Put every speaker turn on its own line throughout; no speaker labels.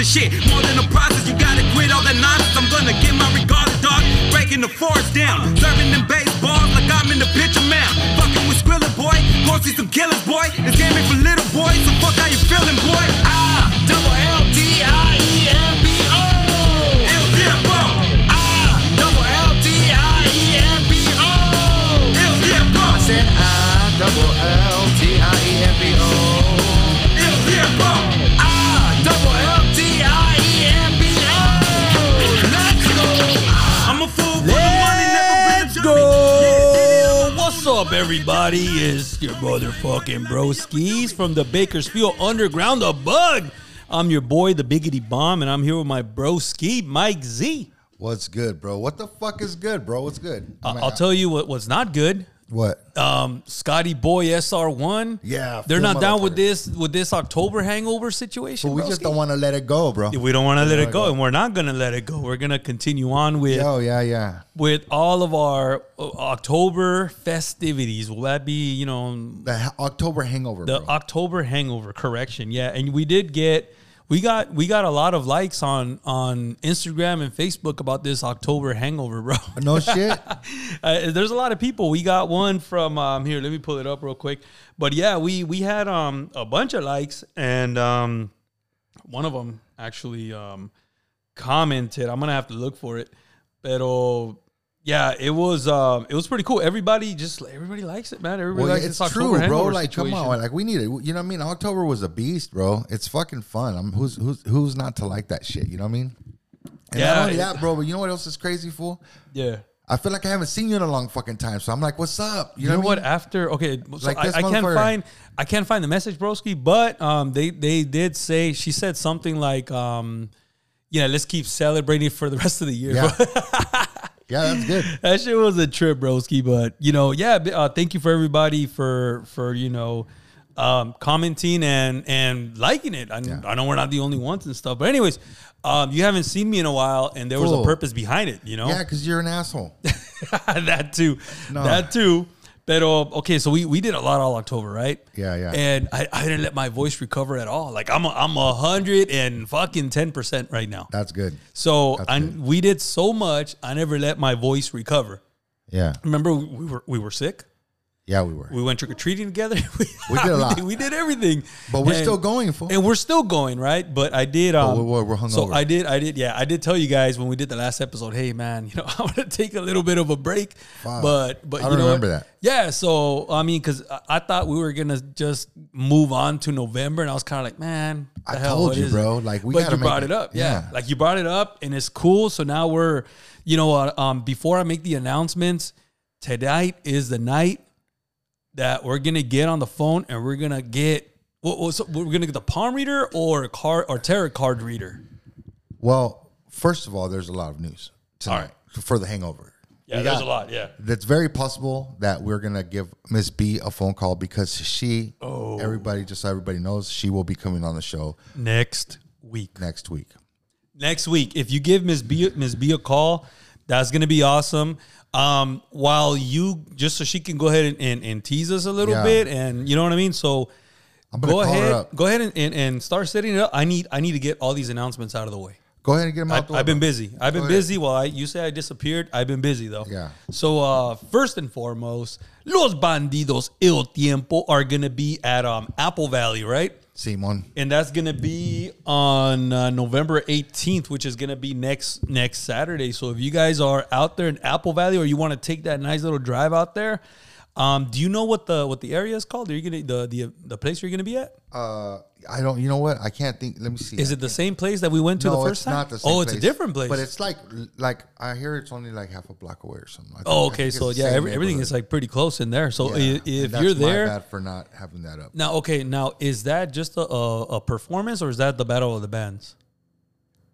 this shit. More than a process, you gotta quit all that nonsense. I'm gonna get my regard, dog. Breaking the forest down. Serving them baseballs like I'm in the pitcher mound. Fucking with Skrilla, boy. Gonna see some killers, boy. This game ain't for little boys, so fuck how you feeling, boy. Ah, double L D I E M B O. Il Diablo. Ah, double L D I E M B O. Il Diablo.
I said I double L T I E M B O.
Il Diablo. Ah, double L D I E M B O. Let's go. I'm a fool with the money, never been a
Let's
junkie.
go! Oh, What's up, everybody? It's your motherfucking broskies from the Bakersfield Underground, the Bug. I'm your boy, the Biggity Bomb, and I'm here with my broski, Mike Z.
What's good, bro? What the fuck is good, bro? What's good? Oh
Uh, I'll tell you what was not good.
What?
Um, Scotty Boy SR1.
Yeah,
they're not down with
motherfucker.
this with this October hangover situation.
But we just
broski.
don't want to let it go, bro.
we don't want to let it go, and we're not gonna let it go. We're gonna continue on with
Yo, yeah, yeah.
with all of our uh, October festivities. Will that be you know
The ha- October hangover,
the
bro.
October hangover correction. Yeah, and we did get we got we got a lot of likes on on Instagram and Facebook about this October hangover, bro.
no shit.
Uh, there's a lot of people. We got one from um, here. Let me pull it up real quick. But yeah, we we had um a bunch of likes, and um one of them actually um commented. I'm gonna have to look for it. Pero yeah, it was um it was pretty cool. Everybody just everybody likes it, man. Everybody
Well,
likes
it's
this
true,
October
bro.
hangover
Like, come
situation.
on, like we need it. You know what I mean? October was a beast, bro. It's fucking fun. I'm who's who's who's not to like that shit. You know what I mean? And
Yeah,
not only
it-
that, bro. But you know what else is crazy, fool?
Yeah.
I feel like I haven't seen you in a long fucking time. So I'm like, what's up?
You know
I mean?
what? After okay, so
Like this
I, I can't
motherfucker.
find I can't find the message, broski. But um, they they did say she said something like um, yeah, let's keep celebrating for the rest of the year.
Yeah. yeah, that's good.
that shit was a trip, broski. But you know, yeah, b- uh, thank you for everybody for for you know um, commenting and and liking it. I, I know we're not the only ones and stuff, but anyways, um, you haven't seen me in a while, and there was
Cool.
a purpose behind it. You know,
Yeah, because you're an asshole.
that too.
No.
That too. But okay, so we, we did a lot all October, right?
Yeah, yeah.
And I, I didn't let my voice recover at all. Like I'm a, I'm a hundred and fucking ten percent right now.
That's good.
So I,
good.
we did so much. I never let my voice recover.
Yeah,
Remember we, we were we were sick.
yeah, we were.
We went trick or treating together.
We did a lot.
did, we did everything.
But we're
And-
still going, fool.
and we're still going, right? But I did. Um,
we're- we're- we're
So
hungover.
I did. I did. Yeah, I did tell you guys when we did the last episode. Hey, man, you know I want to take a little bit of a break.
Fuck.
But but
I
you
don't
know
remember
what?
that.
Yeah. So I mean, because I, I thought we were gonna just move on to November, and I was kind of like, man, what the
I
hell,
told
what
you,
is
bro,
It?
like, we
but
gotta
you
make
brought
it-
it up. Yeah.
yeah.
Like you brought it up, and it's cool. So now we're, you know, uh, um, before I make the announcements, tonight is the night that we're gonna get on the phone and we're gonna get what, what, so we're gonna get the palm reader or a card or tarot card reader.
Well, first of all, there's a lot of news tonight for the hangover.
Yeah,
We
there's
got-
a lot. Yeah,
That's very possible that we're gonna give Miss B a phone call because she,
Oh.
everybody, just so everybody knows, she will be coming on the show
next week.
next week.
Next week, if you give Ms. B Ms. B a call, that's gonna be awesome. Um, while you just so she can go ahead and, and, and tease us a little
Yeah.
bit, and you know what I mean. So
I'm gonna
go
call her
ahead,
up.
go ahead and, and, and start setting it up. I need I need to get all these announcements out of the way.
Go ahead and get him
I,
out. the way,
I've been
bro.
busy. I've been
Go ahead.
busy. Well, I, you say I disappeared. I've been busy though.
Yeah.
So uh, first and foremost, Los Bandidos Il Tiempo are gonna be at um, Apple Valley, right?
Simon.
And that's gonna be on uh, November 18th, which is gonna be next next Saturday. So if you guys are out there in Apple Valley, or you want to take that nice little drive out there, um, do you know what the what the area is called? Are you gonna the the, the place you're gonna be at?
Uh, I don't. You know what? I can't think. Let me see.
Is it the same place that we went to
no,
the first
it's
time?
not the same.
oh, it's a different place.
But it's like, like I hear it's only like half a block away or something. I think-
Oh,
I think
okay.
it's
So
the
yeah,
same
every, everything is
neighborhood.
like pretty close in there. So i
Yeah, and
if
that's
you're
my
there
bad for not having that up.
now, okay. Now is that just a, a a performance or is that the battle of the bands?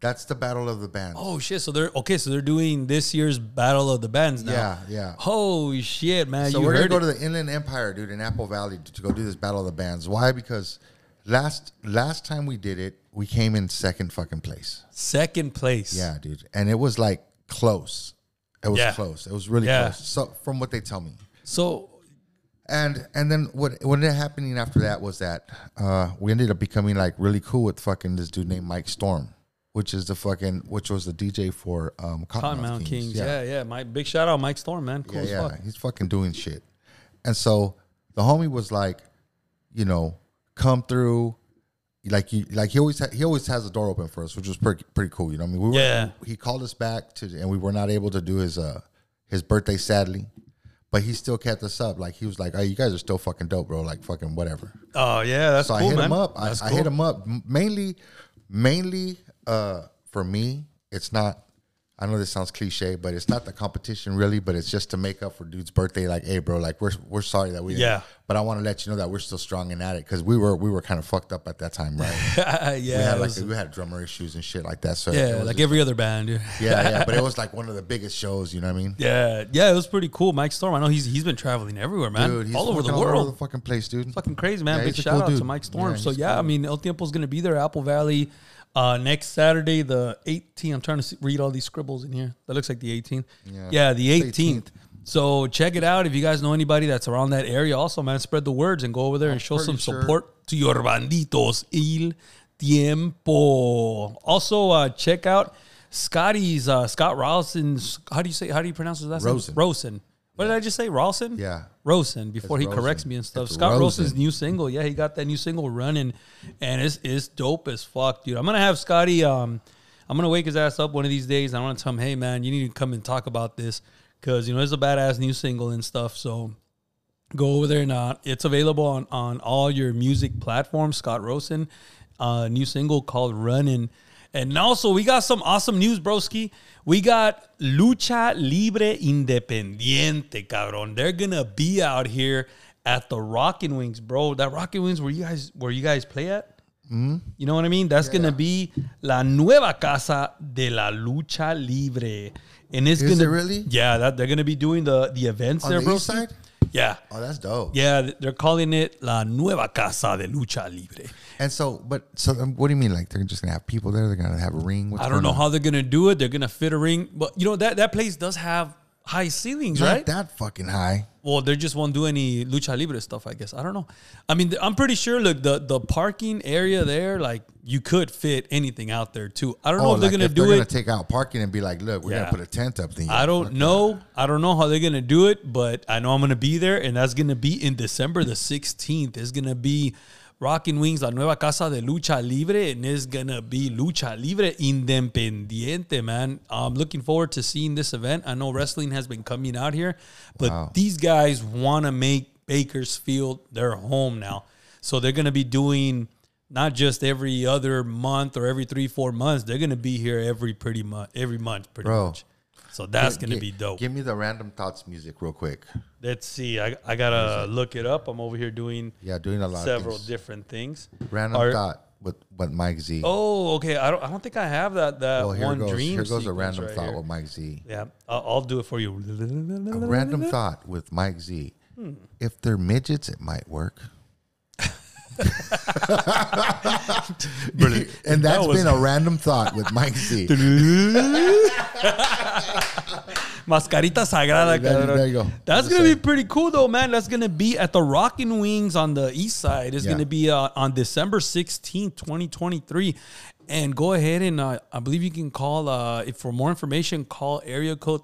That's the battle of the bands.
Oh shit! So they're okay. So they're doing this year's battle of the bands now.
yeah, yeah.
Oh shit, man!
So
you
we're gonna
heard
go
it.
to the Inland Empire, dude, in Apple Valley to, to go do this battle of the bands. Why? Because last last time we did it, we came in second fucking place.
second place.
Yeah, dude, and it was like close. It was
Yeah.
close. It was really
Yeah.
close. So from what they tell me,
So
and and then what what ended up happening after that was that uh, we ended up becoming like really cool with fucking this dude named Mike Storm. which is the fucking which was the DJ for um,
Cottonmouth Kings. Yeah. yeah, My big shout out, Mike Storm, man. Cool
yeah,
as
yeah.
fuck.
He's fucking doing shit. And so the homie was like, you know, come through. Like he, like he always ha- he always has the door open for us, which was pretty pretty cool. You know, what I mean, we were,
Yeah.
He called us back to, and we were not able to do his uh his birthday sadly, but he still kept us up. Like he was like, "Oh, you guys are still fucking dope, bro. Like fucking whatever."
Oh yeah, that's
so
cool,
I hit
man.
him up. I,
That's
I
cool.
hit him up M- mainly, mainly uh, for me. It's not. I know this sounds cliche, but it's not the competition really. But it's just to make up for dude's birthday. Like, hey, bro, like we're we're sorry that we. didn't-
Yeah.
But I want to let you know that we're still strong and at it because we were we were kind of fucked up at that time, right?
yeah,
we had like
it was-
we had drummer issues and shit like that. So it
yeah,
was
like
just-
every other band, dude.
yeah, yeah. But it was like one of the biggest shows. You know what I mean?
Yeah, yeah, it was pretty cool. Mike Storm, I know he's he's been traveling everywhere, man,
Dude, he's
all over the
fucking
world.
the fucking place, dude.
fucking crazy, man.
Yeah,
Big
he's a
shout
cool
out to
dude.
Mike Storm.
Yeah,
so
he's
yeah, I mean, El Tiempo's gonna be there. Apple Valley, uh, next Saturday, the 18th. I'm trying to see, read all these scribbles in here. That looks like the 18th. Yeah,
Yeah.
the
It's
18th.
18th.
So check it out if you guys know anybody that's around that area. Also, man, spread the words and go over there and show some
pretty sure-
support to your banditos. Il Tiempo. Also, uh, check out Scotty's uh, Scott Rawson's. How do you say? How do you pronounce his last
Rosen.
name? Rosen. What did I just say? Rawson.
Yeah.
Rosen. Before
It's
he corrects
Rosen.
me and stuff.
It's
Scott Rosen's
Rosen.
new single. Yeah, he got that new single running, and it's it's dope as fuck, dude. I'm gonna have Scotty. Um, I'm gonna wake his ass up one of these days. And I want to tell him, hey man, you need to come and talk about this because you know it's a badass new single and stuff. So go over there and uh, it's available on on all your music platforms. Scott Rosen, uh, new single called Running. And also, we got some awesome news, broski. We got Lucha Libre Independiente, cabrón. They're gonna be out here at the Rockin' Wings, bro. That Rockin' Wings, where you guys, where you guys play at?
Mm-hmm.
You know what I mean? That's gonna be la nueva casa de la lucha libre, and it's
Is
gonna
it really?
yeah. That, they're gonna be doing the the events
On
there,
the
bro.
east side?
Yeah,
Oh, that's dope.
yeah. th- They're calling it la nueva casa de lucha libre.
And so, but so, um, what do you mean? Like they're just gonna have people there? They're gonna have a ring? What's
I don't
going
know
on?
how they're gonna do it. They're gonna fit a ring, but you know that that place does have high ceilings,
Not
right?
that fucking high.
Well, they just won't do any lucha libre stuff, I guess. I don't know. I mean, th- I'm pretty sure. Look, the the parking area there, like you could fit anything out there too. I don't know if they're
Oh, like,
gonna
if
do
they're
it.
gonna take out parking and be like, look, we're
Yeah.
gonna put a tent up. Then
I don't know. I don't know how they're gonna do it, but I know I'm gonna be there, and that's gonna be in December the 16th. It's gonna be Rockin' Wings, La Nueva Casa de Lucha Libre, and it's gonna be Lucha Libre Independiente, man. I'm looking forward to seeing this event. I know wrestling has been coming out here, but these guys wanna make Bakersfield their home now. So they're gonna be doing not just every other month or every three, four months. They're gonna be here every pretty much every month, pretty
Bro.
much. So that's gonna be dope.
Give me the random thoughts music real quick.
Let's see. I, I gotta look it up. I'm over here doing
Yeah, doing a lot
several
of things.
different things.
random
Are-
thought with with Mike Z.
Oh, okay. I don't I don't think I have that that
well, here
one
goes.
dream.
here goes a
sequence
random
right
thought
here.
with Mike Z.
Yeah, I'll, I'll do it for you.
A random thought with Mike Z.
Hmm.
If they're midgets, it might work. and that's
was-
been a random thought with Mike Z.
Mascarita sagrada,
There you-
cabrón.
there you go.
That's
Just
gonna be
saying.
pretty cool, though, man. That's gonna be at the Rockin' Wings on the East Side. It's
Yeah.
gonna be uh, on December sixteenth, twenty twenty three. And go ahead and uh, I believe you can call uh, if for more information, call area code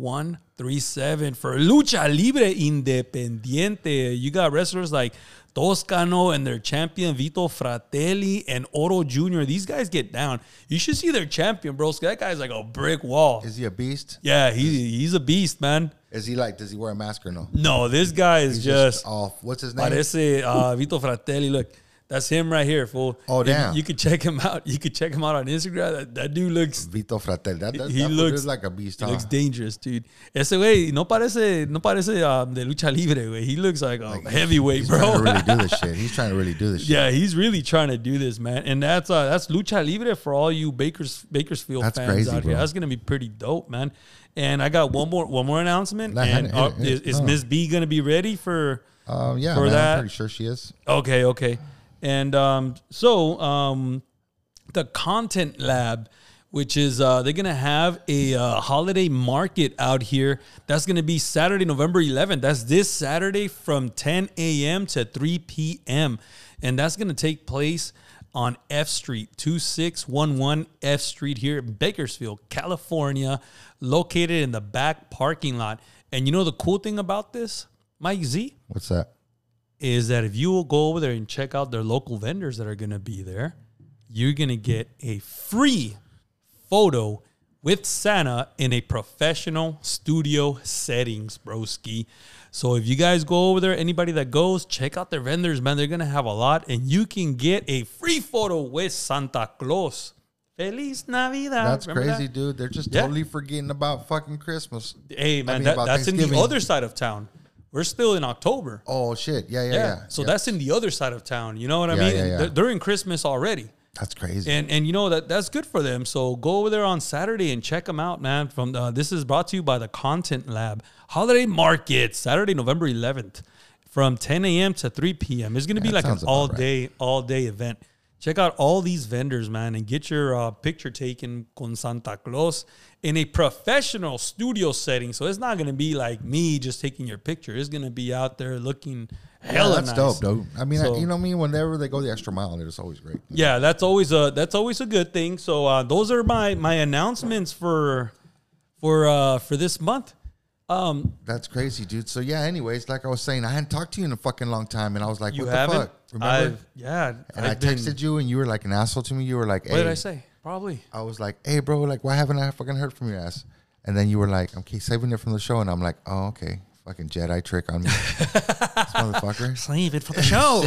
323-867-4137 for Lucha Libre Independiente. You got wrestlers like Toscano and their champion Vito Fratelli and Oro Jr. These guys get down. You should see their champion, bro. That guy's like a brick wall.
Is he a beast?
Yeah, he, he's a beast, man.
Is he like? Does he wear a mask or no?
No, this guy is
He's
just,
off. What's his name?
parece uh, Vito Fratelli. Look, that's him right here, fool.
Oh,
You-
damn.
You, could check him out. You could check him out on Instagram. That, that dude looks
Vito Fratelli. That, that,
He
that
looks-
looks like a beast.
he
Huh?
looks dangerous, dude. Ese güey no parece no parece um, de lucha libre, güey. He looks like a heavyweight,
He's
bro.
trying to really do this shit. He's trying to really do this shit.
yeah, he's really trying to do this, man. And that's uh, that's lucha libre for all you Bakers Bakersfield
That's
fans
crazy,
out here.
bro.
That's gonna be pretty dope, man. And I got one more one more announcement.
No,
and
hit it,
uh,
hit it,
is,
hit it.
is
No.
Miss B gonna be ready for?
Um, yeah,
For
man,
that-
I'm pretty sure she is.
Okay, okay. And um, so um, the Content Lab, which is uh, they're gonna have a uh, holiday market out here. That's gonna be Saturday, November 11th. That's this Saturday from 10 a.m. to 3 p.m. And that's gonna take place on F Street, 2611 F Street here in Bakersfield, California, located in the back parking lot. And you know the cool thing about this, Mike Z,
What's that?
is that if you will go over there and check out their local vendors that are going to be there, you're going to get a free photo with Santa in a professional studio settings, broski. So if you guys go over there, anybody that goes, check out their vendors, man. They're going to have a lot, and you can get a free photo with Santa Claus. Feliz Navidad.
That's
Remember
crazy,
that?
dude. They're just
Yeah.
totally forgetting about fucking Christmas.
Hey, man,
mean,
that,
about
that's in the
Thanksgiving.
other side of town. We're still in October.
Oh shit! Yeah, yeah, yeah.
Yeah. So
Yeah.
that's in the other side of town. You know what I
Yeah,
mean?
yeah, yeah.
They're, they're in Christmas already.
that's crazy.
And and you know that that's good for them. So go over there on Saturday and check them out, man. From uh, this is brought to you by the Content Lab Holiday Market, Saturday, November 11th, from 10 a.m. to 3 p.m. It's gonna be
that
like an
sounds about
all day all day event. Check out all these vendors, man, and get your uh, picture taken con Santa Claus in a professional studio setting. So it's not gonna be like me just taking your picture. It's gonna be out there looking
yeah,
hella
that's
nice.
dope, dude. I mean, I-
So-
you know what I mean. Whenever they go the extra mile, it's always great.
yeah, that's always a that's always a good thing. So uh, those are my my announcements for for uh, for this month. Um,
That's crazy, dude. So yeah. Anyways, like I was saying, I hadn't talked to you in a fucking long time, and I was like,
you
"What the
haven't.
fuck?" Remember?
I've, yeah,
and i
I've been-
texted you, and you were like an asshole to me. You were like, hey.
What did I say? Probably.
I was like, "Hey, bro, like, why haven't I fucking heard from your ass?" And then you were like, "I'm keep saving it from the show," and I'm like, "Oh, okay, fucking Jedi trick on me, this motherfucker."
Save it for the show.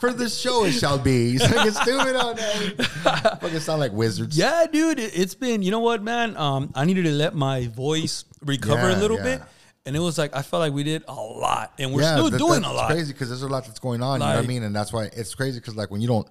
For the show, it shall be. He's fucking stupid on that. Fucking sound like wizards.
yeah, dude, it, it's been. You know what, man? Um, I needed to let my voice recover a
Yeah,
little
yeah.
bit, and it was like I felt like we did a lot, and we're
Yeah,
still
that-
doing
that's
a lot.
Crazy because there's a lot that's going on. you know what
Like-
I mean? And that's why it's crazy because like when you don't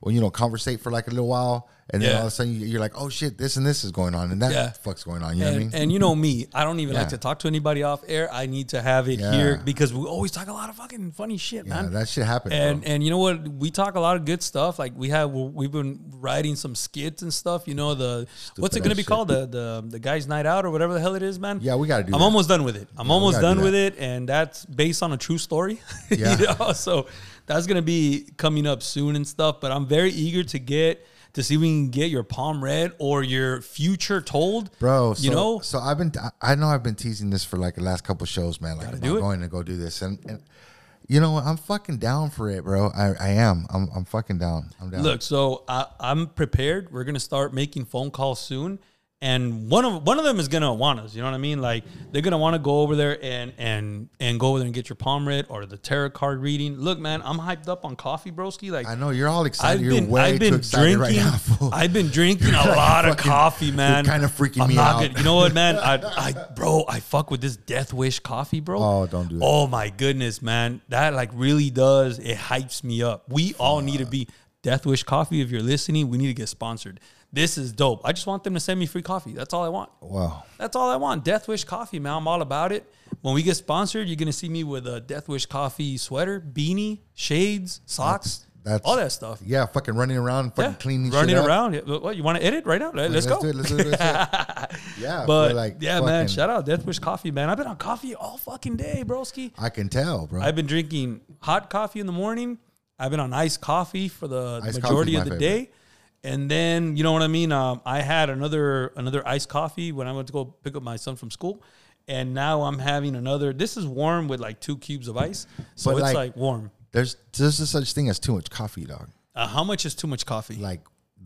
when you don't conversate for like a little while, and then
Yeah.
all of a sudden you- you're like, oh shit, this and this is going on, and that
Yeah.
fuck's going on. You know
and,
what I mean?
and you know me, I don't even like
Yeah.
to talk to anybody off air. I need to have it here
Yeah.
because we always talk a lot of fucking funny shit,
yeah,
man.
that shit happened.
and
bro.
and you know what we talk a lot of good stuff like we have we've been writing some skits and stuff you know the what's
Stupid
it gonna
ass
be
shit.
called the the the guys night out or whatever the hell it is man
Yeah, we gotta do
i'm
that.
almost done with it i'm almost
gotta do
done with
that.
it and that's based on a true story
Yeah.
you know? so that's gonna be coming up soon and stuff but i'm very eager to get to see if we can get your palm read or your future told
Bro, so,
you know
so I've been, I- I know I've been teasing this for like the last couple shows, man. Like, about
do it.
going to go do this, and, and you know, what? I'm fucking down for it, bro. I, I am. I'm, I'm fucking down. I'm down.
Look, so I, I'm prepared. We're gonna start making phone calls soon, and one of one of them is gonna want us. You know what I mean? Like they're gonna want to go over there and and and go over there and get your palm read or the tarot card reading. Look, man, I'm hyped up on coffee, broski. Like
I know you're all
I've
excited. you're
been
way
I've been
too excited
drinking.
right now. fool.
I've been drinking a lot of
fucking-
coffee,
you're
man.
kinda freaking
I'm
me
not
out.
gonna- you know what, man? I, I, bro, I fuck with this Death Wish coffee, bro.
Oh, don't do that.
Oh my goodness, man, that like really does. It hypes me up. We all need to be Death Wish coffee. If you're listening, we need to get sponsored. This is dope. I just want them to send me free coffee. That's all I want.
Wow.
That's all I want. Death Wish Coffee, man. I'm all about it. When we get sponsored, you're gonna see me with a Death Wish Coffee sweater, beanie, shades, socks,
That's-
all that stuff.
Yeah, fucking running around, fucking
Yeah,
cleaning,
running
shit up.
around. Yeah, What you want to edit right now? Let- Let's, go.
Do it, let's do it, let's do it. Yeah,
But
we're like,
yeah, man,
fucking-
shout out Death Wish Coffee, man. I've been on coffee all fucking day, broski.
I can tell, bro.
I've been drinking hot coffee in the morning. I've been on iced coffee for the
Iced
majority
coffee's
of the
my
day. And then you know what I mean. Um, I had another another iced coffee when I went to go pick up my son from school, and now I'm having another. This is warm with like two cubes of ice, so
But,
it's like,
like-
warm.
there's there's no such thing as too much coffee, dog.
Uh, how much is too much coffee?
Like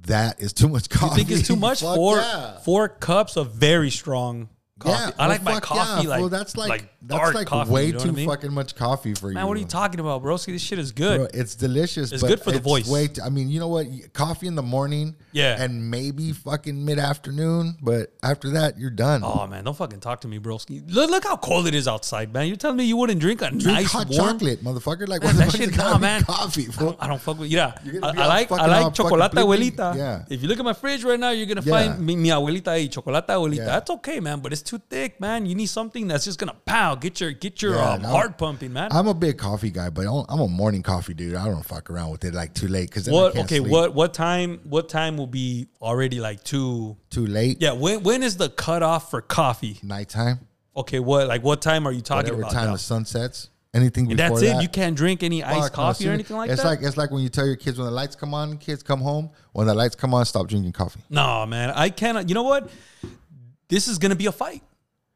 that is too much
I
coffee.
think it's too much.
Fuck
Four
yeah.
four cups of very strong coffee.
well,
I like my
fuck
coffee
yeah,
like
fool, that's like,
dark
that's like
coffee,
way
you know what
too
I mean?
fucking much coffee for you.
Man, what are you talking about, broski? This shit is good.
Bro, it's delicious.
It's
but
good for the voice.
Way too, I mean, you know what? Coffee in the morning,
Yeah.
and maybe fucking mid afternoon, but after that, you're done.
Oh man, don't fucking talk to me, broski. Look, look how cold it is outside, man. You're telling me you wouldn't drink a
Drink
nice
hot
warm
chocolate, motherfucker. Like what
Man,
the
that
fuck
shit-
is
nah,
gotta be
man.
coffee?
I
Fool?
don't, I don't fuck with yeah.
You're
I,
gonna be
I
all
like I
fucking all
like
fucking
chocolate
bleepy.
abuelita.
Yeah.
If you look at my fridge right now, you're gonna
Yeah.
find mi, mi abuelita ahí, chocolate abuelita.
Yeah.
That's okay, man, but it's too thick, man. You need something that's just gonna pow, get your get your
Yeah,
um,
no.
heart pumping, man.
I'm a big coffee guy, but I'm I'm a morning coffee dude. I don't fuck around with it like too late because
what okay, what what time what time will be already like too
too late?
Yeah, when when is the cutoff for coffee?
nighttime,
Okay, what like what time are you talking
whatever
about?
time
now?
the sun sets. anything
And
before
that's
that.
it. You can't drink any iced
Fuck, no,
coffee or
soon-
anything like
it's
that.
like it's like when you tell your kids when the lights come on, kids come home. When the lights come on, stop drinking coffee.
No, man, I cannot. You know what? This is gonna be a fight.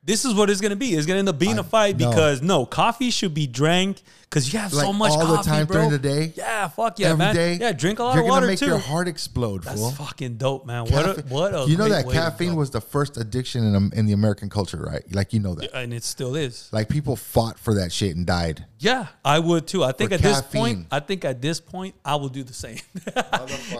This is what it's gonna be. It's gonna end up being a fight
no.
because no coffee should be drank because you have so
Like,
much
all the
coffee,
time
bro.
during the day?
Yeah, fuck yeah,
Every day,
man. yeah, drink a lot
You're
of water
gonna make
too.
your heart explode,
That's
fool.
fucking dope, man.
Caffe-
What a what a
you know
great
that
way to
caffeine
go.
was the first addiction in, Am- in the American culture, right? Like you know that.
and it still is.
Like people fought for that shit and died.
Yeah, I would too. I think
For
at this point,
caffeine.
I think at this point, I will do the same.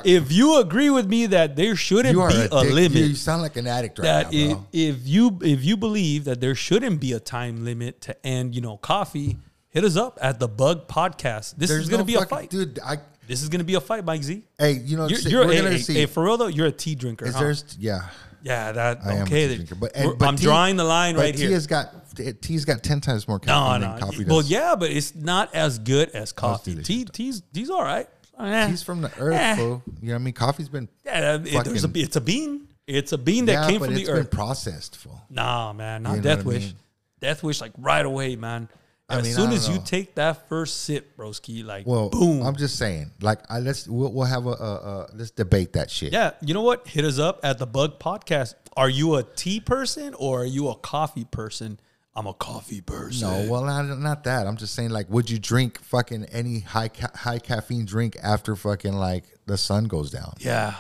if you agree with me that there shouldn't
You are
be a
addic-
limit,
You, you sound like an addict right
that
now,
if,
bro.
if you if you believe that there shouldn't be a time limit to end, you know, coffee, hit us up at the Bug Podcast. This is going to
no
be a
fucking-
fight.
dude. I
This is going to be a fight, Mike Z.
hey, you know,
You're,
see,
you're
we're
a,
gonna
a-
see.
a- uh-huh. for real though, you're a tea drinker.
is
huh?
there's yeah.
Yeah, that
I am a
okay.
tea
then.
drinker, but,
We're-
and- but
I'm
tea-
drawing the line
but
right
tea
here.
has got tea's got ten times more
no,
caffeine
no.
than coffee
Well,
does.
yeah, but it's not as good as coffee.
delicious,
Tea, tea's, tea's all right. Eh.
Tea's from the earth,
Eh.
bro. You know what I mean? Coffee's been
Yeah, it- there's a,
Fucking-
it's a bean. It's a bean that
yeah,
came
but
from
it's
the
been
earth.
processed, fool.
Nah, man, not
You know
Death
what I
Wish.
mean?
Death Wish, like right away, man.
I
As
mean, I
soon
don't
as you
know.
take that first sip, broski, like
Well,
boom.
I'm just saying, like, I, let's we'll, we'll have a, a, a let's debate that shit.
yeah, you know what? Hit us up at the Bug Podcast. Are you a tea person or are you a coffee person? I'm a coffee person.
No, well, not, not that. I'm just saying, like, would you drink fucking any high ca- high caffeine drink after fucking like the sun goes down?
Yeah,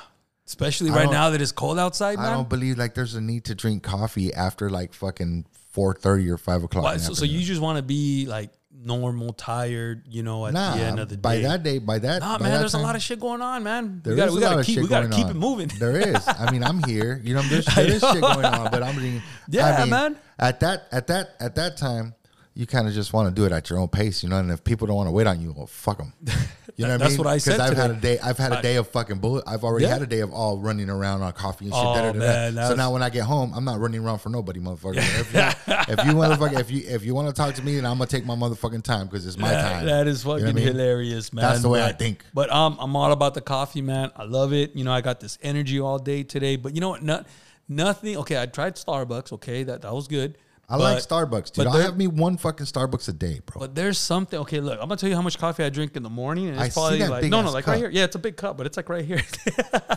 especially
I
right
don't-
now that it's cold outside, man.
I don't believe like there's a need to drink coffee after like fucking four thirty or five o'clock.
Why-
in the
so, so
afternoon.
you just want to be like normal, tired, you know, at
nah,
the end of the
by
day.
that day, by that,
nah,
by
man,
that
there's
time,
a lot of shit going on, man.
there
we gotta,
is
we
a lot
gotta
of
keep
shit
we gotta
going
keep
on.
it moving.
There is. I mean, I'm here. You know, there's there is shit going on, but I'm being.
Yeah,
I mean,
man.
At that at that at that time, you kind of just want to do it at your own pace, you know. And if people don't want to wait on you, well, fuck them. You know what
That's
I mean?
what I said
I've had a
today.
day. I've had a day of fucking bullet. I've already
Yeah.
had a day of all running around on coffee and shit.
Oh,
da, da, da, da.
man, that
So
was-
now when I get home, I'm not running around for nobody, motherfucker. If you, if you want to if you if you want to talk to me, then I'm gonna take my motherfucking time because it's my
That-
time.
That is
You know what I
fucking
mean?
hilarious, man.
That's the way I
But-
think.
But um, I'm all about the coffee, man. I love it. You know, I got this energy all day today. But you know what? Not, nothing. Okay, I tried Starbucks. Okay, that, that was good.
I
But-
like Starbucks, dude.
but
I
there-
have me one fucking Starbucks a day, bro.
But there's something. Okay, look, I'm gonna tell you how much coffee I drink in the morning. And it's
I see
probably
that
like
big
no, no,
ass
like
cup.
right here. Yeah, it's a big cup, but it's like right here.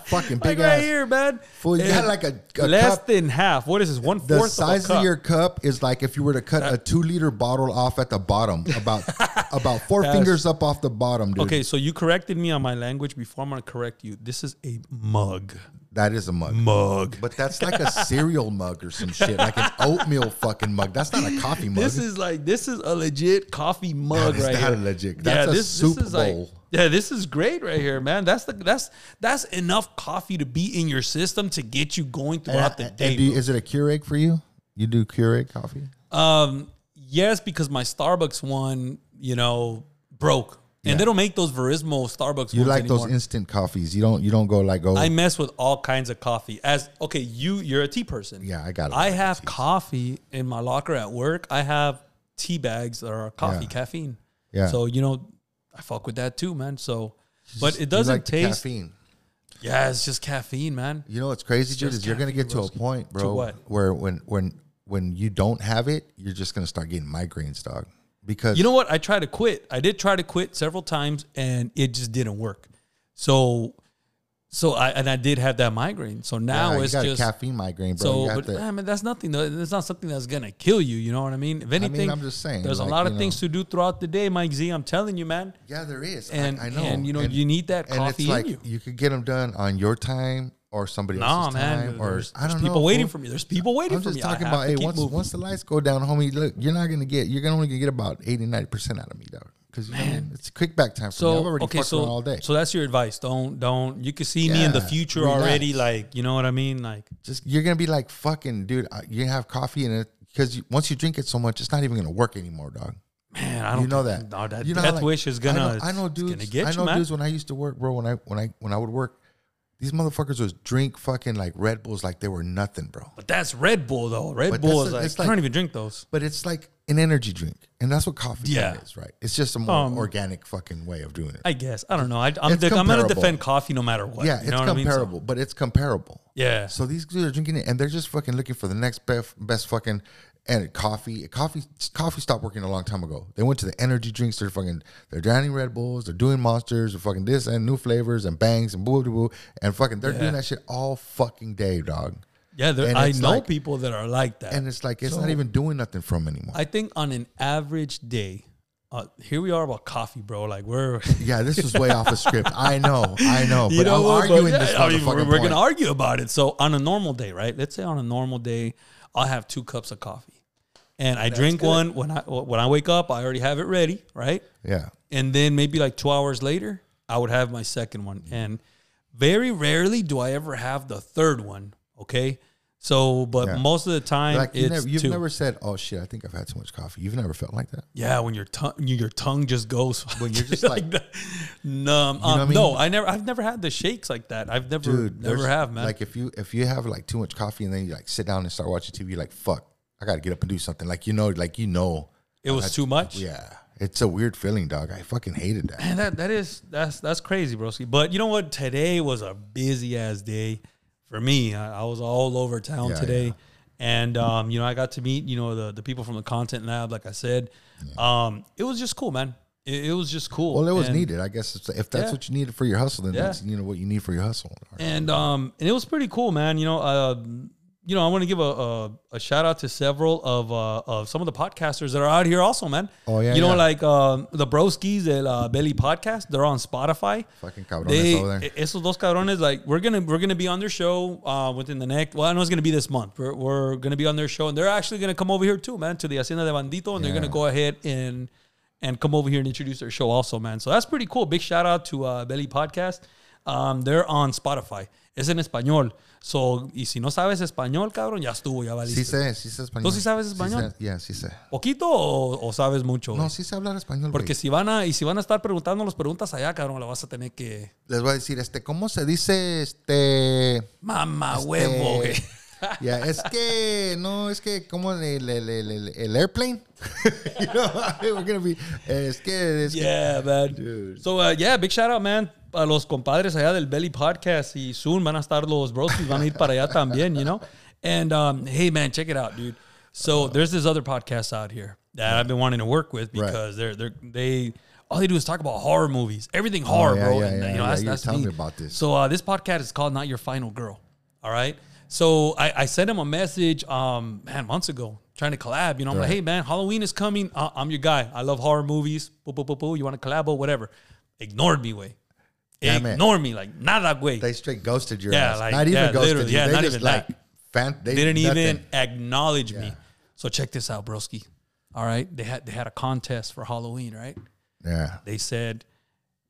fucking
like
big
right
ass.
here, man.
Fool, you
And
got like a- a
less
cup-
than half. What is this? One
The
fourth
size
of, a
of,
cup.
your cup is like if you were to cut a two liter bottle off at the bottom, about about four
That's-
fingers up off the bottom, dude.
Okay, so you corrected me on my language before. I'm gonna correct you. This is a mug.
that is a mug.
Mug.
But that's like a cereal mug or some shit, like an oatmeal fucking mug. That's not a coffee mug.
This is like this is a legit coffee mug
That is
right
not
here.
legit. That's a Super Bowl.
Like, yeah, this is great right here, man. That's the that's that's enough coffee to be in your system to get you going
And I-
throughout the
and
day.
do you-
bro.
is it a Keurig for you? You do Keurig coffee?
um, yes, because my Starbucks one, you know, broke, and they don't make those Verismo Starbucks.
You
ones
like
anymore.
those instant coffees? You don't. You don't go like oh, go.
I mess with all kinds of coffee. As okay, you you're a tea person.
Yeah, I gotta
I
like the
have
teas.
coffee in my locker at work. I have tea bags that are coffee
Yeah.
caffeine.
Yeah.
So you know, I fuck with that too, man. So, but it
you
doesn't
like the
taste.
caffeine.
Yeah, it's just caffeine, man.
You know what's crazy, dude,
just
is you're gonna
caffeine,
get to a
broski.
point, bro,
what?
where when when when you don't have it, you're just gonna start getting migraines, dog. Because
You know what? I tried to quit. I did try to quit several times, and it just didn't work. So, so I and I did have that migraine. So now
Yeah, you
it's
got
just
a caffeine migraine, bro.
So,
you have
but
to,
I mean, that's nothing. though. It's not something that's gonna kill you. You know what I mean? If anything,
I'm just saying,
There's a
like,
lot
you
of things to do throughout the day, Mike Z. I'm telling you, man.
yeah, there is. I-
And
I, know,
and you know you need that
and
coffee
it's like
in you.
could get them done on your time or somebody
Nah,
else's
man.
time, or
there's,
I don't
there's
know.
people waiting
fool.
for me. There's people waiting
I'm
for
just
me. I
talking
have
about
to
hey,
keep
once
moving.
once the lights go down, homie, look, you're not gonna get, you're gonna only gonna get about 80, 90 percent out of me, dog. Because man, it's kickback time. For me. I've
so
already
okay,
fucked
so
around all day.
so that's your advice. Don't don't. You can see me in the
Yeah,
future already.
relax.
Like you know what I mean. Like
just you're gonna be like fucking dude I- you have coffee and it because you, once you drink it so much it's not even gonna work anymore dog
man, I don't
you know
think-
that
No, that
you know how,
death
like,
wish is gonna.
i know, I know
it's
dudes
Gonna get
i know
you, man.
dudes when i used to work bro when i when i when i would work these motherfuckers would drink fucking like red bulls like they were nothing bro
but that's Red Bull though. Red
But
Bull
that's
is
a-
like,
it's like-
I don't even drink those.
but it's like an energy drink and that's what coffee
Yeah.
is right it's just a more
Um,
organic fucking way of doing it
I guess I don't know. I, I'm
It's
the, I'm gonna
comparable.
defend coffee no matter what.
yeah
you
it's
know what I mean? So-
comparable but it's comparable
Yeah.
So these dudes are drinking it, and they're just fucking looking for the next best, best fucking and coffee. Coffee coffee stopped working a long time ago. They went to the energy drinks. They're fucking they're drowning Red Bulls. They're doing monsters. They're fucking this and new flavors and bangs and boo boo boo and fucking they're doing that shit all fucking day, dog.
Yeah, there,
And
I
it's
know
like-
people that are like that.
And it's like it's not even doing nothing for them anymore.
I think on an average day, uh, here we are about coffee, bro. Like we're
yeah, this is way off the script. I know, I know, but I'm
what, but
arguing
yeah,
this
I mean,
motherfucking
we're,
point.
we're gonna argue about it. So on a normal day, right? Let's say on a normal day, I'll have two cups of coffee, and I drink one when I when I wake up. I already have it ready, right?
yeah,
and then maybe like two hours later, I would have my second one.
Mm-hmm.
And very rarely do I ever have the third one. Okay, so but
Yeah.
most of the time
like you
it's
never, you've
two.
never said, "Oh shit, I think I've had too much coffee." You've never felt like that.
yeah, when your tongue your tongue just goes
When you're just like-
that. numb. um,
what I mean?
No, I never. I've never had the shakes like that. I've never
dude.
never
there's-
have man.
Like if you if you have like too much coffee and then you like sit down and start watching TV, you're like fuck, I gotta get up and do something. Like you know, like you know,
it was too much.
yeah, it's a weird feeling, dog. I fucking hated that.
And that that is that's that's crazy, broski. But you know what? Today was a busy ass day for me. I, I was all over town
Yeah,
today,
yeah.
and um, you know, I got to meet you know the the people from the content lab. Like I said, um, it was just cool, man. It, it was just cool.
Well, it was
And-
needed, I guess. It's, if that's
Yeah.
what you needed for your hustle, then
Yeah.
that's you know what you need for your hustle.
and um and it was pretty cool, man. You know, uh, you know, I want to give a, a a shout out to several of uh of some of the podcasters that are out here also, man.
Oh, yeah,
you know,
yeah.
like um the Broskis at uh, Belly Podcast. They're on Spotify.
Fucking cabrones
They e,
over there.
esos dos cabrones like we're gonna we're gonna be on their show uh within the next. Well, I know it's gonna be this month. We're we're gonna be on their show, and they're actually gonna come over here too, man, to the Hacienda de Bandito, and they're
Yeah.
gonna go ahead and and come over here and introduce their show also, man. So that's pretty cool. Big shout out to uh, Belly Podcast. Um, they're on Spotify. Es en español. So, y si no sabes español, cabrón, ya estuvo, ya
Sí
valiste.
sé, sí sé español.
¿Tú sí sabes español?
sé- yeah, sí sé.
¿Poquito o, o sabes mucho?
No,
güey?
sí sé hablar español.
Porque
güey.
si van a, y si van a estar preguntándonos preguntas allá, cabrón, la vas a tener que...
Les voy a decir, este, ¿cómo se dice este?
Mamá
Eh,
huevo, güey.
Ya, es que, no, es que, como el, el, el, el- el airplane? you know, we're gonna be, es que, es que.
Yeah, man.
Dude.
So, uh, yeah, big shout out, man, a los compadres allá del Belly Podcast. Y soon van a estar los broskis, van a ir para allá también, you know? And, um, hey, man, check it out, dude. So, there's this other podcast out here that I've been wanting to work with
Right.
because they're, they're, they, all they do is talk about horror movies, everything horror,
Oh, yeah,
bro.
yeah,
and,
yeah,
you know,
yeah,
that's,
you were
that's
telling
me.
me about this.
So, uh, this podcast is called Not Your Final Girl. All right. So, I, I sent him a message, um, man, months ago, trying to collab. You know, I'm like,
Right.
hey, man, Halloween is coming. I- I'm your guy. I love horror movies. Boo, boo, boo, boo. You want to collab? Whatever. Ignored me, way.
Damn it.
Ignored me. Like, nada, way.
They straight ghosted your
Yeah,
ass.
like,
not even
yeah,
ghosted
literally,
you.
yeah,
they
not
just
even
like,
that.
fan, they
didn't
nothing.
even acknowledge me. So, check this out, broski. All right. They had, they had a contest for Halloween, right?
Yeah.
they said,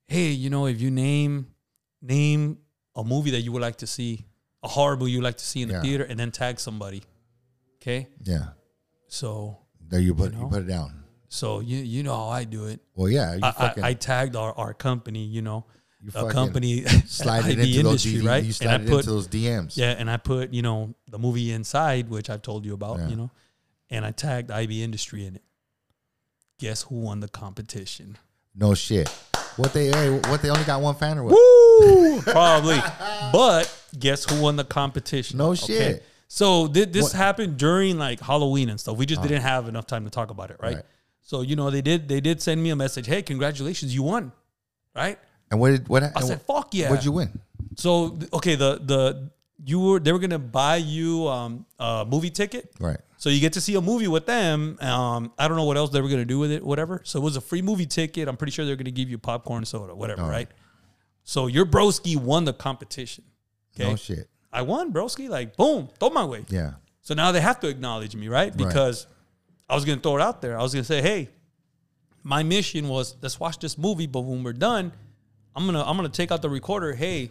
"Hey, you know, if you name name a movie that you would like to see, a horror movie you would like to see in the
Yeah.
theater, and then tag somebody." Okay,
Yeah.
so
There you put, you,
know?
put it down.
so you you know how I do it.
Well, yeah. You
I,
fucking,
I, I tagged our, our company, you know,
You
a
fucking
company
slide it
IB
into those DVDs.
right?
You
and I
slide it
put
into those DMs.
yeah, and I put you know the movie inside, which I've told you about,
Yeah.
you know, and I tagged IB Industry in it. Guess who won the competition?
No shit. What they, hey, what they only got one fan or what?
Woo! Probably. But guess who won the competition?
No shit.
So thi- this
What? Uh-huh.
happened during like Halloween and stuff. We just didn't have enough time to talk about it, right?
Right.
So you know they did they did send me a message. Hey, congratulations, you won, right?
And what did, what,
I said, "Fuck yeah!"
What'd you win?
So th- okay, the the you were they were gonna buy you um, a movie ticket,
Right.
so you get to see a movie with them. Um, I don't know what else they were gonna do with it, whatever. So it was a free movie ticket. I'm pretty sure they're gonna give you popcorn, soda, whatever, right? So your broski won the competition. Okay,
No shit.
I won, broski. Like boom, throw my way.
Yeah.
So now they have to acknowledge me, right? Because I was gonna throw it out there. I was gonna say, hey, my mission was let's watch this movie, but when we're done, I'm gonna I'm gonna take out the recorder. Hey,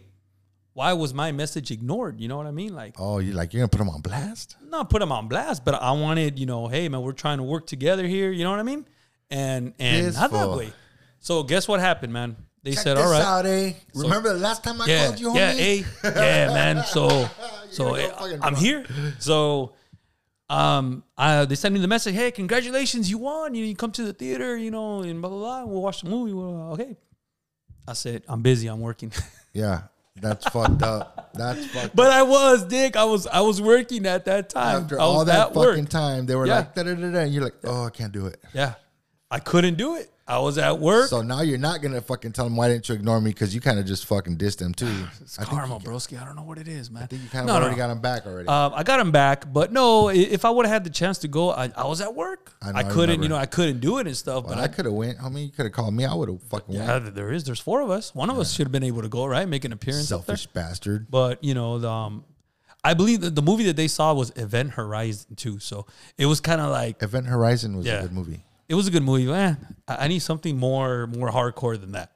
why was my message ignored? You know what I mean? Like
Oh, you like, you're going to put them on blast?
not put them on blast, but I wanted, you know, hey man, we're trying to work together here. You know what I mean? And and
This
not that
fool.
way. So guess what happened, man? They
Check
said,
this
all right,
out, eh? Remember the last time I
yeah,
called you, homie?
yeah, hey, yeah, man. So
You're
so eh,
no fucking
I'm
drunk.
here. So um, I, they sent me the message, hey, congratulations, you won. You, you come to the theater, you know, and blah blah blah. We'll watch the movie. Well, okay. I said, I'm busy. I'm working.
Yeah. That's fucked up. That's fucked
But
up.
I was, Dick. I was I was working at oh, that time.
After
I was
all that
at work.
fucking time, they were
Yeah.
like, da da da da. And you're like, oh, I can't do it.
Yeah. I couldn't do it. I was at work.
So now you're not gonna fucking tell them why didn't you ignore me because you kind of just fucking dissed them too.
it's karma, broski. I don't know what it is, man. I
You kind of already got them back already.
Um, I got him back, but no. i- If I would have had the chance to go, I, I was at work.
I
I,
know, I
couldn't, you
remember.
know, I couldn't do it and stuff.
but
but
I, could have went. I mean, you could have called me. I would have fucking
I,
went.
yeah, there is. There's four of us. One of us should have been able to go, right? Make an appearance. up there.
Selfish bastard.
But you know, the, um, I believe that the movie that they saw was Event Horizon two. So it was kind of like
Event Horizon was
Yeah.
a good movie.
it was a good movie. but, Eh, I, I need something more more hardcore than that.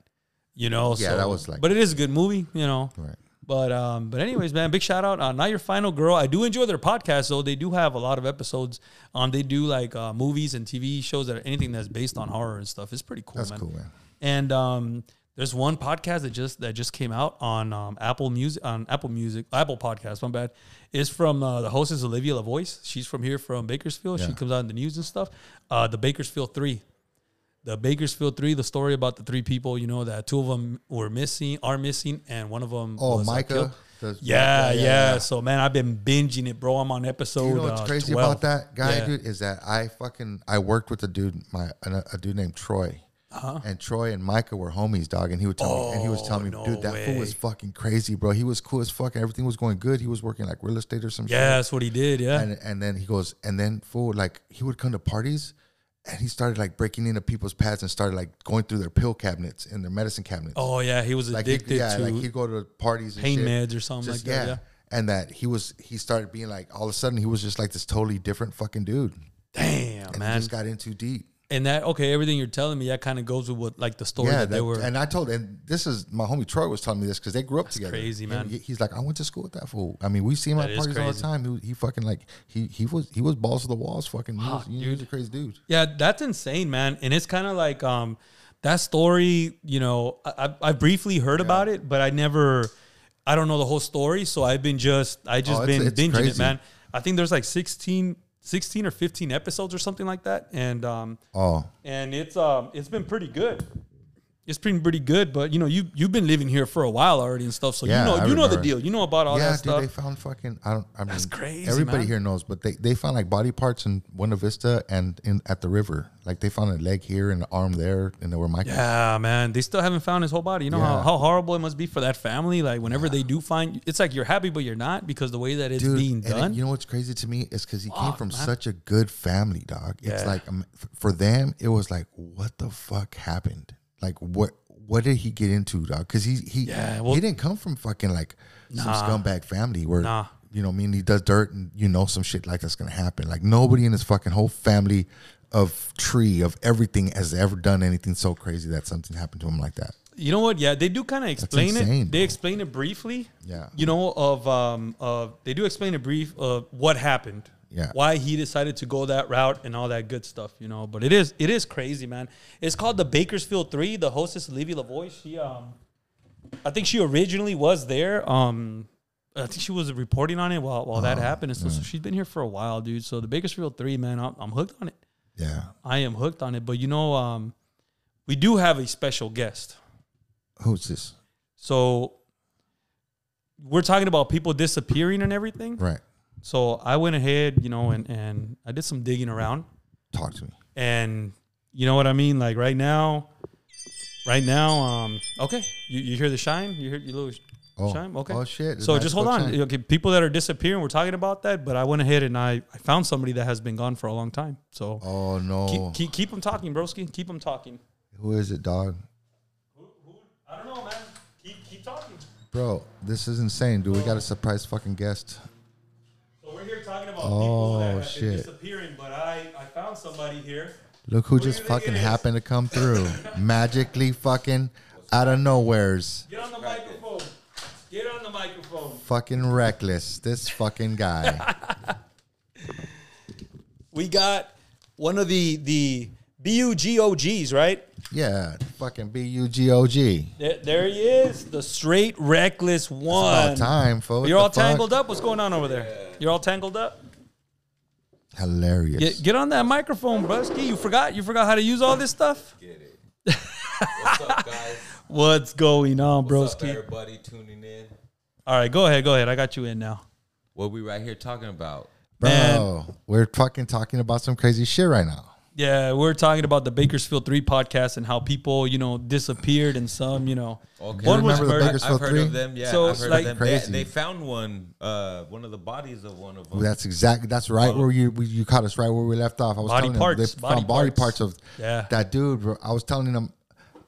You know,
Yeah,
so-
that was like-
But it is a good movie, you know.
Right.
But um, but anyways, man, big shout out. Uh, Not your final girl. I do enjoy their podcast, though. They do have a lot of episodes. Um, they do like uh, movies and TV shows that are anything that's based on horror and stuff. It's pretty cool.
That's
man.
cool, man.
And um, there's one podcast that just that just came out on um, Apple Music on Apple Music Apple Podcast. My bad. It's from uh, the host is Olivia LaVoice. She's from here from Bakersfield. She
Yeah.
comes out in the news and stuff. Uh, the Bakersfield Three. The Bakersfield Three, the story about the three people, you know, that two of them were missing, are missing, and one of them.
Oh,
was, uh,
Micah.
killed.
The-
Yeah, yeah, So man, I've been binging it, bro. I'm on episode.
You know what's
uh,
crazy
12.
about that guy,
Yeah.
dude, is that I fucking I worked with a dude, my a, a dude named Troy,
Uh-huh.
and Troy and Micah were homies, dog. And he would tell me, and he was telling me,
Oh, no
dude, that fool was
way.
fucking crazy, bro. He was cool as fuck. and Everything was going good. He was working like real estate or some shit.
Yeah, that's what he did. Yeah.
and and then he goes, and then fool, like he would come to parties, and he started like breaking into people's pads and started like going through their pill cabinets and their medicine cabinets.
oh yeah, he was
like
addicted
he, yeah,
to.
like he'd go to parties, and
pain
shit.
meds or something
Just-
like that, yeah.
and that he was he started being like all of a sudden he was just like this totally different fucking dude,
damn
and he
man.
just got in too deep.
and that okay, everything you're telling me, that kind of goes with what like the story
Yeah,
that, they
that-
were.
and I told, and this is my homie Troy was telling me this because they grew up together.
crazy,
And
man.
he- He's like, I went to school with that fool. I mean, we see him
That
at
is
parties all the
crazy.
time. He, he fucking like he he was he was balls to the walls. Fucking, he was, he was a crazy dude.
Yeah, that's insane, man. And it's kind of like um, that story. You know, I, I've- I've briefly heard about it, but I never, I don't know the whole story. So I've been just, I just
Oh, it's-
been
it's
binging it,
crazy.
man. I think there's like 16, 16 or fifteen episodes or something like that, and um,
Oh,
and it's um, it's been pretty good. It's been pretty good, but you know, you you've been living here for a while already and stuff. So
Yeah,
you know,
I
you know the
remember.
deal. You know about all
yeah,
that
dude,
stuff.
they found fucking. I don't. I mean,
That's crazy,
Everybody
man.
here knows, but they they found like body parts in Buena Vista and in at the river. Like they found a leg here and an arm there, and there were Michael.
Yeah, Ah, man. They still haven't found his whole body. You know how,
Yeah.
how horrible it must be for that family. Like whenever they do find, it's like you're happy but you're not because the way that it's
Dude,
being
and it-
done.
you know what's crazy to me is because he came
Fuck,
from
man.
such a good family, dog. It's
Yeah.
like um, f- for them, it was like, what the fuck happened? Like what? What did he get into, dog? Because he he
Yeah, well-
he didn't come from fucking like some scumbag family where
Nah.
you know what I mean he does dirt and you know some shit like that's gonna happen. Like nobody in his fucking whole family of tree of everything has ever done anything so crazy that something happened to him like that.
you know what? Yeah, they do kind of explain
insane,
it. They
bro.
explain it briefly.
Yeah.
You know of um of they do explain a brief of what happened.
Yeah.
Why he decided to go that route and all that good stuff. You know, but it is it is crazy, man. It's called the Bakersfield Three. The hostess Olivia Lavoie. She um, I think she originally was there. Um. I think she was reporting on it while, while
Oh,
that happened, and so, so she's been here for a while, dude. So the Bakersfield Three, man, I'm, I'm hooked on it.
Yeah.
I am hooked on it. But you know, um, we do have a special guest.
Who's this?
So we're talking about people disappearing and everything.
Right.
So I went ahead, you know, and, and I did some digging around.
Talk to me.
And you know what I mean? Like right now, right now, um, okay, you, you hear the shine? You hear your little sh-
Oh.
shine? Okay.
Oh, shit. It's
So
nice
just hold
little
on.
shine.
Okay, people that are disappearing, we're talking about that, but I went ahead and I, I found somebody that has been gone for a long time. So
Oh no.
keep, keep, keep them talking, broski. Keep them talking.
Who is it, dog?
I don't know, man. Keep, keep talking.
Bro, this is insane, dude. We got a surprise fucking guest.
So we're here talking about
people that Oh, have been shit.
disappearing, but I, I found somebody here.
Look who
do you
just
think
fucking
it is?
happened to come through. Magically fucking out of nowheres.
Get on the microphone. Get on the microphone.
Fucking reckless. This fucking guy.
We got one of the the BUGOGs, right?
Yeah, fucking B U G O G.
There, there he is, the straight reckless one.
About time, folks.
You're all tangled up. What's going on over there? You're all tangled up.
Hilarious.
Get, get on that microphone, Brusky. You forgot you forgot how to use all this stuff.
What's up, guys?
What's going on,
What's up,
broski?
everybody tuning in?
All right, go ahead, go ahead. I got you in now.
What we right here talking about?
Bro,
Man.
we're fucking talking about some crazy shit right now.
Yeah, we're talking about the Bakersfield Three podcast and how people, you know, disappeared and some, you know,
Okay.
one was
Remember the
murdered.
Bakersfield-
I've heard
three?
of them. Yeah,
So
I've heard
like-
of them. They,
Crazy.
they found one, uh, one of the bodies of one of them.
That's exactly. That's right where you we, you caught us right where we left off. I was
Body
telling them
parts,
they
body
found body
parts.
parts of
Yeah.
that dude. bro. I was telling them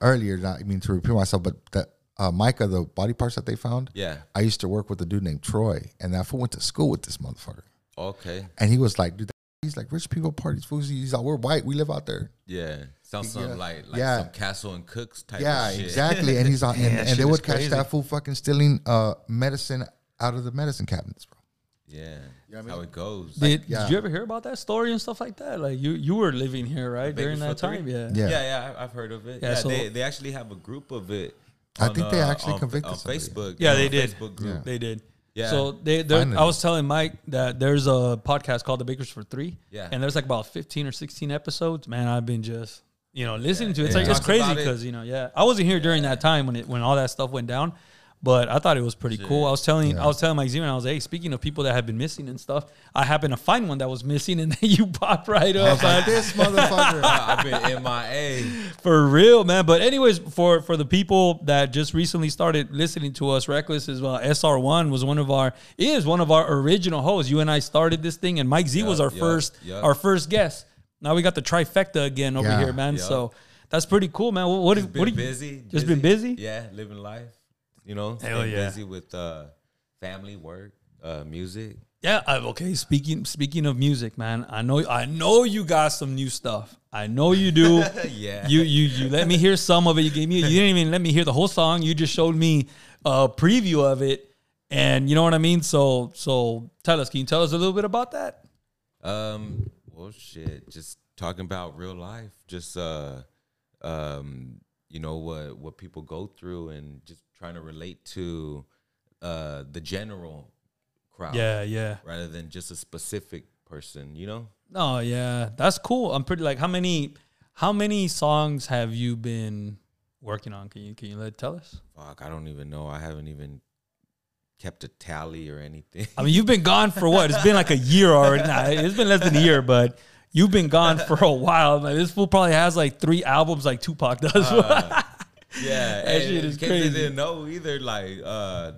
earlier. Not I mean to repeat myself, but that uh, Micah, the body parts that they found.
Yeah.
I used to work with a dude named Troy, and that fool went to school with this motherfucker.
Okay.
And he was like, dude, that- he's like rich people parties, fools. He's like, we're white, we live out there.
Yeah. Sounds something
Yeah.
like like
Yeah.
some Castle and Cooks type.
Yeah,
of shit.
exactly. And he's on, and, and they
shit
would
is
catch
crazy.
that fool fucking stealing uh medicine out of the medicine cabinets, bro.
yeah.
I
That's
mean-
how it goes.
Did, did
yeah.
you ever hear about that story and stuff like that? Like you, you were living here, right, during that time?
Bakersfield Three?
Yeah.
Yeah.
yeah, yeah, I- I've heard of it.
Yeah,
Yeah,
so-
they, they actually have a group of it.
I think they actually
on,
convicted
on
somebody.
Facebook.
Yeah,
on
they
a
did.
Facebook group.
They did.
Yeah.
So they, there-
Finally.
I was telling Mike that there's a podcast called The Bakers for Three.
Yeah.
And there's like about 15 or 16 episodes. Man, I've been just, you know, listening to it. It's
Yeah.
like, it's
Talks
crazy
about it.
because, you know, yeah, I wasn't here during that time when it, when all that stuff went down, but I thought it was pretty cool. I was telling, I was telling Mike Zeman, I was, hey, speaking of people that have been missing and stuff, I happened to find one that was missing and then you popped right up.
Like this motherfucker.
I've been MIA.
For real, man. But anyways, for for the people that just recently started listening to us, Reckless is well. SR1 was one of our is one of our original hosts. You and I started this thing, and Mike Z was our
yup,
first
yup.
our first guest. Now we got the trifecta again over
Yeah,
here, man.
yup.
So that's pretty cool, man. What what,
Been
what do you-
busy.
Just been busy.
Yeah, living life. You know,
Hell
staying
yeah.
busy with uh, family, work, uh, music.
Yeah, I, okay. Speaking speaking of music, man, I know I know you got some new stuff. I know you do.
Yeah.
You you you let me hear some of it. You gave me you didn't even let me hear the whole song. You just showed me a preview of it, and you know what I mean. So so tell us. Can you tell us a little bit about that?
Um, well, shit. Just talking about real life. Just uh, um, you know what what people go through, and just trying to relate to uh the general crowd.
yeah.
Rather than just a specific person. You know.
No, yeah, that's cool. I'm pretty like how many how many songs have you been working on? Can you can you let tell us?
Fuck, I don't even know. I haven't even kept a tally or anything.
I mean, you've been gone for what? It's been like a year already. Nah, it's been less than a year, but you've been gone for a while. Man, this fool probably has like three albums, like Tupac does. Uh,
Yeah,
That shit is crazy.
They didn't know either. Like, uh,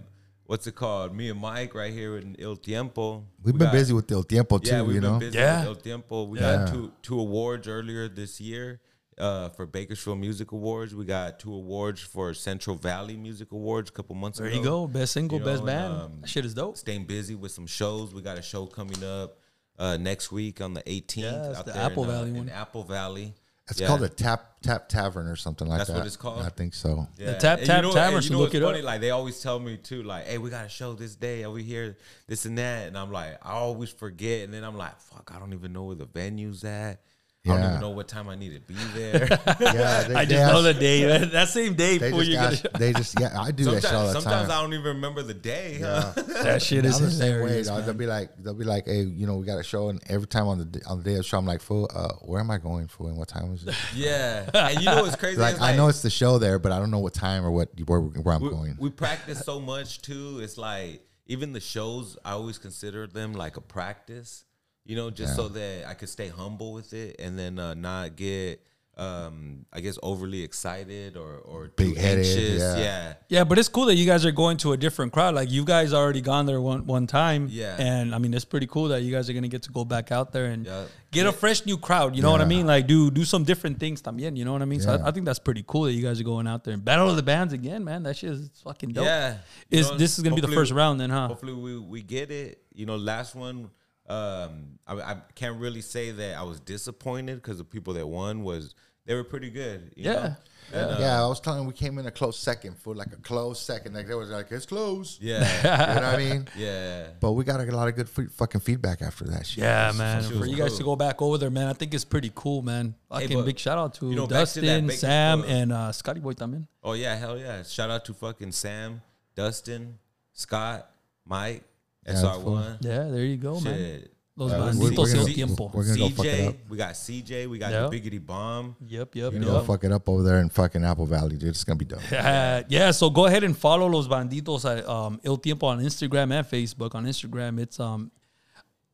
what's it called? Me and Mike right here in El Tiempo.
We've
We
been
got-
busy with Del Tiempo too,
Yeah, we've
you
been
know.
busy
Yeah.
with El Tiempo. We
Yeah.
got two two awards earlier this year. Uh, for Bakersfield Music Awards, we got two awards for Central Valley Music Awards a couple months
there
ago.
you go, best single,
You
best
know,
band.
and, um,
that shit is dope.
Staying busy with some shows. We got a show coming up uh, next week on the 18th.
Yeah, it's
out
the
there in,
Apple
uh,
Valley
in
one.
Apple Valley.
It's
Yeah.
called a tap tap tavern or something like
That's
that.
what it's called?
I think so.
Yeah.
Tap
And
Tap
you know,
Tavern
and
should
You know
look
what's
it up.
funny? Like they always tell me too, like, "Hey, we got a show this day over here, this and that," and I'm like, I always forget, and then I'm like, "Fuck, I don't even know where the venue's at. I don't
Yeah.
even know what time I need to be there."
Yeah, they,
I
they
just know
ask-
the day. That, that same day
They
before
just
you get
ask,
it.
they just yeah. I do that shit all
sometimes,
the
sometimes I
time.
don't even remember the day. huh?
That shit is
I'm the same way.
hilarious.
dog. They'll
man.
be like, they'll be like, hey, you know, we got a show, and every time on the d- on the day of the show, I'm like, fool, uh, where am I going, fool, and what time is it?
Yeah, and you know what's crazy?
like,
It's
I know it's the show there, but I don't know what time or what where, where I'm
we,
going.
we practice so much too. It's like even the shows, I always consider them like a practice, you know, just so that I could stay humble with it and then uh, not get, um, I guess, overly excited or or too
Big-headed,
anxious.
yeah.
Yeah.
Yeah, but it's cool that you guys are going to a different crowd. Like you guys already gone there one one time.
Yeah.
And I mean it's pretty cool that you guys are gonna get to go back out there and
Yup.
get a fresh new crowd. You know what I mean? Like do do some different things también, you know what I mean? So I, I think that's pretty cool that you guys are going out there and battle of the bands again, man. That shit is fucking dope.
Yeah. You
Is
know,
this is gonna be the
hopefully-
first round then, huh?
Hopefully we, we get it. You know, last one, um, I, I can't really say that I was disappointed because the people that won was they were pretty good. you
Yeah.
know?
yeah,
uh,
I was telling you, we came in a close second, fool, like a close second. Like they was like, it's close.
yeah,
you know what I mean?
yeah.
But we got a lot of good f- fucking feedback after that shit.
Yeah, man. For
was
you guys to go
cool.
back over there, man, I think it's pretty cool, man. Fucking
but,
big shout out to
you know, back to that
Dustin,
Bakersfield.
Sam, and uh, Scotty Boy también.
Oh yeah, hell yeah! Shout out to fucking Sam, Dustin, Scott, Mike,
that's
SR One.
Yeah, there you go, man.
Shit,
Los
Uh,
Banditos
we're- we're
del
gonna-
Tiempo.
we're gonna go fuck it up.
CJ, we got CJ, we got
Yep.
the Biggity Bomb.
Yep, yep,
We're gonna
yep.
fuck it up over there in fucking Apple Valley, dude. It's gonna be dope.
Uh, yeah, so go ahead and follow Los Banditos at um, Il Tiempo on Instagram and Facebook. On Instagram, it's um,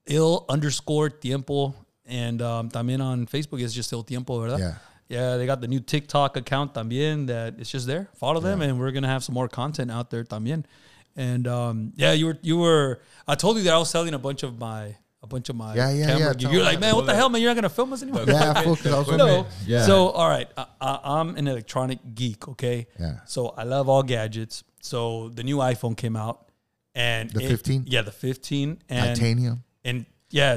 Il underscore Tiempo. And um, también on Facebook, it's just Il Tiempo, ¿verdad?
Yeah.
Yeah, they got the new TikTok account también that it's just there. Follow them, and we're going to have some more content out there también. And um, yeah, you were, you were, I told you that I was selling a bunch of my, a bunch of my
Yeah, yeah,
camera
yeah,
gear.
tell
You're
me
like,
that.
man, what the hell, man? You're not going to film us anymore.
Yeah, fuck, 'cause I was
No.
wondering-
Yeah.
So, all right, I, I, I'm an electronic geek. Okay.
Yeah.
So I love all gadgets. So the new iPhone came out, and
The
it-
15?
Yeah, the 15 and
Titanium.
and yeah,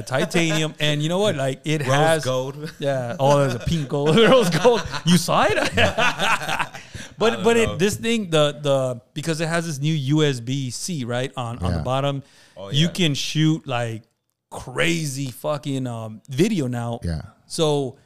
titanium. and you know what? Like it
Rose
has
gold.
Yeah. Oh, there's a pink gold, rose gold. You saw it, but but it, this thing the the because it has this new USB C right on on the
Yeah.
bottom,
Oh,
you
yeah.
can shoot like crazy fucking um, video now.
Yeah.
So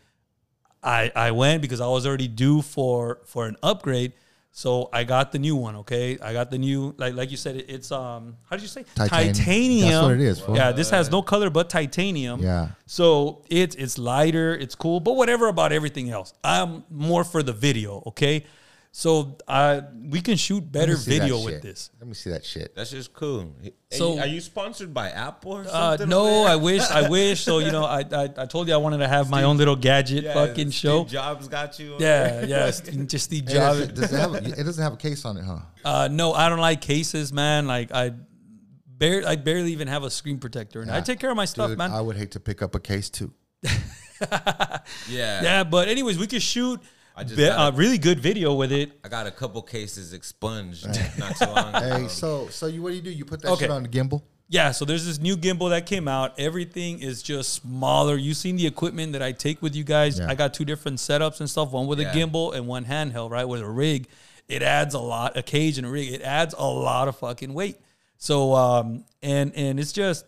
I I went because I was already due for for an upgrade. So I got the new one, okay? I got the new like like you said it, it's um how did you say
Titanium. That's what it is, fool.
Yeah, this has no color but titanium.
Yeah.
So it's it's lighter, it's cool, but whatever about everything else. I'm more for the video, okay? So I we can
Let
shoot
me
better
see that
video with
shit.
this.
Let me see that shit.
That's just cool. Hey,
So-
are you sponsored by Apple or
Uh,
something?
no,
over there?
I wish, I wish. So you know, I, I I told you I wanted to have my own little gadget
Yeah,
fucking
Steve
show.
Jobs got you. over there.
Yeah, yeah, Steve- just Steve
Hey, does
Jobs.
it, does it, have, it doesn't have a case on it, huh?
Uh, no, I don't like cases, man. Like I, barely, I barely even have a screen protector, and I
Yeah.
take care of my stuff,
Dude,
man.
I would hate to pick up a case too.
yeah,
yeah, but anyways, we could shoot
I just
be- uh,
gotta-
really good video with it.
I got a couple cases expunged not so long ago.
Hey, so so you what do you do? You put that
Okay.
shit on the gimbal?
Yeah, so there's this new gimbal that came out. Everything is just smaller. You've seen the equipment that I take with you guys.
Yeah.
I got two different setups and stuff one with
Yeah.
a gimbal and one handheld, right? With a rig. It adds a lot, a cage and a rig. It adds a lot of fucking weight. So, um, and, and it's just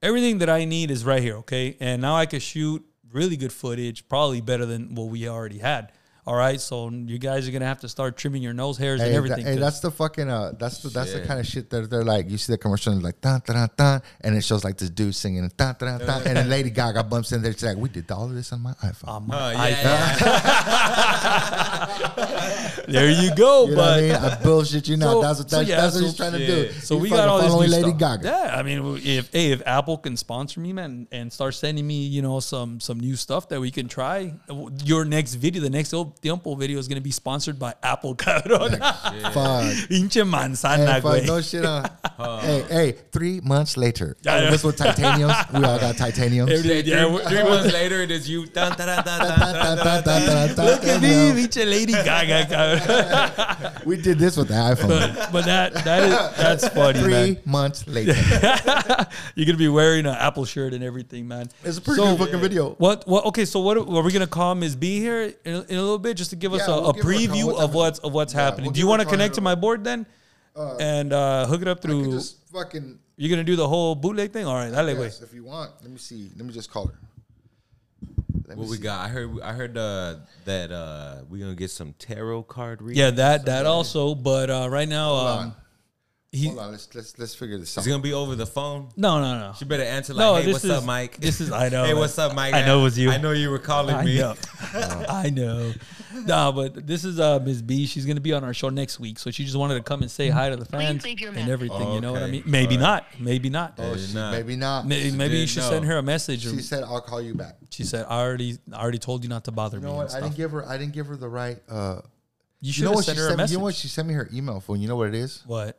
everything that I need is right here, okay? And now I can shoot really good footage, probably better than what we already had. All right, so you guys are gonna have to start trimming your nose hairs
Hey,
and
tha-
everything.
hey,
'cause-
that's the fucking uh, that's the that's the
Shit.
kind of shit that they're like. You see the commercial and like dun, dun, dun, dun, and it shows like this dude singing dun, dun, dun, dun, and then Lady Gaga bumps in there. She's like, "We did all of this on my iPhone."
Um,
Uh, yeah,
I-
yeah.
there you go,
you know
but
what I mean? I bullshit you not.
So-
that's what
so
that's,
yeah,
that's what
so-
he's trying to do.
shit.
So
He's
we
fucking
got all this
following
new
Lady
stuff.
Gaga.
Yeah, I mean, if hey, if Apple can sponsor me, man, and start sending me, you know, some some new stuff that we can try. Your next video, the next old tiempo video, is gonna be sponsored by Apple, cabrón.
Fuck.
Pinche manzana,
Hey, fuck,
güey.
no shit, huh? hey, hey, three months later.
Yeah, yeah.
This was titaniums. we all got titaniums.
Every- yeah, we're-
Three months later, it is you. Dun, dun, dun, dun, dun, dun, dun, dun.
Look at me, pinche Lady Gaga, cabrón.
We did this with the iPhone.
But, but that that is that's funny,
Three
man.
months later.
You're gonna be wearing an Apple shirt and everything, man.
It's a pretty
So-
good fucking video.
What? What? Okay. So what? Are we gonna call Ms. B here in, in a little bit just to give us
Yeah,
a,
we'll
a
give her a call.
preview
What
of
time
what's of what's
Yeah,
happening?
we'll
Do
give
you
her
want
a
to
call
connect
here.
to my board then, and uh, hook it up
You
through?
just fucking
you're gonna do the whole bootleg thing. All right, that way.
yes, if you want. Let me see. Let me just call her. Let me
What we
see.
got? I heard. I heard uh, that uh, we're gonna get some tarot card reading.
Yeah, that that also. But uh, right now,
Hold
um,
on.
he
Hold on. Let's let's let's figure this out.
It's gonna be over the phone.
no no no.
She better answer like,
No,
"Hey,
this
what's
is-
up, Mike?
this is- I know,
hey,
man.
what's up, Mike?
I know it was you.
I know you were calling
I
me.
know. I know. Nah, but this is uh, Ms. B. She's gonna be on our show next week, so she just wanted to come and say hi to the fans
Mm. leave your
and
message.
everything. You know what I
Okay.
mean? Maybe not. Maybe not.
Oh,
Maybe
shit,
not.
Maybe not.
May- Maybe, you
didn't
should send
know.
her a message. Or,
She said, "I'll call you back."
She said, "I already, I already told you not to bother
You know
me." and
what? I
stuff.
didn't give her. I didn't give her the right. Uh,
you should
you know what? She
send her a
sent me.
message.
You know what? She sent me her email phone. You know what it is?
What?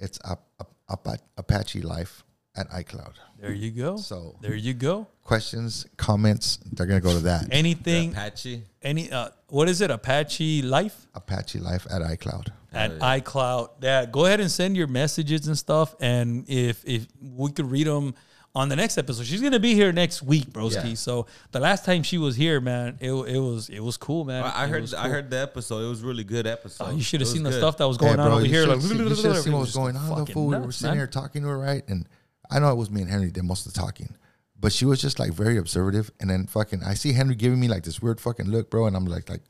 It's Ap- Ap- Ap- Apache Life at iCloud.
There you go.
So-
there you go.
Questions, comments, they're gonna go to that.
Anything?
Apache.
any? Uh, what is it? Apache Life
Apache Life at iCloud.
at iCloud. Yeah, go ahead and send your messages and stuff, and if if we could read them on the next episode, she's gonna be here next week, broski.
Yeah.
So the last time she was here, man, it, it was it was cool, man.
I, I
It
heard.
was
I
cool.
heard the episode. It was a really good episode.
Oh, you should have
It was
seen the
good.
stuff that was going on over
you
here.
should've
Like,
seen- you should have seen what was
Just
going on. Though,
fucking
fool. we were
nuts,
sitting
man.
here talking to her, right? And I know it was me and Henry that did most of the talking, but she was just like very observative. And then fucking, I see Henry giving me like this weird fucking look, bro, and I'm like, like.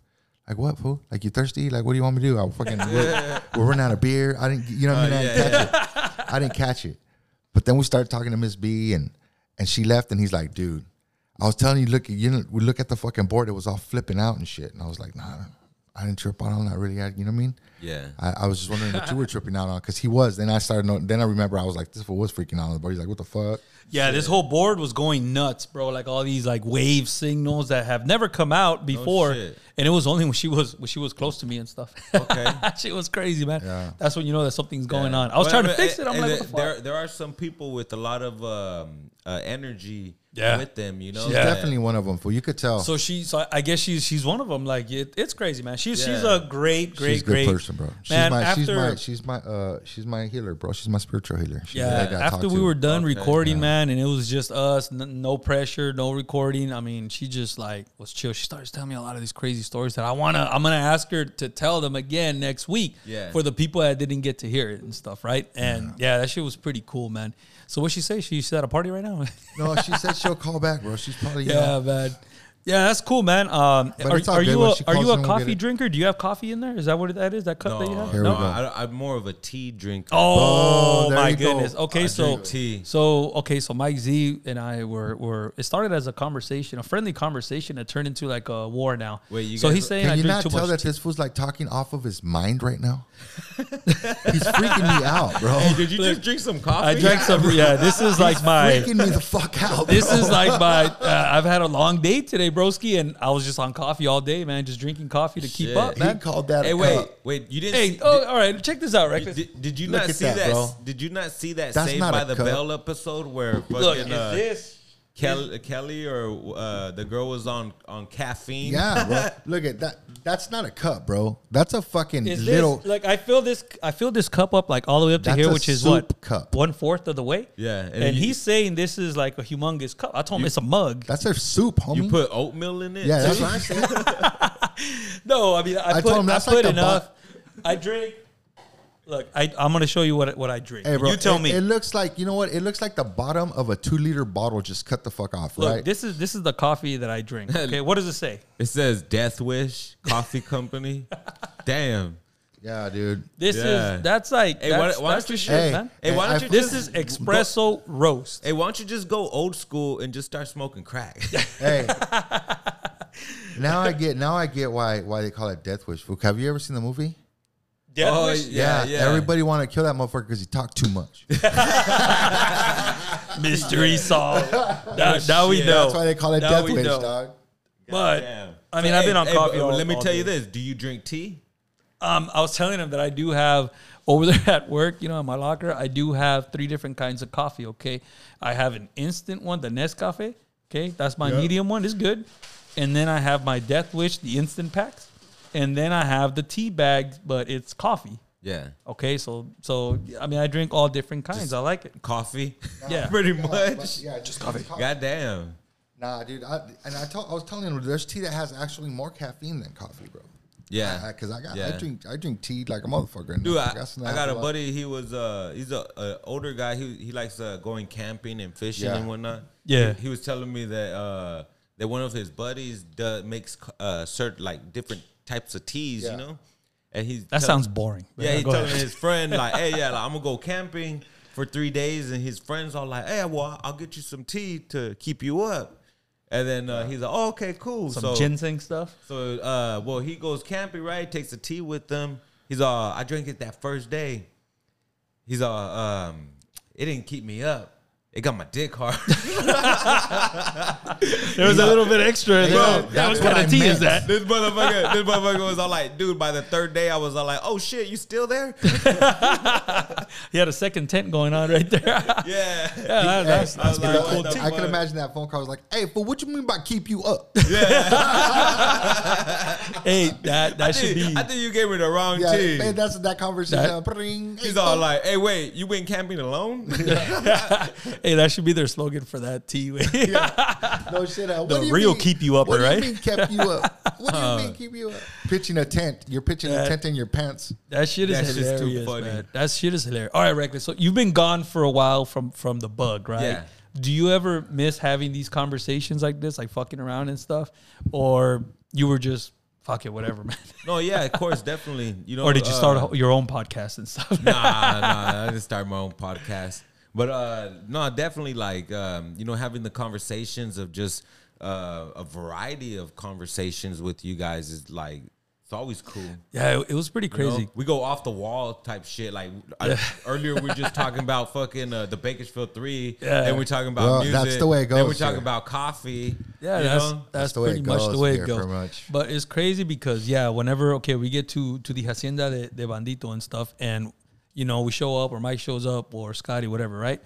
Like what, fool? Like you thirsty? Like what do you want me to do? I fucking we're, we're running out of beer.
Oh,
I didn't, you know what I mean? I didn't catch it. I didn't catch it. But then we started talking to Miss B, and and she left, and he's like, "Dude, I was telling you, look, you know, we look at the fucking board. It was all flipping out and shit." And I was like, "Nah, I didn't trip out on that. Really, I, you know what I mean?"
Yeah.
I, I was just wondering what you were tripping out on because he was. Then I started. Know, then I remember I was like, "This fool was freaking out on the board." He's like, "What the fuck?"
Yeah, this whole board was going nuts, bro. Like all these like wave signals that have never come out before,
shit.
and it was only when she was when she was close to me and stuff.
Okay.
she was crazy, man.
Yeah.
That's when you know that something's going
Yeah.
on. I was
But
trying
mean,
to fix it. I'm
and
like,
the-
what the fuck?
there, there are some people with a lot of um, uh, energy
Yeah.
with them, you know.
She's
that-
Definitely one of them. Fool, you could tell.
So she, so I- I guess she's she's one of them. Like it, it's crazy, man. She's she's
Yeah.
a great, great,
she's a good
great
person, bro. She's
man,
my,
after
she's my, she's my, uh, she's my healer, bro. She's my spiritual healer. She's the lady
yeah,
I
after
talk
we
to.
were done
Okay,
recording, man, and it was just us, n- no pressure, no recording. I mean, she just like was chill. She starts telling me a lot of these crazy stories that I wanna. I'm gonna ask her to tell them again next week
Yeah.
for the people that didn't get to hear it and stuff, right? And yeah, that shit was pretty cool, man. So what she say? She- She's at a party right now.
No, she said she'll call back, bro. She's probably uh, you
yeah,
know,
man. Yeah, that's cool, man. Um,
But
are,
it's all
are
good
you
when
a,
she
are
calls
you
and
a
we'll get
coffee
it.
drinker? Do you have coffee in there? Is that what that is? That cup that you have?
Here
no,
we go.
Uh, I, am more of a tea drinker.
Oh,
Oh, there
my
you go.
goodness. Okay,
I
so
drink tea.
so okay, so Mike Z and I were were it started as a conversation, a friendly conversation that turned into like a war now.
Wait, you
so
guys-
he's saying I
Can you
drink
not
too
tell
much.
that
tea.
this fool's like talking off of his mind right now? He's freaking me out, bro.
Did you just drink some coffee?
I drank some. Yeah, this is like my.
freaking me the fuck out. Bro.
This is like my. Uh, I've had a long day today, broski, and I was just on coffee all day, man. Just drinking coffee to keep
Shit.
up,
he
man.
called that.
Hey,
a
wait,
cup.
wait. You didn't.
Hey,
see-
oh,
did-
all right. Check this out, right?
Did, did you
Look
not
at
see
that,
that?
bro.
Did you not see that
That's
Saved
not
by
a
the
cup.
Bell episode where fucking
Look, is
uh,
this?
Kel- Kelly or uh, the girl was on on caffeine?
Yeah, bro. Look at that. That's not a cup, bro. That's a fucking
Is
little.
this like I fill this? I fill this cup up like all the way up to
That's
here,
a
which is
soup
what
cup.
one fourth of the way.
Yeah,
and,
and you-
he's saying this is like a humongous cup. I told him it's a mug.
that's a soup, homie.
You put oatmeal in it.
yeah, that's
too?
what I'm saying.
No, I mean I,
I
put,
told him that's
I put
like a bu-
enough. I drink. Look, I, I'm gonna show you what what I drink.
Hey, bro,
you tell
it,
me.
It looks like you know what? It looks like the bottom of a two-liter bottle just cut the fuck off,
Look,
right?
this is this is the coffee that I drink. Okay, what does it say?
It says Death Wish Coffee Company. Damn.
yeah, dude.
This
Yeah.
is that's like
Hey, why-
that's,
why
that's
don't you
the
sh-
shit,
Hey,
man.
Hey, why
I-
don't you
This
just-
is espresso roast.
Hey, why don't you just go old school and just start smoking crack?
Hey. now I get now I get why why they call it Death Wish. Fook, Have you ever seen the movie?
Death
Oh,
wish?
Yeah, yeah.
Everybody want to kill that motherfucker because he talked too much.
mystery solve. Now, now we
shit.
know.
That's why they call it
Now
Death
we
Wish,
know.
dog.
But
Damn.
I mean,
So,
I've been
hey,
on
hey,
coffee.
but
all-
let me
all
tell you
day.
this: Do you drink tea?
Um, I was telling him that I do have over there at work, you know, in my locker, I do have three different kinds of coffee. Okay, I have an instant one, the Nescafe. Okay, that's my medium one. It's good. And then I have my Death Wish, the instant packs, and then I have the tea bags, but it's coffee.
Yeah,
Okay, so so I mean, I drink all different kinds. I like it.
coffee.
Yeah.
pretty
But,
much.
yeah, just coffee.
Goddamn.
Nah, dude. I, and I, told I was telling him there's tea that has actually more caffeine than coffee, bro.
Yeah,
Because I got I
Yeah.
drink I drink tea like a motherfucker. and
Dude, I,
that's
I
not
got a
what-
buddy. He was uh, he's a, a older guy. He he likes uh, going camping and fishing
Yeah.
and whatnot.
Yeah.
he, he was telling me that uh, that one of his buddies does, makes uh, certain like different types of teas.
Yeah.
You know, and he's
That
tell-
sounds boring.
Yeah, he
go
telling
ahead.
his friend like, "Hey, yeah, like, I'm gonna go camping for three days," and his friends all like, "Hey, well, I'll get you some tea to keep you up." And then uh, he's like, "Oh, okay, cool."
some
so,
ginseng stuff.
so, uh, well, he goes camping, right? Takes the tea with them. He's all, "I drank it that first day." He's all, um, "It didn't keep me up. It got my dick hard."
There was a little bit extra.
Bro, there. That that's was what what I tea is meant. that?
this motherfucker, this motherfucker was all like, "Dude, by the third day, I was all like, oh shit, you still there?"
He had a second tent going on right there. yeah,
yeah.
that- that's,
I
that's
was
pretty
like,
cool
what
too.
the
I can
But-
imagine that phone call was like, "Hey, but what you mean by keep you up?"
Hey, that that
I
should
think,
be.
I think you gave me the wrong
yeah,
tea.
man, that's that conversation.
That-
Bring.
He's all like, "Hey, wait, you went camping alone?"
hey, that should be their slogan for that tea.
No shit. uh, what
The
do you
real
mean-
keep you upper,
what
right?
do you mean kept you up? What do you mean keep you up? Pitching a tent. You're pitching
That-
a tent in your pants.
that shit is
That shit's too
hilarious.
funny.
man. That shit is hilarious. All right, reckless. So you've been gone for a while from from the bug, right?
Yeah.
Do you ever miss having these conversations like this, like fucking around and stuff, or you were just fuck it, whatever, man?
no, yeah, of course, definitely. You know,
or did you
uh,
start a, whole- your own podcast and stuff?
Nah, nah, I didn't start my own podcast. But uh, no, definitely like um, you know having the conversations of just uh, a variety of conversations with you guys is like it's always cool.
Yeah, it, it was pretty
You know,
crazy.
we go off the wall type shit. Like I, earlier, we were just talking about fucking uh, the Bakersfield Three.
Yeah.
Then we're talking about
Well,
music.
that's the way it
Then we're
goes
talking
here.
about coffee.
Yeah,
you
that's
know?
that's
the way
pretty
it
much the
goes
way
here,
it goes.
pretty much.
But it's crazy because yeah, whenever okay, we get to to the hacienda de, de Bandito and stuff, and you know we show up or Mike shows up or Scotty whatever, right?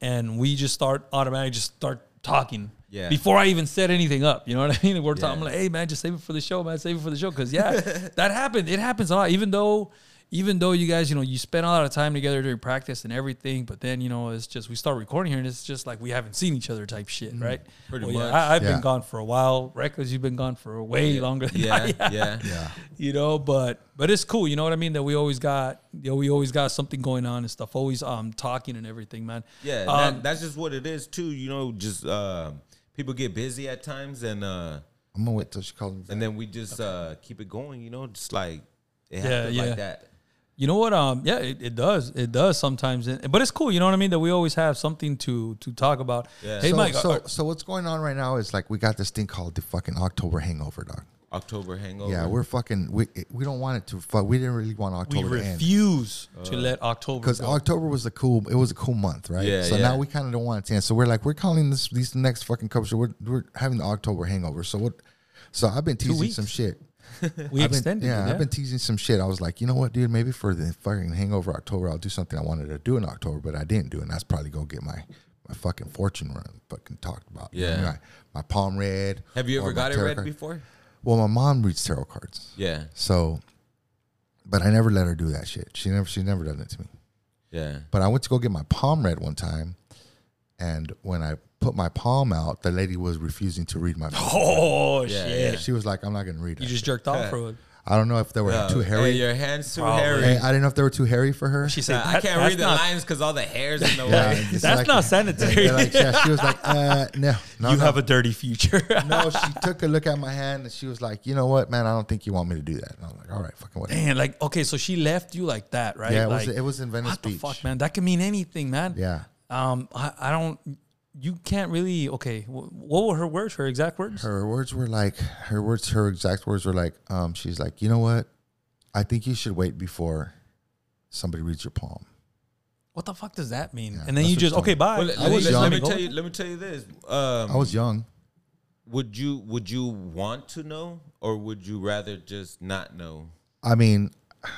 And we just start automatically just start talking.
Yeah.
Before I even set anything up, you know what I mean? We're talking
Yeah.
like, hey man, just save it for the show, man. Save it for the show, because yeah, that happened. It happens a lot. Even though, even though you guys, you know, you spend a lot of time together during practice and everything, but then you know, it's just we start recording here, and it's just like we haven't seen each other type
Mm-hmm.
shit, right?
Pretty
yeah,
much.
I, I've
Yeah.
been gone for a while. Reckless, you've been gone for way longer than
yeah,
I have,
yeah,
Yeah.
You know, but but it's cool. You know what I mean? That we always got, you know, we always got something going on and stuff. Always um talking and everything, man.
Yeah, that,
Um,
that's just what it is too. You know, just uh, people get busy at times, and uh,
I'm gonna wait till she calls me. back.
and then we just uh, keep it going. You know, just like it
Yeah,
happened
yeah.
like that.
you know what? Um, yeah, it, it does. It does sometimes. And- but it's cool. You know what I mean? That we always have something to to talk about.
Yeah.
Hey,
so,
Mike.
so,
uh,
so what's going on right now is like we got this thing called the fucking October hangover, dog.
October hangover.
Yeah, we're fucking we we don't want it to fuck. We didn't really want
we
October to end
refuse
Uh,
to let October
because
go.
October was a cool it was a cool month, right?
Yeah,
so
yeah.
now we kind of don't want it to end. So we're like we're calling this these next fucking couple. So we're we're having the October hangover. So what? So I've been teasing
weeks.
some shit.
we
I've been-
extended.
yeah,
it,
I've been teasing some shit. I was like, you know what, dude? Maybe for the fucking hangover October, I'll do something I wanted to do in October, but I didn't do, and that's probably go get my my fucking fortune run fucking talked about. You know,
Yeah.
my, my palm read.
Have you
or
ever
my
got it
tarot
read
card.
before?
Well, my mom reads tarot cards,
Yeah,
so, but I never let her do that shit. She never she never done it to me.
yeah.
But I went to go get my palm read one time, and when I put my palm out, the lady was refusing to read my. palm.
Oh
Yeah,
shit!
yeah.
She was like, "I'm not gonna read it."
You just jerked off for it.
I don't know if they were
Uh,
too hairy.
Hey, your hands too
Probably.
hairy.
Hey, I didn't know if they were too hairy for her.
She said,
Uh, I
"That-
can't
that's
read the
not-
lines because all the hairs in the
Yeah,
way.
it's
That's
like-
not sanitary.
they're like, yeah, she was like, uh, no, no.
you
no.
have a dirty future.
no, she took a look at my hand and she was like, you know what, man, I don't think you want me to do that. And I'm like, all right, fucking whatever.
Man, like okay, so she left you like that, right?
Yeah, it
like,
was it was in Venice
what the
Beach.
fuck, man? That can mean anything, man.
Yeah.
Um, I, I don't. You can't really. Okay, wh- what were her words? Her exact words?
Her words were like, her words, her exact words were like, um, she's like, you know what, I think you should wait before somebody reads your palm.
what the fuck does that mean? and then
that's
you
what
just
she
okay, bye.
Well, let,
I was
let-
young.
let me
go.
tell you. Let me tell you this. Um,
I was young.
would you would you want to know, or would you rather just not know?
I mean,
I-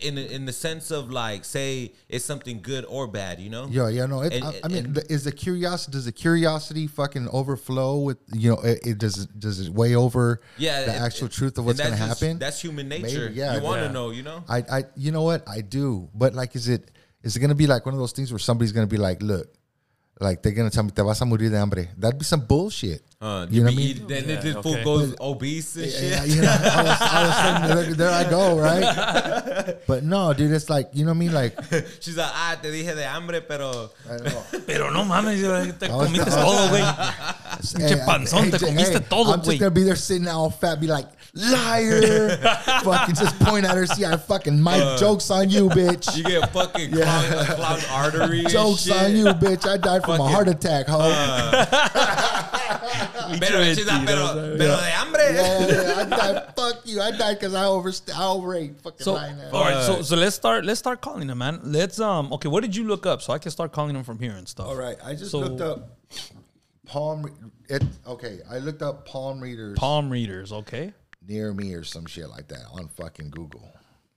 In the- in the sense of like, say it's something good or bad, you know?
yeah, yeah, no. It,
And-
I, I mean,
and-
the- is the curiosity does the curiosity fucking overflow with you know? It, it does does it way over
yeah.
the
it-
actual
it-
truth of
and
what's gonna
that's just-
happen?
That's human
Maybe,
nature.
yeah,
you want to
yeah.
know, you know?
I, I, you know what? I do, but like, is it is it gonna be like one of those things where somebody's gonna be like, look, like they're gonna tell me te vas a morir de hambre. That'd be some bullshit.
Uh,
you know what I
be
mean?
eating- Then
Yeah,
this
okay.
fool goes obese and shit.
Yeah, you know, all, of, all of a sudden, there, there I go, right? But no, dude, it's like you know what I mean. Like
She's like, ah, te dije de hambre, pero
I don't know.
Pero no mames, te
was- I
comiste
was-
todo, güey.
Hey,
Pinche
I-
panzón,
hey,
te
Jay,
comiste
hey,
todo,
eh, I'm just
güey.
gonna be there sitting there all fat, be like liar, fucking just point at her. See, I fucking my
Uh.
jokes on you, bitch.
you get fucking clogged, clogged artery. and
Jokes
shit.
on you, bitch. I died from a
Fucking-
heart attack, ho.
Uh.
Pero, she's like, pero, pero de hambre.
Yeah, yeah, I died. Fuck you. I died because I over I overate. Fucking
So,
lying
all right, so so let's start let's start calling them, man. Let's um okay, what did you look up so I can start calling them from here and stuff.
All right. I just
So-
looked up palm. re- It okay. I looked up palm readers
Palm readers, okay.
near me or some shit like that on fucking Google.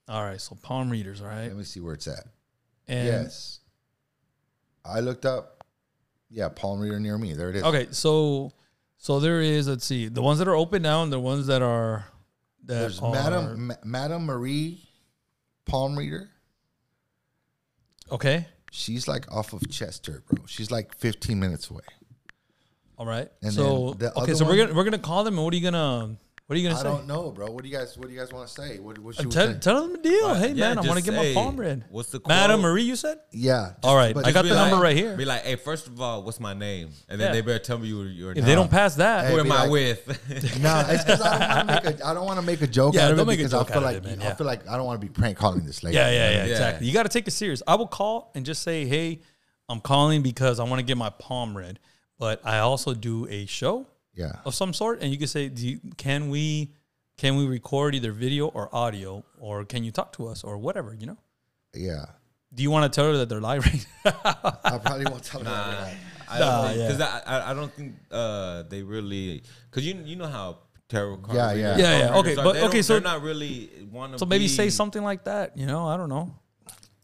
All right, so palm readers, all right.
Let me see where it's at.
And
yes. I looked up. Yeah, palm reader near me. There it is.
Okay, so so there is. Let's see, the ones that are open now and the ones that are that
There's
are
Madam Ma- Madam Marie palm reader.
Okay,
She's like off of Chester, bro. She's like 15 minutes away.
all right.
And
so
then the
okay,
other
so
one-
we're gonna we're gonna call them. and What are you gonna What are you gonna
I
say? Uh,
don't know, bro. What do you guys? What do you guys want to say? What, what should we
Tell,
say?
tell them the deal. hey
yeah,
man, I want to
just
get my
say,
palm read.
what's the
Madam
quote?
Marie? You said.
Yeah. just-
All right,
but
I
just
got
be
the
like-
number right here.
Be like, hey, first of all, what's my name? And
Yeah.
then they better tell me you, you're
If they don't pass that,
Who
Hey,
am
be
I
like-
with?
Nah, it's because I don't want to make a. I don't want to make a joke
Yeah,
out of
don't
it
make a
because
joke
I feel
out
like
of it, man,
I
yeah.
feel like I don't want to be prank calling this lady.
yeah, yeah, yeah,
Yeah.
exactly. You got to take it serious. I will call and just say, hey, I'm calling because I want to get my palm read, but I also do a show
Yeah.
of some sort, and you can say, do you, can we can we record either video or audio, or can you talk to us or whatever, you know?
Yeah.
Do you want to tell her that they're live right
I probably won't tell nah.
Nah,
I don't think,
yeah.
cause I, I, I don't think uh, they really because you you know how tarot cards
Yeah,
and
yeah.
Yeah, yeah,
card readers
okay,
are.
but-
They don't-
okay, so-
they're not really want
So maybe say something like that, you know? I don't know.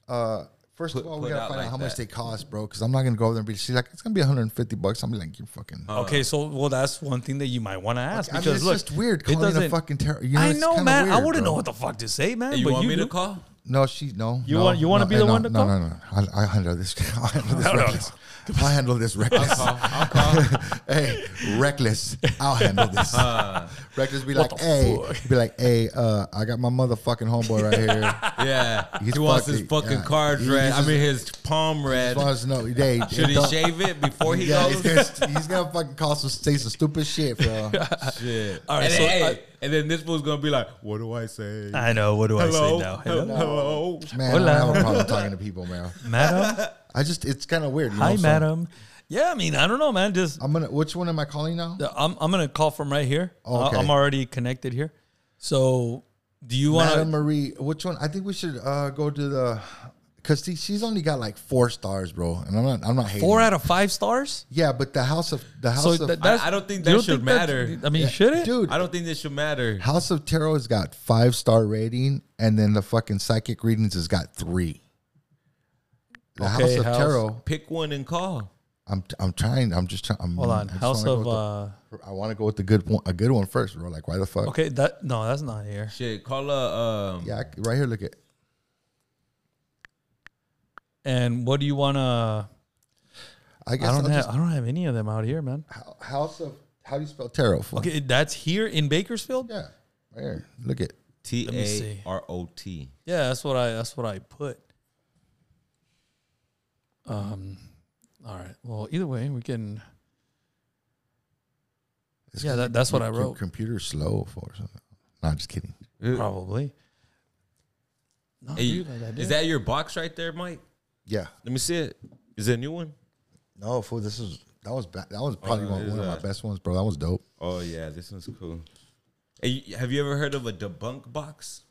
Uh, first of
Put-
all, we
put
gotta
out
find out
like
how much
that.
they cost, bro. Because I'm not gonna go over there and be. She's like, it's gonna be 150 bucks. I'm like, you fucking.
okay, so well, that's one thing that you might want to ask
Uh, I mean,
Oh, because
it's
look,
just weird
it
calling it a
doesn't-
fucking terror. You know,
I
it's
know,
kinda
man. I
weird,
wouldn't
bro.
know what the fuck to say, man.
You
but
want
you
me
do.
to call?
No, she no.
You
no,
want- you wanna
no,
be the
no,
one to
no,
call?
No, no, no. I, I handle this. I handle this reckless. I handle this reckless.
I'll call.
hey, reckless. I'll handle this. reckless be like,
Uh. the
hey,
fuck?"
be like, hey, uh, I got my motherfucking homeboy right here.
Yeah,
He's
he wants his
fucking-
fucking
yeah.
card
He-
red.
he's
I mean his palm red.
Just want us to know, hey,
Should he
don't-
shave it before he
Yeah,
goes?
he's gonna, he's gonna fucking call some say some stupid shit, bro.
Shit.
All right,
and,
so
then, hey,
I-
and then this fool's gonna be like, "What do I say?
I know. What do I say
hello,
now?
hello,
Hello,
Man,
Hola.
I don't have a problem talking to people, man.
madam.
I just it's kind of weird. You
Hi,
know? so
madam. Yeah, I mean, I don't know, man. Just
I'm gonna. Which one am I calling now?
I'm, I'm gonna call from right here.
Oh, okay.
I, am already connected here. So, do you want
Madame
to?
Marie. Which one? I think we should uh, go to the. Cause see, she's only got like four stars, bro, and I'm not. I'm not hating.
Four out of five stars.
yeah, but the house of the house
So
of
that,
I-
that's,
I don't think
you
that should
that's-
matter.
I mean, should it?
dude.
I don't think this should matter."
House of Tarot has got five star rating, and then the fucking psychic readings has got three. The House
Okay,
of
House-
Tarot.
Pick one and call.
I'm I'm trying. I'm just trying. I'm,
Hold on.
I just
House
wanna go
of.
with the-
Uh,
I want to go with the good one, a good one first, bro. Like, why the fuck?
okay, that no, that's not here.
Shit, call a um,
Yeah, I c right here. Look at.
And what do you want to?
I guess
I don't
I'll
have.
just-
I don't have any of them out here, man.
Ho- House of. How do you spell tarot? fool?
Okay, that's here in Bakersfield.
Yeah, right here. Look at.
T
me
A
see.
R O T.
Yeah, that's what I that's what I put. Um all right. Well, either way, we can
It's
Yeah,
'cause
that-
your-
that's what
your
I
com-
wrote.
Computer's slow for or something. No, I'm just kidding.
probably. No,
Hey, you-
dude, like I
is
did.
that your box right there, Mike?
Yeah.
Let me see it. Is it a new one?
No, fool. This is that was ba- that was probably
Oh,
one,
it
one
is
of my
that.
best ones, bro. That was dope.
Oh yeah, this one's cool. Hey, you- have you ever heard of a debunk box?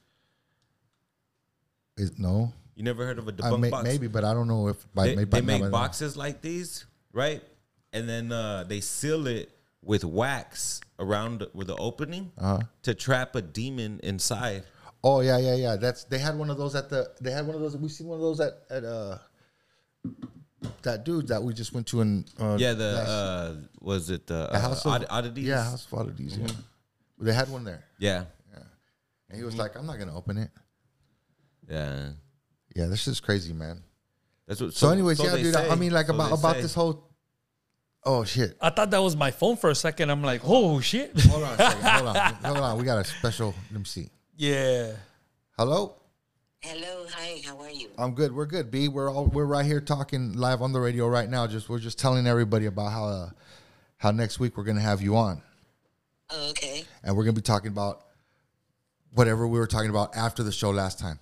Is no,
You never heard of a
I
debunk
may,
box?
maybe, but I don't know if by,
they,
maybe by
they
now,
make
by now.
boxes like these, right? And then uh, they seal it with wax around with the opening
Uh-huh.
to trap a demon inside.
Oh yeah, yeah, yeah. That's they had one of those at the. They had one of those. We seen one of those at at uh. That dude that we just went to in uh,
Yeah, the
last-
uh, was it the,
the
uh,
house of
Odd- Mm-hmm. oddities?
Yeah, House of Oddities. Yeah, they had one there,
yeah,
and he was
Mm-hmm.
like, "I'm not gonna open it."
yeah.
Yeah, this is crazy, man.
That's what.
So, anyways, yeah,
they
dude. I- I
say.
mean, like
So
about
they
about
say.
this whole. Oh shit!
I thought that was my phone for a second. I'm like, "Oh shit."
Hold on a second. Hold on. Hold on. We got a special. Let me see.
yeah.
Hello.
Hello, hi, how are you?
I'm good. We're good, B. We're all we're right here talking live on the radio right now. Just we're just telling everybody about how uh, how next week we're gonna have you on,
Oh, okay.
and we're gonna be talking about whatever we were talking about after the show last time.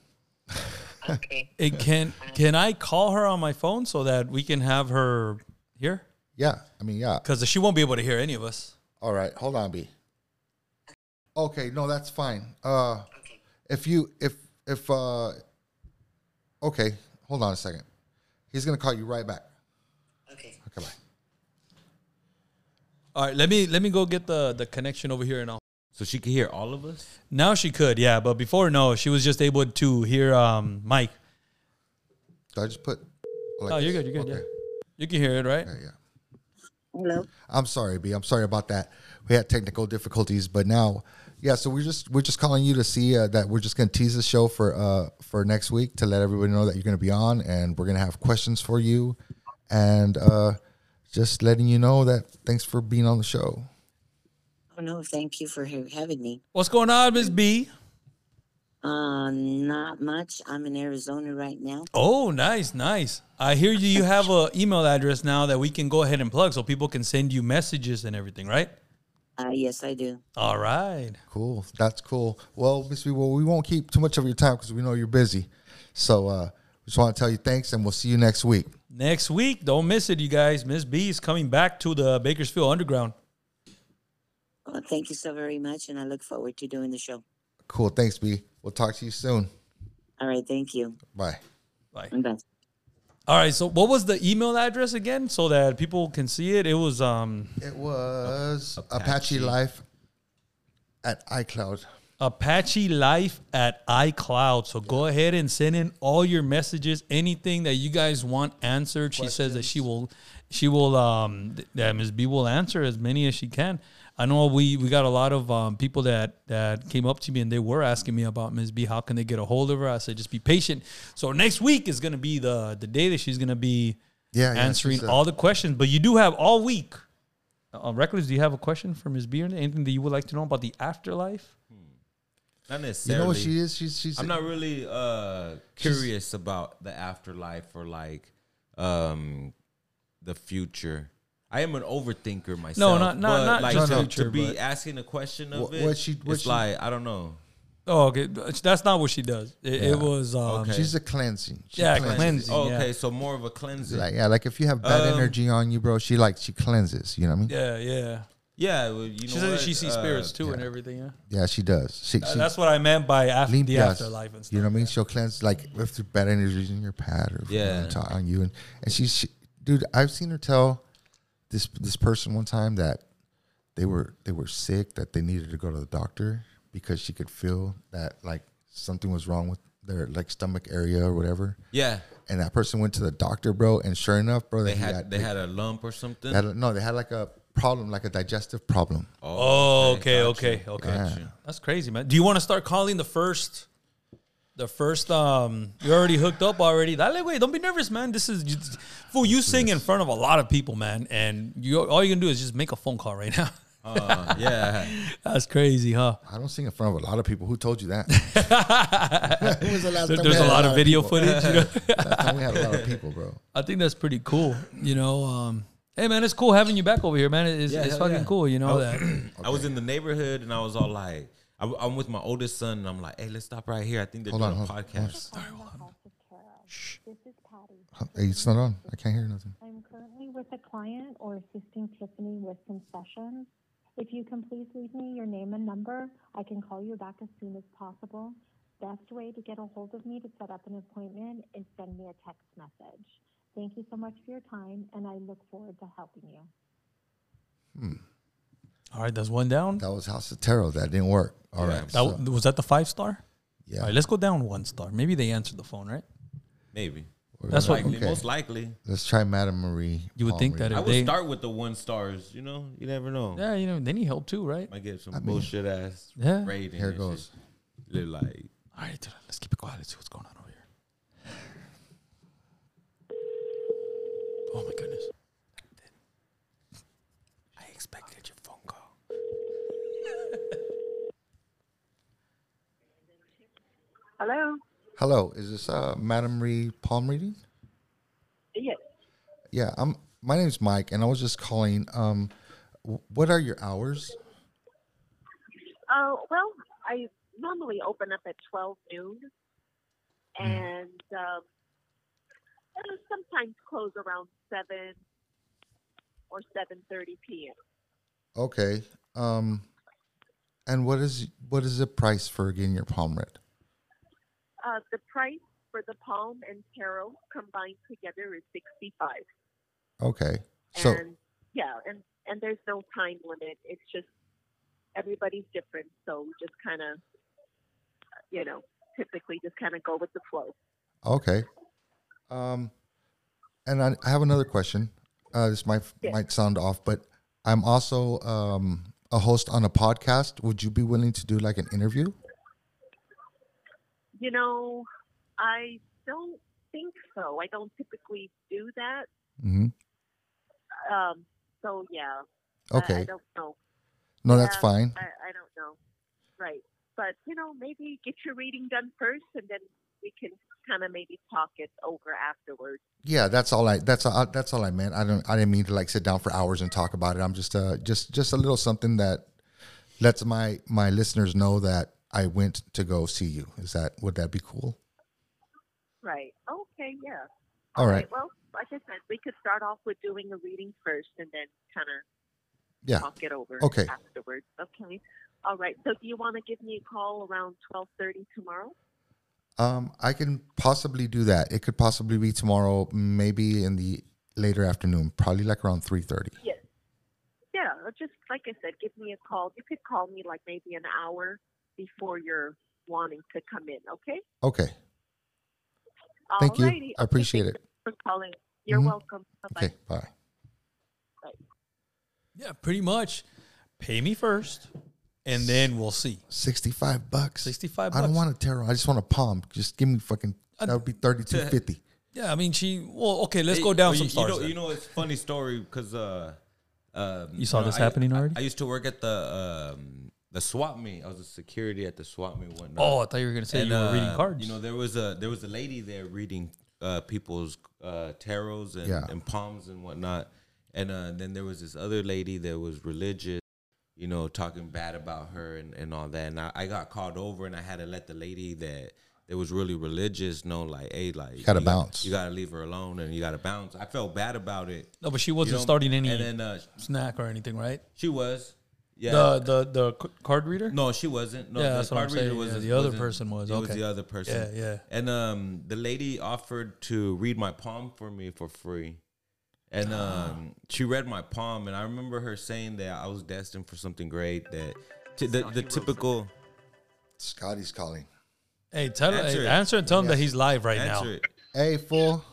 Okay.
It can can I call her on my phone so that we can have her here?
Yeah. I mean, yeah.
Cuz she won't be able to hear any of us.
All right. Hold on, B. Okay. No, that's fine. Uh,
okay.
if you if if uh, okay. Hold on a second. He's gonna call you right back.
Okay.
Okay. Bye.
All right, let me let me go get the the connection over here and I'll
so she could hear all of us.
Now she could, yeah, but before no, she was just able to hear um Mike.
Did I just put? like
Oh, you're
this?
good. You're good. Yeah, you can hear it, right?
Yeah. Yeah.
Hello.
I'm sorry, B. I'm sorry about that. We had technical difficulties, but now, yeah. So we're just we're just calling you to see uh, that we're just going to tease the show for uh for next week to let everybody know that you're going to be on, and we're going to have questions for you, and uh, just letting you know that thanks for being on the show.
Oh no, thank you for ha- having me.
What's going on, Miss B?
Uh, not much. I'm in Arizona right now.
Oh, nice, nice. I hear you. You have a email address now that we can go ahead and plug, so people can send you messages and everything, right?
Uh, yes, I do.
All right.
Cool. That's cool. Well, Miss B, well, we won't keep too much of your time because we know you're busy. So uh, Just want to tell you thanks, and we'll see you next week.
Next week, don't miss it, you guys. Miss B is coming back to the Bakersfield Underground.
Well, Uh, thank you so very much, and I look forward to doing the show.
Cool. Thanks, B. We'll talk to you soon.
All right, thank you.
Bye.
Bye.
Bye.
All right. So, what was the email address again, so that people can see it? It was um
It was Apache,
Apache.
Life at iCloud.
Apache Life at iCloud. So go ahead and send in all your messages, anything that you guys want answered. She says that she will, she will, um, th- that Ms. B will answer as many as she can. I know we we got a lot of um, people that that came up to me and they were asking me about Ms. B. How can they get a hold of her? I said just be patient. So next week is gonna be the the day that she's gonna be
Yeah, yeah,
answering
she's, uh,
all the questions. But you do have all week. Uh, Reckless, do you have a question for Ms. B? Or anything that you would like to know about the afterlife?
Not
You
necessarily.
know what she is? She's she's.
I'm not really uh curious about the afterlife or like um the future. I am an overthinker myself.
not- not-
but,
not
like
just
to,
future,
to be
but-
asking a question of
What-
it.
what she- what
it's
she-
like I don't know.
Oh, okay. That's not what she does. It, it was um,
Okay.
She's a cleansing. She
Yeah,
cleanses.
cleansing.
Oh,
yeah.
okay, so more of a cleansing.
Like, yeah, like if you have bad
Um,
energy on you, bro, she like she cleanses. You know what I mean?
Yeah, yeah.
yeah, well, you know
She says that
what?
she sees
Uh,
spirits too and everything. Yeah, Uh,
Yeah, she does. She, she
that's what I meant by after the
limpias.
afterlife and stuff.
You know what I mean? She'll cleanse like if there's bad energies in your pad or
Yeah.
yeah. on you, and and she, she, dude, I've seen her tell this this person one time that they were they were sick that they needed to go to the doctor because she could feel that like something was wrong with their like stomach area or whatever.
Yeah,
And that person went to the doctor, bro, and sure enough, bro,
they
he
had they had a lump or something.
they had a- no, they had like a problem, like a digestive problem.
Oh, okay, okay,
gotcha,
okay.
gotcha.
That's crazy, man. Do you want to start calling the first? The first, um, you're already hooked up already. Dale, way, don't be nervous, man. This is you, fool. You sing in front of a lot of people, man, and you all you can do is just make a phone call right now.
Uh, yeah.
That's crazy, huh?
I don't sing in front of a lot of people. Who told you that? When was the last
There-
time we
there's
had
a lot of video
people?
footage. You know?
Last time we had a lot of people, bro.
I think that's pretty cool. You know, um, hey man, it's cool having you back over here, man. It's,
Yeah,
it's
hell
fucking
yeah.
cool. You know that.
I was in the neighborhood and I was all like, I, am with my oldest son and I'm like, hey, let's stop right here. I think they're
Hold
doing
on,
a
hold on,
podcast.
Hi, this is Carol. This is Patty.
Hey, it's not on. I can't hear nothing.
I'm currently with a client or assisting Tiffany with some sessions. If you can please leave me your name and number, I can call you back as soon as possible. Best way to get a hold of me to set up an appointment is send me a text message. Thank you so much for your time, and I look forward to helping you.
All right, that's one down.
That was House of Tarot. That didn't work. All right.
Yeah.
That,
so-
was that the five star?
yeah.
All right, let's go down one star. Maybe they answered the phone, right?
Maybe.
That's what
Likely,
Okay.
Most likely.
Let's try Madame Marie.
you would think that.
I
If
would
they,
start with the one stars, you know? You never know.
yeah, you know, they need help too, right?
Might get some bullshit ass
Yeah.
rating.
Here
and
goes.
shit. They're like,
All right, dude, let's keep it quiet. Let's see what's going on over here. Oh my goodness! I expected your phone call.
Hello?
Hello, is this uh, Madame Marie palm reading?
Yes.
Yeah. I'm. My name's Mike, and I was just calling. Um, w- what are your hours?
Oh, well, I normally open up at 12 noon and um, uh, sometimes close around 7 or 7.30 p.m.
Okay. Um, and what is what is the price for getting your palm read?
Uh, the price for the palm and tarot combined together is 65
Okay. So
And yeah, and, and there's no time limit. It's just everybody's different. So we just kind of, you know, typically just kind of go with the flow.
Okay. Um, and I, I have another question. Uh, this might
Yes.
might sound off, but I'm also um, a host on a podcast. Would you be willing to do like an interview?
You know, I don't think so. I don't typically do that.
Mm-hmm.
Um, so yeah. Uh, I- I,
Okay.
don't know.
No, that's
Yeah,
fine.
I, I don't know. Right. But you know, maybe get your reading done first, and then we can kind of maybe talk it over afterwards.
Yeah, that's all I. That's all, that's all I meant. I don't. I didn't mean to like sit down for hours and talk about it. I'm just uh just just a little something that lets my my listeners know that I went to go see you. Is that would that be cool?
right. Okay, yeah.
All right.
Well, like I said, we could start off with doing a reading first and then kind of
Yeah.
talk it over
Okay.
afterwards. Okay. All right. So do you want to give me a call around 12:30 tomorrow?
Um, I can possibly do that. It could possibly be tomorrow, maybe in the later afternoon, probably like around three thirty.
Yes. Yeah, or just like I said, give me a call. You could call me like maybe an hour before you're wanting to come in, okay?
Okay. Thank you.
Alrighty.
I appreciate
thanks
it.
For calling. You're
Mhm.
welcome. Bye-bye.
Okay. Bye.
Yeah, pretty much. Pay me first, and then we'll see.
Sixty-five bucks.
65
I don't
bucks.
want a tarot. I just want a palm. Just give me fucking. That would be thirty-two fifty.
Yeah, I mean, she. Well, okay, let's
Hey,
go down
well,
some
you-
stars.
You know,
then.
you know it's a funny story because uh, um,
You saw
know,
this
I-
happening
I-
already?
I, used to work at the um, the swap meet. I was a security at the swap meet. and Whatnot.
oh, I thought you were gonna say
And,
you were
uh,
reading cards.
You know, there was a there was a lady there reading uh, people's uh, tarots and,
Yeah.
and palms and whatnot, and uh, then there was this other lady that was religious. You know, talking bad about her and, and all that. And I, I got called over and I had to let the lady that that was really religious know, like, hey, like,
Gotta
you
bounce.
you gotta leave her alone and you gotta bounce. I felt bad about it.
no, but she
You
wasn't
know,
starting any
And then uh,
snack or anything, right?
she was. Yeah.
The the the c- card reader.
no, she wasn't. No,
Yeah,
the
that's what I'm
card reader
saying.
was-
Yeah, the other
wasn't-
person was.
It was
Okay.
the other person.
Yeah, yeah.
And um, the lady offered to read my palm for me for free, and
Ah.
um, she read my palm, and I remember her saying that I was destined for something great. That t- the the typical
Scotty's calling.
Hey, tell answer,
Answer
hey,
it.
answer and tell him that
Yes.
he's live right now.
answer it.
Hey, fool.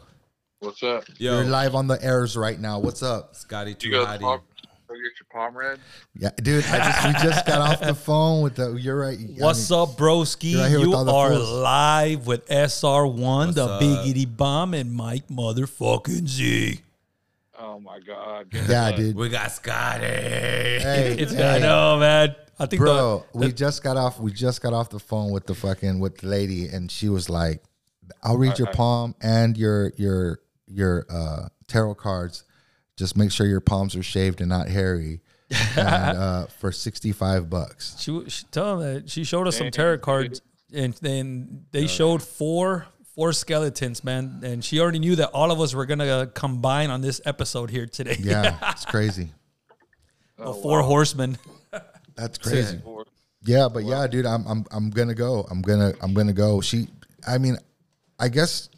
What's up?
Yo,
You're live on the airs right now. What's up?
Scotty
You got a
Tuhati.
palm? Go get your palm read.
Yeah, dude. I just, we just got off the phone with the. You're right.
What's up, broski?
You're out here with
You
all the
are
fools.
live with SR1,
What's
the
up?
Biggity Bomb, and Mike Motherfucking Z.
Oh my god.
Yeah, dude.
We got Scotty.
Hey,
It's
hey.
I know, man. I think
bro
the-
we just got off we just got off the phone with the fucking with the lady and she was like i'll read your palm and your your your uh tarot cards just make sure your palms are shaved and not hairy and uh for 65 bucks
She, w- she tell them that she showed us some tarot cards, and then they showed four four skeletons, man. And she already knew that all of us were gonna combine on this episode here today.
yeah it's crazy
The four horsemen.
that's crazy yeah but yeah dude I'm, I'm i'm gonna go i'm gonna i'm gonna go she i mean i guess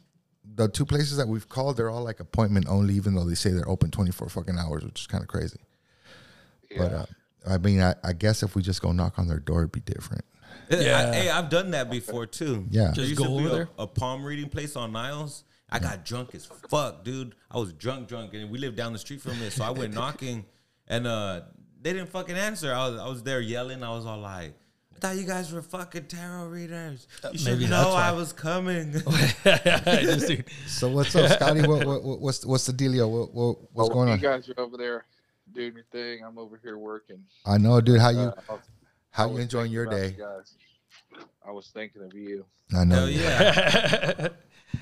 the two places that we've called they're all like appointment only even though they say they're open 24 fucking hours which is kind of crazy But uh, I mean, I, I guess if we just go knock on their door, it'd be different.
Yeah.
I, hey, I've done that before too.
Yeah.
There
Just
used to
go
be
over
a,
there?
A palm reading place on Niles. I got drunk as fuck, dude. I was drunk, drunk, and we lived down the street from it. So I went knocking, and uh, they didn't fucking answer. I was, I was there yelling. I was all like, "I thought you guys were fucking tarot readers. You should
maybe
know
that's why.
I was coming."
Just-
So what's up, Scotty? what, what, what- what's what's the dealio? What, what what's going
You
on?
guys are over there doing your thing. I'm over here working.
I know, dude. How
Uh,
you
I was- I
how you
was
enjoying
thinking
your
about you
day?
guys. I was thinking of you.
I know.
Hell
you
Oh, yeah!
It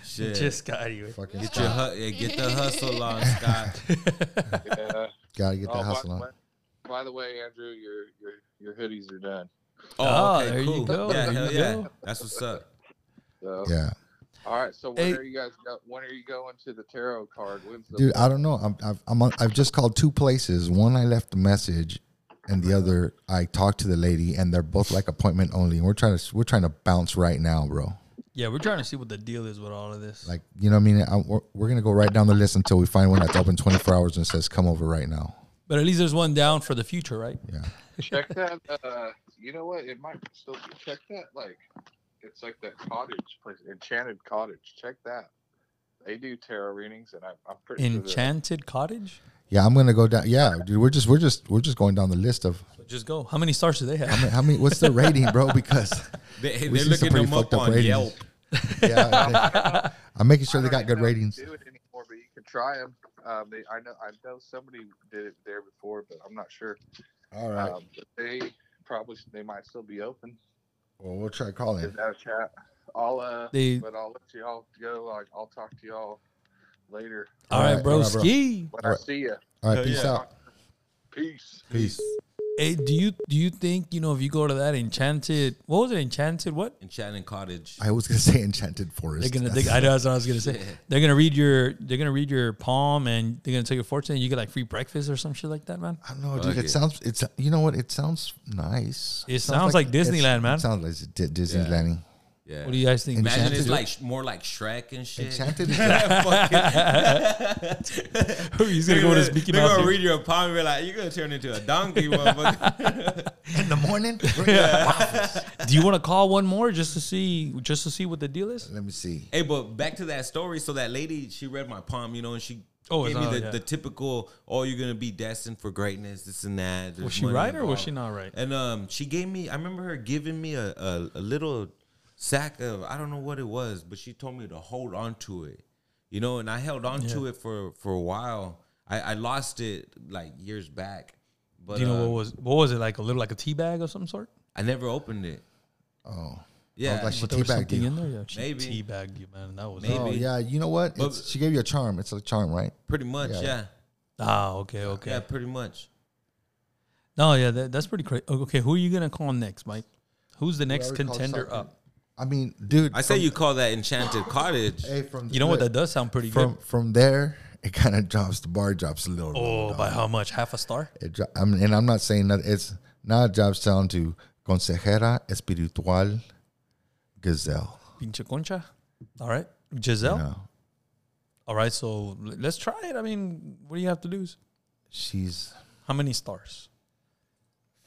Shit.
just got you.
Fucking
get your hu- yeah, get the hustle on, Scott.
Yeah.
gotta get the
Oh, by-
hustle on.
By, by the way, Andrew, your your your hoodies are done.
Oh, there you go,
Yeah,
there
hell
you
yeah.
go.
That's what's up.
So
Yeah,
all right. So when
Hey.
are you guys go, when are you going to the tarot card? When's the
dude. I don't know. I'm I've I'm on, I've just called two places. One I left a message, and the other I talked to the lady, and they're both like appointment only. And we're trying to we're trying to bounce right now, bro.
Yeah, we're trying to see what the deal is with all of this.
Like you know what I mean? I, we're, we're gonna go right down the list until we find one that's open 24 hours and says come over right now.
but at least there's one down for the future, right?
Yeah.
check that? Uh, you know what? It might still be, check that. Like it's like that cottage place, Enchanted Cottage. Check that. They do tarot readings, and I'm, I'm pretty sure. that-
Enchanted Cottage.
Yeah, I'm gonna go down. Yeah, dude, we're just we're just we're just going down the list of
Just go. How many stars do they have?
how many. What's the rating, bro? Because
They,
we
they're
see some
looking
pretty
them up
fucked up
on
ratings.
Yelp.
Yeah, they- I'm making sure they
I don't
got good
even know if they
ratings.
Do it anymore, but you can try them. Um, they, I know, I know somebody did it there before, but I'm not sure.
All right.
Um, but they probably they might still be open.
Well, we'll try calling.
Give that a chat. I'll uh,
They-
but I'll let y'all go. Like I'll talk to y'all later
all
Alright,
right, bro.
alright, bro.
Ski.
when I
Alright.
see you.
All right.
Hell
Peace
yeah.
out.
Peace.
Peace.
Hey, do you do you think you know if you go to that enchanted? What was it? Enchanted? What?
in Shannon Cottage.
I was gonna say Enchanted
They're
Forest.
gonna.
That's-
They, I know that's what I was gonna say. They're gonna read your. They're gonna read your palm, and they're gonna tell your fortune. And you get like free breakfast or some shit like that, man.
I don't know, dude.
Fuck
It
it.
sounds. It's you know what? It sounds nice.
It sounds like
it's-
Disneyland, man.
It sounds like Di- Disneyland.
Yeah.
What do you guys think?
And
man?
Imagine it's
Enchanted?
like sh- more like Shrek and shit.
Enchanted. Is
He's gonna go with his Mickey
They're
Mouse.
gonna
ear.
read your palm and be like, "You're gonna turn into a donkey, motherfucker."
in the morning. bring it up.
Do you want to call one more just to see just to see what the deal is?
Let me see.
Hey, but back to that story. So that lady, she read my palm, you know, and she
Oh,
gave
it's
me
not-
the,
yeah.
the typical, "Oh, you're gonna be destined for greatness, this and that."
Was she right or was she not
Eh,
right?
And um, she gave me. I remember her giving me a, a a little sack of I don't know what it was, but she told me to hold on to it, you know. And I held on to it for for a while. I, I lost it like years back, but
Do you know
uh,
um,
what was what was it like? A little like a tea bag of some sort?
I never opened it.
Oh,
Yeah,
like, she
But there was
teabagged
something
you.
in there. Yeah, she
Maybe.
tea bagged you, man. That was
Maybe.
oh yeah. You know what?
But-
It's, she gave you a charm. It's a charm, right?
pretty much.
Yeah.
Yeah, yeah,
ah okay, okay.
pretty much.
No, yeah, that, that's pretty crazy. Okay, who are you gonna call next, Mike? Who's the next
Whoever calls
contender
something.
up?
I mean, dude.
I say
from-
you call that enchanted cottage.
Hey, from
You know what?
look,
That does sound pretty
From
good.
from there, it kind of drops. The bar drops a little.
Oh,
low,
by
dog.
how much? Half a star?
It dro- I mean, and I'm not saying that it's now it drops down to consejera espiritual gazelle.
Pinche concha. All right, Giselle.
You know,
All right, so l- let's try it. I mean, what do you have to lose?
she's
How many stars?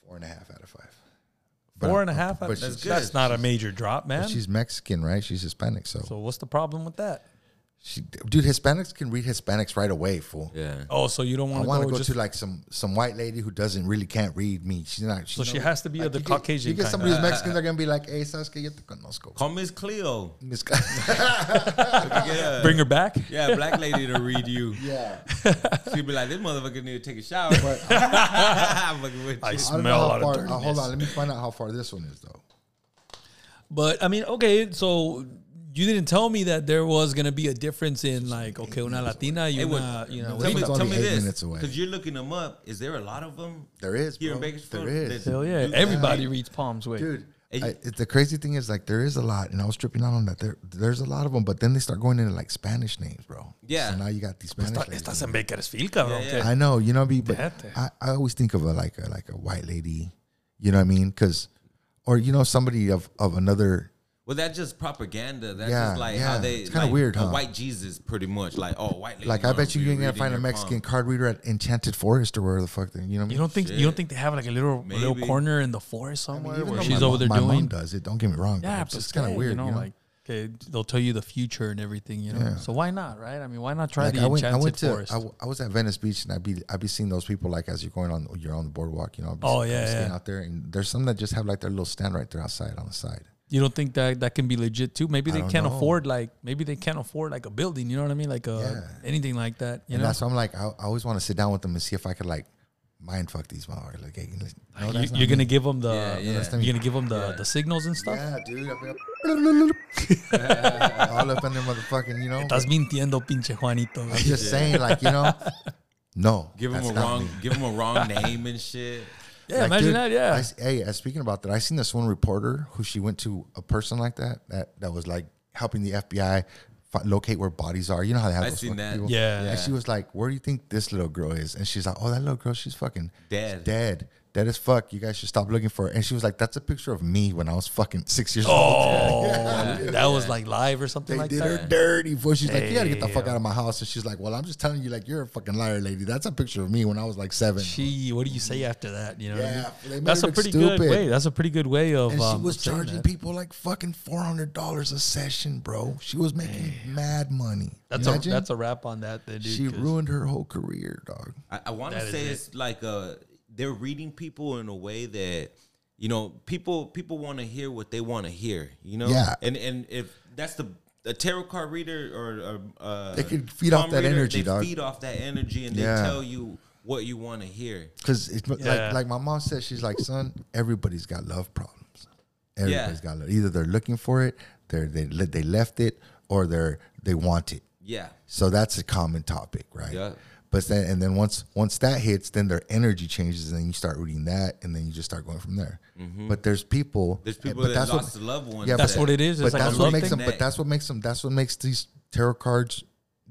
four and a half out of five. But
Four
I-
and a half.
but
That's,
she's-
that's not a major drop, man.
But she's Mexican, right? She's Hispanic, so,
So what's the problem with that?
she, dude, Hispanics can read Hispanics right away. Fool.
Yeah,
Oh, so you
I
don't want
want to
go
go
just
to like some some white lady who doesn't really can't read me. She's not.
So
not-
she has to be of the
you get-
Caucasian
You get
kind.
somebody who's Mexican, they're gonna be like, "Hey, sabes que yo te conozco."
call Miss Cleo.
Miss-
Yeah.
bring her back.
Yeah, black lady to read you.
yeah.
She'd be like, "This motherfucker need to take a shower." I'm fucking with you.
I don't know how far. uh, hold on, let me find out how far this one is though.
But I mean, okay, so you didn't tell me that there was gonna be a difference in like okay, una Latina, you
Hey, what-
una, you
Tell
know,
Tell me,
It's only
tell me
eight
this,
minutes away.
because you're looking them up. Is there a lot of them?
There is,
Here in
bro.
Bakersfield?
There is.
There's-
hell yeah,
dude,
everybody
I-
reads palms. Wait,
dude.
Hey,
I, it, the crazy thing is, like, there is a lot, and I was tripping out on that. There, there's a lot of them, but then they start going into like Spanish names, bro.
Yeah.
So now you got these Spanish. ladies.
estás en Bakersfield, cabrón.
Yeah, yeah.
okay.
I know, you know, be but
Fíjate.
I, I always think of a like a like a white lady, you know what I mean? Because, or you know, somebody of of another.
Well, that's just propaganda. That's
Yeah,
just like
yeah.
how they.
It's kinda
like,
weird,
a
huh?
White Jesus, pretty much. Like, oh, white. Lady
Like, I
wanna
bet you
be
you ain't gonna
reading
find a
your
Mexican
palm.
card reader at Enchanted Forest or where the fuck they, you know. What I
You
mean?
don't think you don't think they have like a little little
Maybe.
corner in the forest
I mean,
somewhere
even
where
though
she's
my
over
mom-
there
my mom
doing?
does it. Don't get me wrong. but
Yeah,
it's
but
just kind of
still,
weird,
You know, like okay, they'll tell you the future and everything. You know,
Yeah.
so why not, right? I mean, why not try
Like,
the
I went, I
enchanted
went to,
forest?
I, w- I was at Venice Beach, and I'd be, I'd be seeing those people like as you're going on, you're on the boardwalk, you know. I'd be
Oh,
s- I'd be
yeah,
staying
yeah.
out there, and there's some that just have like their little stand right there outside on the side.
You don't think that that can be legit too? Maybe
I
they
don't
can't
know.
afford like maybe they can't afford like a building. You know what I mean? Like a,
Yeah.
anything like that. You
and
know,
that's why I'm like, I, I always want to sit down with them and see if I could like mind fuck these motherfuckers. Like, hey, listen, no,
you,
that's
you're
not
gonna
me.
give them the
Yeah, yeah.
you're gonna give 'em the the signals and stuff.
yeah, dude. I feel- All up in their motherfucking, you know.
Estás mintiendo, pinche Juanito.
I'm just saying, like, you know, no,
Give him
that's
a
not
wrong.
me.
Give him a wrong name and shit.
yeah,
Like,
imagine
dude,
that. Yeah,
I s- hey, uh, speaking about that, I seen this one reporter who she went to a person like that that that was like helping the FBI fi- locate where bodies are. You know how they have
I
those
seen
fucking
that.
people.
Yeah.
And she was like, "Where do you think this little girl is?" And she's like, "Oh, that little girl, she's fucking
Dead.
she's dead, dead as fuck. You guys should stop looking for her." And she was like, "That's a picture of me when I was fucking six years
Oh,
old."
that was like live or something
They
like
did
that.
her dirty. Before she's like, "You gotta get the fuck out of my house," and she's like, "Well, I'm just telling you, like, you're a fucking liar, lady. That's a picture of me when I was like seven.
Gee, what do you say after that? You know, what I
Yeah,
mean?
they made
that's
her
a
look
pretty good
stupid.
way. That's a pretty good way of.
And
um,
she was
of saying
charging
that.
people like fucking four hundred dollars a session, bro. She was making mad money.
That's
Imagine?
a that's a wrap on that. Then, dude,
she
'cause-
ruined her whole career, dog.
I, I want to
That is
say
it.
it's like uh they're reading people in a way that you know people people want to hear what they want to hear. You know,
Yeah.
And and if that's the a tarot card reader or, or uh,
They could feed off
palm
that energy,
they
dog.
Feed off that energy and
Yeah.
they tell you what you want to hear.
Because it's
Yeah.
like like my mom said, she's like, son, everybody's got love problems. Everybody's got love. Either they're looking for it, they're they le- they left it, or they're they want it.
Yeah,
So that's a common topic, right?
Yeah.
But then and then once once that hits, then their energy changes, and then you start reading that, and then you just start going from there. But there's people,
There's people
but
that
that's
lost
what,
a loved one.
yeah,
That's
but-
what it is.
But
It's like a
that's what
love
makes
thing.
them. But that's what makes them. That's what makes these tarot cards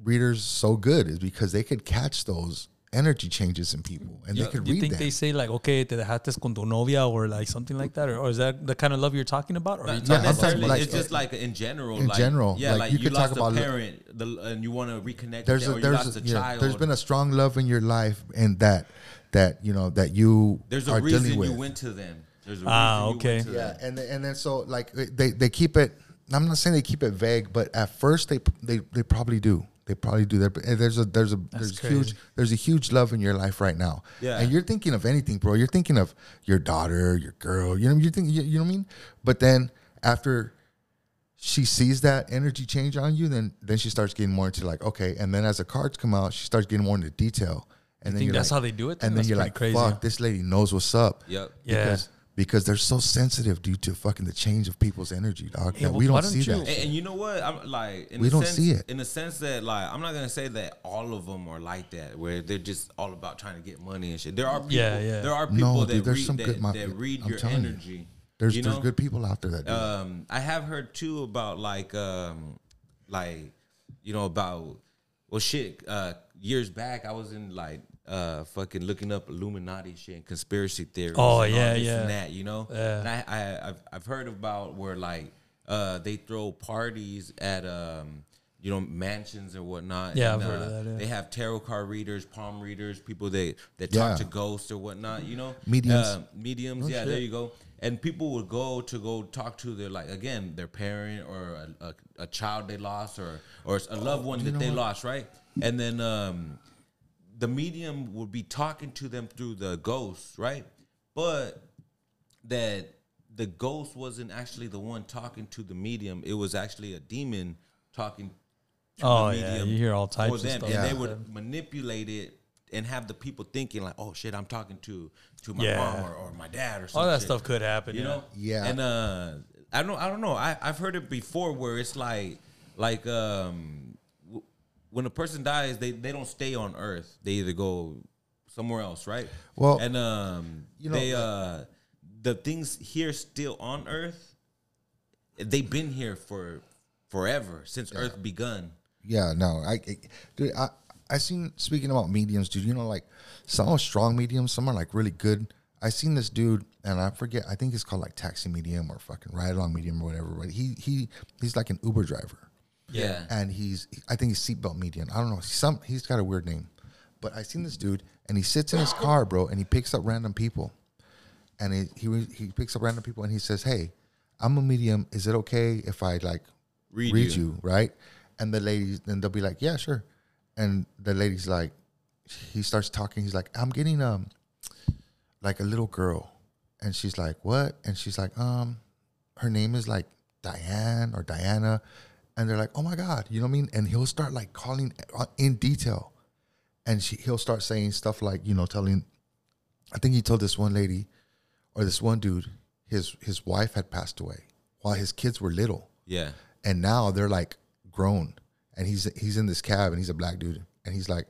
readers so good is because they could catch those energy changes in people, and they could
Do you
read
think
that.
they say like, okay, te dejates con tu novia or like something like that, or, or is that the kind of love you're talking about? Or are you
Not
Yeah,
talking
I'm
about
talking
necessarily.
like- uh,
it's just like in general.
In
like,
general,
yeah,
like,
like,
you
you,
could
lost
talk
a
about-
parent, the, and you want to reconnect.
there's
with
a
them, or you
there's
lost
a,
a
yeah,
child.
there's been a strong love in your life, and that that you know that you
There's
are
a
dealing
reason
with.
you went to them. There's a reason
Ah,
you
okay.
went to
Yeah,
them.
and the- and then so like they they keep it. I'm not saying they keep it vague, but at first they they they probably do. They probably do. There- There's a there's a there's
crazy.
huge there's a huge love in your life right now.
Yeah.
and you're thinking of anything, bro. You're thinking of your daughter, your girl. You know you think you, you know what I mean. But then after she sees that energy change on you, then then she starts getting more into like okay, and then as the cards come out, she starts getting more into detail. And then
think
you're
that's
like-
how they do it?
And then
That's
you're
pretty
like,
crazy,
fuck,
huh?
this lady knows what's up
Yep.
Yeah.
because because they're so sensitive due to fucking the change of people's energy, dog. that we
wh- why
don't
don't
see
you-
that.
And, and you eh, know what? I'm like, in
We
a
don't
sense,
see it.
in the sense that like, I'm not gonna say that all of them are like that, where they're just all about trying to get money and shit. There are people,
Yeah, yeah.
there are people
No,
that
dude, there's
read
some
that,
good mo-
that read
I'm
your
telling you.
energy.
There's
you
there's
know?
good people out there that do. that.
um I have heard too about like um like you know about well shit uh years back I was in like uh fucking looking up Illuminati shit and conspiracy theories
Oh,
and
yeah,
all this
yeah.
and that you know
Yeah.
and I, I I've I've heard about where like uh they throw parties at um you know mansions or whatnot
Yeah,
and,
I've heard
uh,
of that, yeah.
they have tarot card readers palm readers people that that
Yeah.
talk to ghosts or whatnot you know
Mediums.
Uh, mediums. yeah, there you go. And people would go to go talk to their like again their parent or a, a, a child they lost or or a loved one that they lost, right? And then um, the medium would be talking to them through the ghosts, right? But that the ghost wasn't actually the one talking to the medium; it was actually a demon talking
Oh
the
yeah,
medium
you hear all types
for
of
them,
stuff.
and
like
they
that.
would manipulate it and have the people thinking like, "Oh shit, I'm talking to to my
Yeah.
mom or, or my dad or some
all that
shit.
stuff could happen.
You
yeah.
know,
Yeah.
And uh, I don't, I don't know. I I've heard it before where it's like, like um, w- when a person dies, they they don't stay on Earth. They either go somewhere else, right?
Well,
and um,
you know,
they
uh,
uh, the things here still on Earth, they've been here for forever since Earth begun.
Yeah, no, I, I dude, I, I seen speaking about mediums, dude. You know, like some are strong mediums, some are like really good. I seen this dude, and I forget. I think it's called like taxi medium or fucking ride along medium or whatever. But he he he's like an Uber driver.
Yeah.
and he's I think he's seatbelt median. I don't know. Some he's got a weird name, but I seen this dude and he sits in his car, bro, and he picks up random people, and he he was- he picks up random people and he says, "Hey, I'm a medium. Is it okay if I like
Read you."
right?" And the ladies then they'll be like, "Yeah, sure," and the lady's like, he starts talking. He's like, "I'm getting um like a little girl," and she's like, "What?" And she's like, "Um." her name is like Diane or Diana, and they're like, oh my god, you know what I mean? And he'll start like calling uh, in detail, and she, he'll start saying stuff like, you know, telling, I think he told this one lady, or this one dude, his his wife had passed away while his kids were little,
Yeah.
and now they're like grown, and he's he's in this cab, and he's a black dude, and he's like,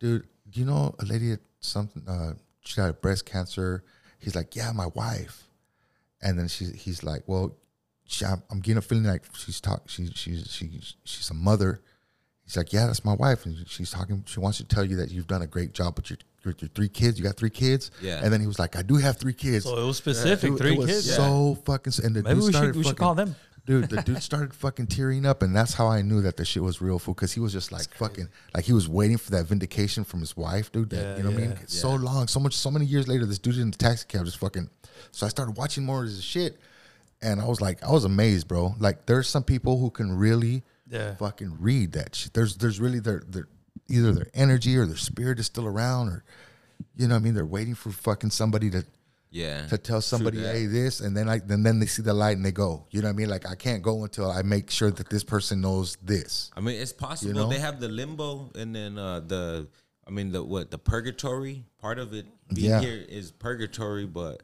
dude, do you know a lady that something uh, she had breast cancer? He's like, yeah, my wife. And then she's he's like, well, she, I'm, I'm getting a feeling like she's talk she she's she she's a mother. He's like, yeah, that's my wife, and she's talking. She wants to tell you that you've done a great job with your with your three kids. You got three kids.
Yeah.
And then he was like, I do have three kids.
So it was specific.
Dude,
three
it was
kids.
So fucking. s- And the
Maybe
dude
we should-
started
we should
fucking-
call them.
Dude, the dude started fucking tearing up, and that's how I knew that the shit was real, fool. Because he was just like fucking, like he was waiting for that vindication from his wife, dude. That you know what I mean? So long, so much, so many years later, this dude in the taxi cab just fucking. So I started watching more of his shit, and I was like, I was amazed, bro. Like there's some people who can really,
Yeah.
fucking read that shit. There's there's really their their either their energy or their spirit is still around, or you know what I mean? They're waiting for fucking somebody to
Yeah.
to tell somebody,
that.
hey, this, and then like, then then they see the light and they go. You know what I mean? Like, I can't go until I make sure that this person knows this.
I mean, it's possible
know?
they have the limbo and then uh, the, I mean, the what the purgatory part of it being
Yeah.
here is purgatory, but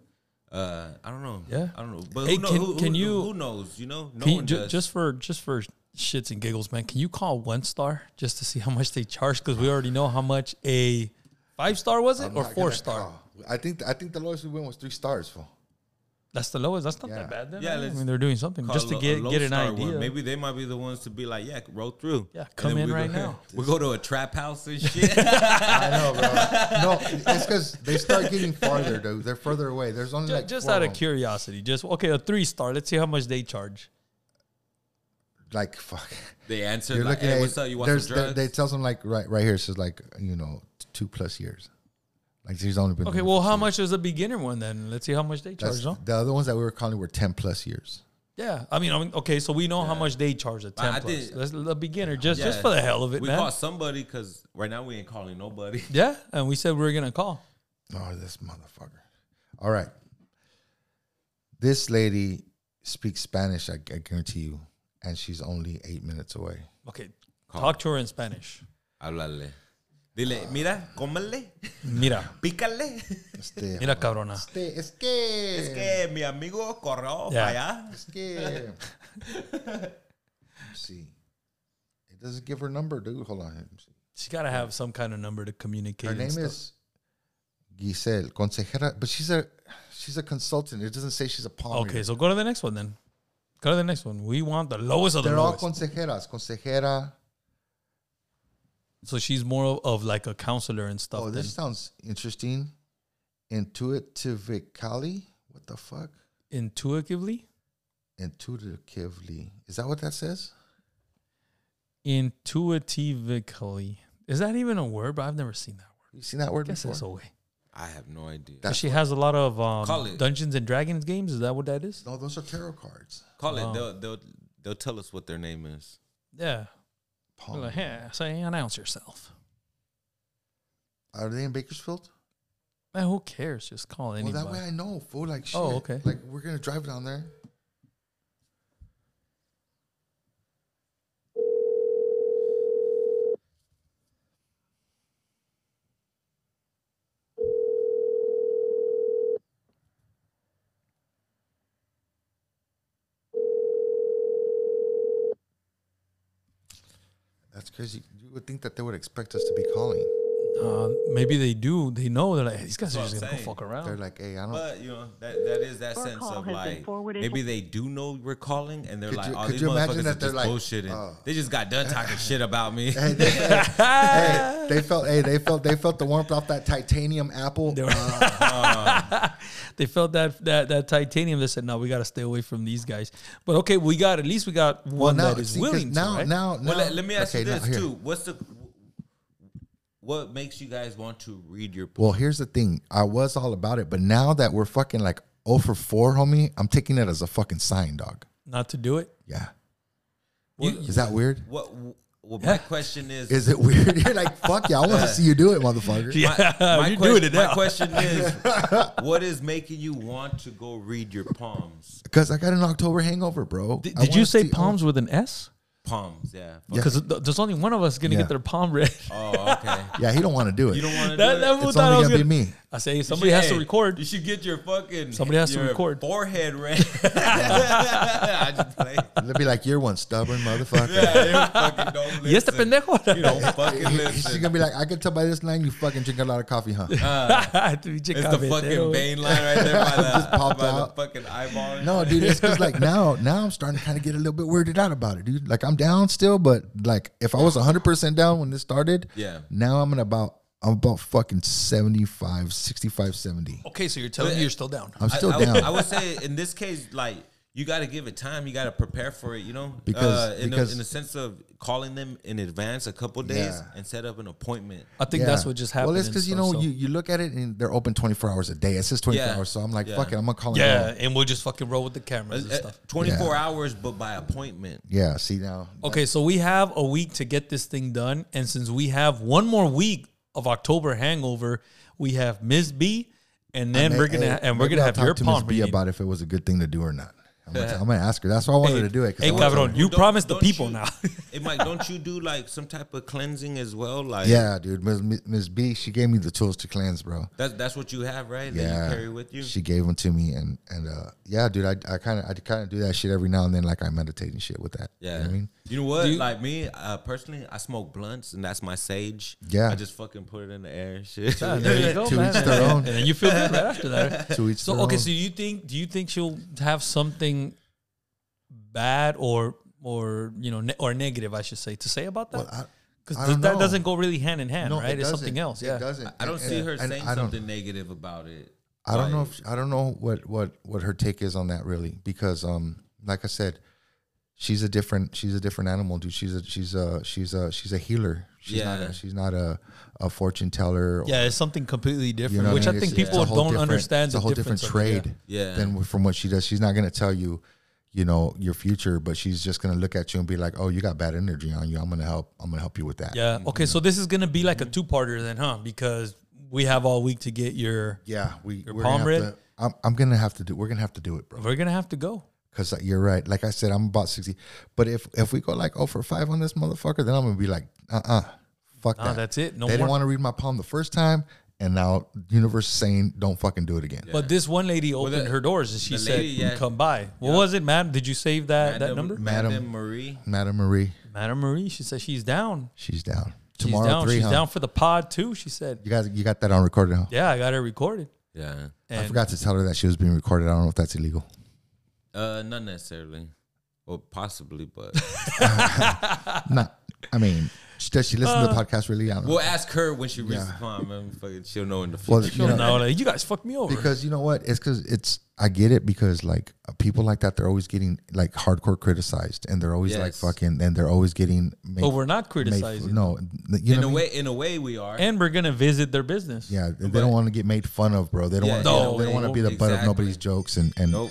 uh, I don't know.
Yeah.
I don't know. But
Hey,
who, know,
can-
who,
can
who,
you-
who knows? You know, no
Can you-
one
ju-
does.
just for just for
shits and giggles, man. Can you call one star just to see how much they charge? Because we already know how much a five star was it
I'm
or
not
four
gonna
star.
call. "Oh." I think I think the lowest we went was three stars. Fool.
That's the lowest. That's not
Yeah.
that bad. Then,
Yeah,
yeah, I
let's
mean they're doing something just to
Call a-
get
a
get an
Lone Star
idea.
one. Maybe they might be the ones to be like, yeah, roll through.
Yeah,
And
come
then
in
we
right
go,
now.
We go to a trap house and shit.
I know, bro. no, it's because they start getting farther, dude. They're further away. There's only
Ju-
like
just
four
out of
them.
curiosity, just okay, a three star. Let's see how much they charge.
Like fuck.
they answer
You're
like,
looking
hey,
at
what's up? You want
there's
some
the-
drugs?
they tell them like right right here. It says like you know t- two plus years. Like he's only been
Okay,
doing it
well,
for
how
two
much is the beginner one then? Let's see how much they
years.
charge. No?
That's- The other ones that we were calling were ten plus years.
Yeah, I mean, I mean, okay, so we know how much they charge a
I- I
ten plus.
did-
Let's, the beginner, just
Yeah.
just for the hell of it,
we
man.
call somebody because right now we ain't calling nobody.
yeah, and we said we were gonna call.
Oh, this motherfucker. All right. This lady speaks Spanish. I, I guarantee you, and she's only eight minutes away.
Okay, talk to her in Spanish.
Háblale. Dile, mira, cómele,
Mira,
pícale.
Este,
mira, cabrona.
este, es que,
Es que mi amigo corrió
Yeah.
para allá.
es que. Let me see, it doesn't give her number, dude. Hold on. Let me see.
She gotta have some kind of number to communicate.
Her
and
name
stuff.
is Giselle Consejera, but she's a she's a consultant. It doesn't say she's a palm.
Okay,
reader.
so go to the next one then. Go to the next one. We want the lowest of the
they're all
lowest.
consejeras. Consejera.
so she's more of, of like a counselor and stuff.
Oh,
then.
this sounds interesting. Intuitively, what the fuck?
intuitively,
Intuitively, is that what that says?
intuitively. Is that even a word? But I've never seen that word.
You seen that word
I guess
before?
that's a way.
I have no idea.
That's
she has a lot of
Call
um,
it.
Dungeons and Dragons games. Is that what that is?
No, those are tarot cards.
Call
Wow.
it. They'll, they'll they'll tell us what their name is.
Yeah.
Palm.
Like,
reader.
yeah. Say, announce yourself.
Are they in Bakersfield?
Man, who cares? Just call anybody.
Well, that way I know, fool. Like, shit.
Oh, okay.
Like, we're gonna drive down there. That's crazy. You would think that they would expect us to be calling.
Uh, maybe they do. They know. They're like, "Hey, these guys are
That's
just
what
gonna
I'm
go fuck
They're
around.
like, hey, I don't.
But you know that that is that
Your
sense
call
of
has been
like
forwarded
maybe
to-
they do know we're calling and they're
Could
like,
you-
oh,
could
these
you imagine
motherfuckers
that
are
they're
just
like,
bullshitting.
oh.
they just got done talking shit about me.
Hey, they, hey, they felt hey, they felt they felt the warmth off that titanium apple. Uh,
They were- they felt that that that titanium. They said, "No, we gotta stay away from these guys." But okay, we got at least we got one that is
see, 'cause
willing.
now,
to, right?
now, now,
Well, let, let me ask you
okay, now
this
here.
too. What's the what makes you guys want to read your
Well, here's the thing. I was all about it, but now that we're fucking like 0 for 4, homie, I'm taking it as a fucking sign, dog.
not to do it.
Yeah.
What-
Is that weird?
What? Well,
Yeah.
my question is.
Is it weird? You're like, fuck yeah, I want to see you do it, motherfucker.
Yeah,
my, my
you're
que-
doing it
my
now.
question is, what is making you want to go read your palms?
Because I got an October hangover, bro.
Did,
I
did you
wanna
say
see- oh,
palms with an S?
Palms, yeah.
Yeah.
fuck.
Because there's only one of us gonna
Yeah.
get their palm read.
Oh, okay.
Yeah, he don't want to do it.
You don't want to
that
do it.
that fool
it's
thought I
only
was
going to
gonna
be me.
I say somebody
You
has
should-
to
hey,
record.
You should get your fucking
Somebody has to
your
record.
forehead red. I just play.
They'll be like, you're one stubborn motherfucker.
Yeah, you fucking don't listen.
Y este pendejo.
You don't fucking
She's
listen.
gonna be like, I can tell by this line you fucking drink a lot of coffee, huh?
Uh,
It's the fucking
eh.
vein line right there by
Just
the,
popped
by the
out.
fucking eyeball.
No, dude, it's because like now, now I'm starting to kind of get a little bit weirded out about it, dude. Like I'm down still, but like if I was 100 percent down when this started,
Yeah.
Now I'm in about I'm about fucking 75, 65, 70.
Okay, so you're telling me you're still down.
I'm still
I, I,
down.
would- I would say in this case, like you got to give it time. You got to prepare for it. You know,
Because-
uh, in,
because-
the, in the sense of calling them in advance a couple days
Yeah.
and set up an appointment.
I think
Yeah.
that's what just happened.
Well, it's
and
because you
stuff,
know
so-
you, you look at it and they're open 24 hours a day. It says 24
Yeah.
hours, so I'm like,
Yeah.
fuck it, I'm gonna call it.
Yeah,
now.
and we'll just fucking roll with the
Uh,
cameras and
uh,
stuff.
24
Yeah.
hours, but by appointment.
yeah. See now,
Okay, so we have a week to get this thing done, and since we have one more week of October hangover, we have Miss B, and then
Hey,
we're gonna
hey,
and we're
maybe
gonna
I'll
have
talk
your
to Miss
palm
B
reading.
about if it was a good thing to do or not. I'm gonna, I'm gonna ask her. That's why I wanted
Hey,
to do it. 'cause
hey,
I wanted to-
cabron, you
Don't-
promised the
don't
people
you-
now.
hey, Mike, don't you do like some type of cleansing as well? Like,
Yeah, dude. Ms. Ms. B, she gave me the tools to cleanse, bro.
that's that's what you have, right? That
Yeah,
you carry with you.
She gave them to me, and and uh, yeah, dude, I I kind of I kind of do that shit every now and then, like I meditate and shit with that. You know
yeah.
what I mean,
You know what?
Do you-
like me, uh, personally, I smoke blunts, and that's my sage.
Yeah.
I just fucking put it in the air and shit.
Ah, there you go,
To
man.
each their own.
And then you feel good right after that.
To each
So
their
okay,
own.
so you think do you think she'll have something bad or or you know ne- or negative I should say to say about
Well,
that?
I-
Because
I
th-
don't
that
know.
doesn't go really hand in hand,
No,
right?
it
it's something
doesn't.
else. Yeah.
It doesn't.
I don't
And-
see
and-
her
and
saying
I don't-
something negative about it.
I don't know
Like,
if I don't know what what what her take is on that really because um like I said she's a different she's a different animal dude she's a she's a she's a she's a healer she's not
Yeah.
a, she's not a a fortune teller or,
Yeah, it's something completely different,
you know what
which I
mean?
think
It's- it's
people
a whole
don't
different-
understand.
it's
the
a whole different
difference of it, yeah.
trade
Yeah.
than from what she does she's not going to tell you you know your future but she's just going to look at you and be like oh you got bad energy on you I'm going to help I'm going to help you with that
Yeah. Okay. So this is gonna be
Mm-hmm.
like a two-parter then, huh? Because we have all week to get your.
yeah we
Your
we're gonna
palm
have
read?
to, I'm I'm going to have to do we're going to have to do it bro
We're gonna have to go.
Cause you're right. Like I said, I'm about sixty. But if if we go like oh for five on this motherfucker, then I'm gonna be like, uh uh fuck
Nah,
that.
that's it. No
they
more.
didn't want to read my palm the first time, and now universe is saying don't fucking do it again.
But this one lady opened
the-
her doors and she
the
said,
lady, yeah.
"Come by." What was it, madam? Did you save that that
Madam-
number?
Madam,
Madam-
Marie.
Madame Marie,
Madam Marie, she said she's down.
she's down
She's
tomorrow.
down.
three,
she's
huh?
down for the pod too. She said,
You guys, you got that on recorded? Huh?
"Yeah, I got her recorded."
Yeah.
I
And
forgot to tell her that she was being recorded. I don't know if that's illegal.
Uh, not necessarily. Well, possibly, but
Not. I mean, sh- does she listen
Uh,
to the podcast really? I don't know.
we'll ask her when she reaches
Yeah.
the pond. Man, fucking, she'll know in the
Well,
future.
you know-
No, like, you guys fucked me over.
Because you know what? It's because it's. I get it because like uh, people like that, they're always getting like hardcore criticized, and they're always like
Yes.
fucking, and they're always getting. Made,
but we're not
made-
criticizing,
no, th- you
in
know
a
what I mean?
way, in a way, we are.
and we're gonna visit their business.
Yeah, they don't want to get made fun of, bro. They don't
Yeah,
want.
no,
No, they
they
don't want to be the
won't.
butt of
Exactly.
nobody's jokes, and and
Nope.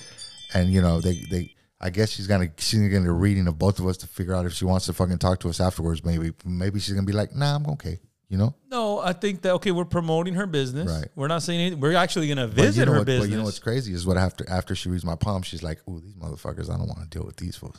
and you know they they. I guess she's gonna she's gonna get a reading of both of us to figure out if she wants to fucking talk to us afterwards. Maybe maybe she's gonna be like, nah, I'm okay. You know,
No, I think that okay, we're promoting her business.
Right.
We're not saying anything. We're actually gonna
But
visit
you know
her
what,
business.
But you know what's crazy is what after after she reads my palm, she's like, "Ooh, these motherfuckers! I don't want to deal with these fools."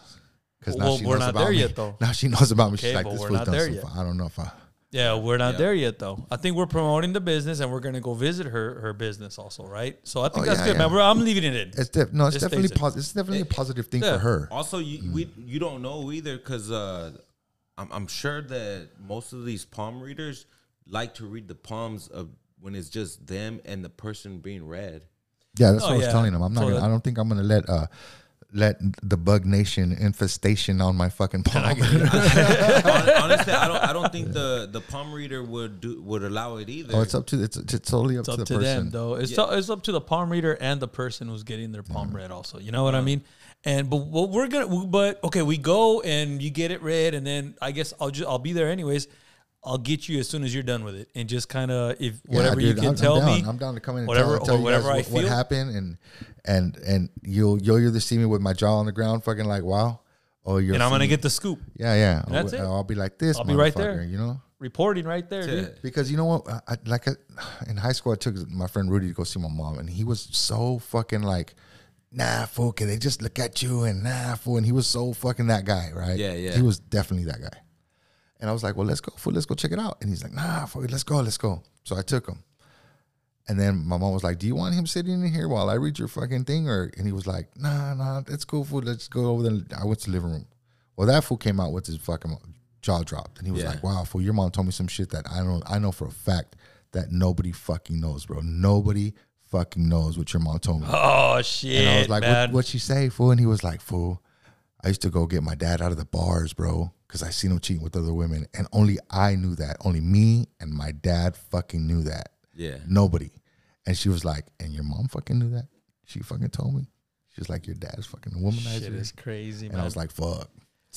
Because
Well, we're not there yet, though.
Now she knows about me.
Okay,
she's like,
but
"This
we're
fool's
not
done
there
some
yet.
fu- I don't know if I.
Yeah, we're not there yet though. I think we're promoting the business and we're gonna go visit her her business also, right? So I think
Oh,
that's
yeah,
good,
yeah.
man. We're, I'm leaving it in.
It's def- no, it's
Just
definitely
stays it.
positive. It's definitely a positive thing
Yeah.
for her.
Also, you we
Mm.
you don't know either because uh, I'm I'm sure that most of these palm readers like to read the palms of when it's just them and the person being read.
Yeah, that's
Oh,
what I was
yeah.
telling him. I'm not.
So
gonna,
that-
I don't think I'm gonna let uh let the bug nation infestation on my fucking palm.
Hon- Honestly, I don't I don't think the the palm reader would do would allow it either.
oh, it's up to it's, it's totally up,
It's up
to the
to
person.
them though. It's, to- it's up to the palm reader and the person who's getting their palm read also. You know what I mean? And but what we're gonna but okay, we go and you get it read, and then I guess I'll just I'll be there anyways. I'll get you as soon as you're done with it, and just kind of if
Yeah,
whatever you
dude,
can
I'm,
tell
I'm down.
me,
I'm down to come in and
whatever
tell, tell
or
you
whatever
guys
I
what, what
feel.
happened, and and and you'll you'll either see me with my jaw on the ground, fucking like wow, or you're
and I'm gonna get the scoop
yeah yeah.
And that's
I'll,
it.
I'll be like this.
I'll be right
motherfucker,
there.
You know.
reporting right there.
Yeah.
Dude.
Because you know what, I, I, like I, in high school, I took my friend Rudy to go see my mom, and he was so fucking like, nah, fool, can they just look at you and nah, fool, and he was so fucking that guy, right?
Yeah, yeah.
He was definitely that guy. And I was like, well, let's go, fool, let's go check it out. And he's like, nah, fool, let's go, let's go. So I took him, and then my mom was like, do you want him sitting in here while I read your fucking thing, or? And he was like, nah, nah, it's cool, fool, let's go over there. I went to the living room. Well, that fool came out with his fucking jaw dropped, and he was
Yeah.
like, "Wow, fool, your mom told me some shit that I don't, I know for a fact that nobody fucking knows, bro. Nobody fucking knows what your mom told me."
Oh shit,
and I was like,
man.
what, "What she say, fool?" And he was like, "Fool, I used to go get my dad out of the bars, bro, because I seen him cheating with other women, and only I knew that. Only me and my dad fucking knew that.
Yeah.
nobody." And she was like, "And your mom fucking knew that? She fucking told me." She was like, "Your dad's fucking a womanizer."
shit is crazy, man.
and I was like, "Fuck."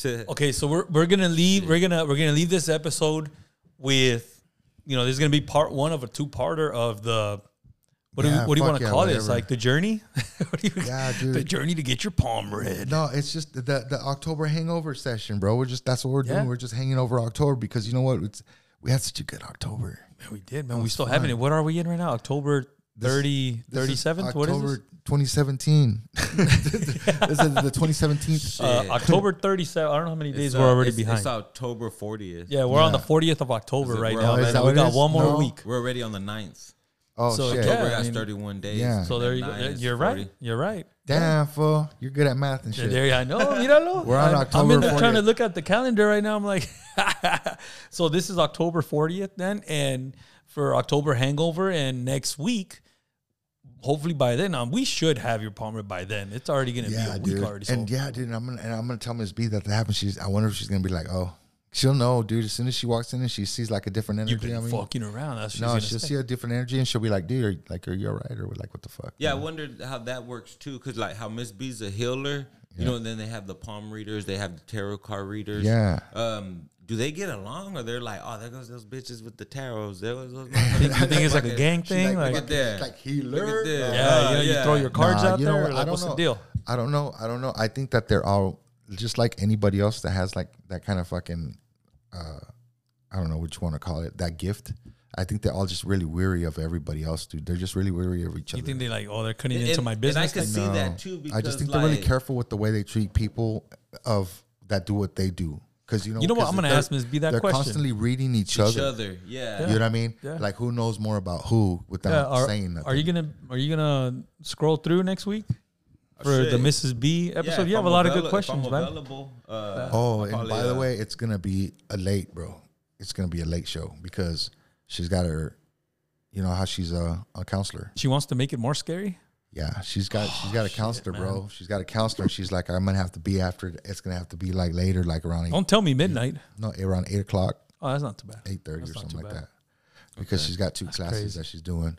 okay so we're, we're gonna leave we're gonna we're gonna leave this episode with you know this is gonna be part one of a two-parter of the what do,
Yeah,
you, what do you
fuck
want to
yeah,
call this
whatever.
like the journey What do you-
Yeah, dude.
the journey to get your palm read
No, it's just the the October hangover session, bro. We're just that's what we're
Yeah.
doing. We're just hanging over October because you know what? It's we had such a good October.
man we did man we still haven't it what are we in right now october 30 37th what is this?
October 2017. this is the 2017.
Uh, october 37 i don't know how many days
It's, uh,
we're already
it's-
behind
It's October 40th.
yeah we're on the 40th of october
Is it-
right
we're
now
already-
man.
Is
that
we
what it
got
is?
one more
No.
week
We're already on the 9th.
Oh
So,
shit!
yeah.
October has
I mean,
31 days.
yeah.
So there you go.
Nine is
You're
40.
right. You're right.
Damn fool, you're good at math and shit.
There, I know. Míralo.
We're on
I'm- I'm
October
in there trying to
40th.
look at the calendar right now. I'm like, so this is October 40th then, and for October hangover, and next week, hopefully by then, um, we should have your palmer by then. It's already gonna
yeah,
be a week
dude.
already.
and
so-
yeah, dude. And I'm gonna and I'm gonna tell Miss B that that happened. She's. I wonder if she's gonna be like, oh, she'll know, dude. As soon as she walks in and she sees like a different energy.
you've been
I mean,
fucking around. That's
no,
no,
she'll see a different energy and she'll be like, dude, are, you- like, are you all right? Or like, what the fuck?
Yeah, I wonder how that works too, because like how Miss B's a healer, you know, and then they have the palm readers, they have the tarot card readers.
Yeah.
Um, do they get along, or they're like, oh, there goes those bitches with the tarots. There goes those. motherfuckers."
You think it's like a gang
She's
thing?
like,
Like,
look at this,
that.
like
Look
healer.
at this.
yeah, you, know, you
yeah.
throw your cards
Nah,
out
you know
there.
what?
or
I
like,
don't
what's
know.
the deal?
I don't know. I don't know. I think that they're all just like anybody else that has like that kind of fucking, uh, I don't know what you want to call it, that gift. I think they're all just really weary of everybody else, dude. They're just really weary of each
You
other.
think they like, oh, they're cutting into
And-
my
And I
business?
can
Like,
see
No.
that too. Because
I just think they're really
like,
careful with the way they treat people of that do what they do. Because you know,
You know what?
'cause
I'm gonna
they're-
ask Miss B that
They're
question.
constantly reading each,
each
other.
other. Yeah.
You know what I mean?
Yeah.
Like who knows more about who without
Yeah, are,
saying nothing.
are you gonna are you gonna scroll through next week for
should.
the Mrs. B episode?
if
you have a
I'm
lot of
avail-
good questions,
if I'm
man.
available, uh,
Oh,
I'll
and
probably,
by the
uh,
way, it's gonna be a late, bro. It's gonna be a late show because she's got her, you know how she's a, a counselor.
She wants to make it more scary.
Yeah, she's got she's
Oh,
got a counselor, bro. She's got a counselor. She's like, I'm gonna have to be after. it. It's gonna have to be like later, like around eight,
Don't tell me midnight.
no around eight o'clock,
Oh, that's not too bad.
eight thirty or
That's not
something
too
like
bad.
that. Because she's got two classes
crazy.
that she's doing.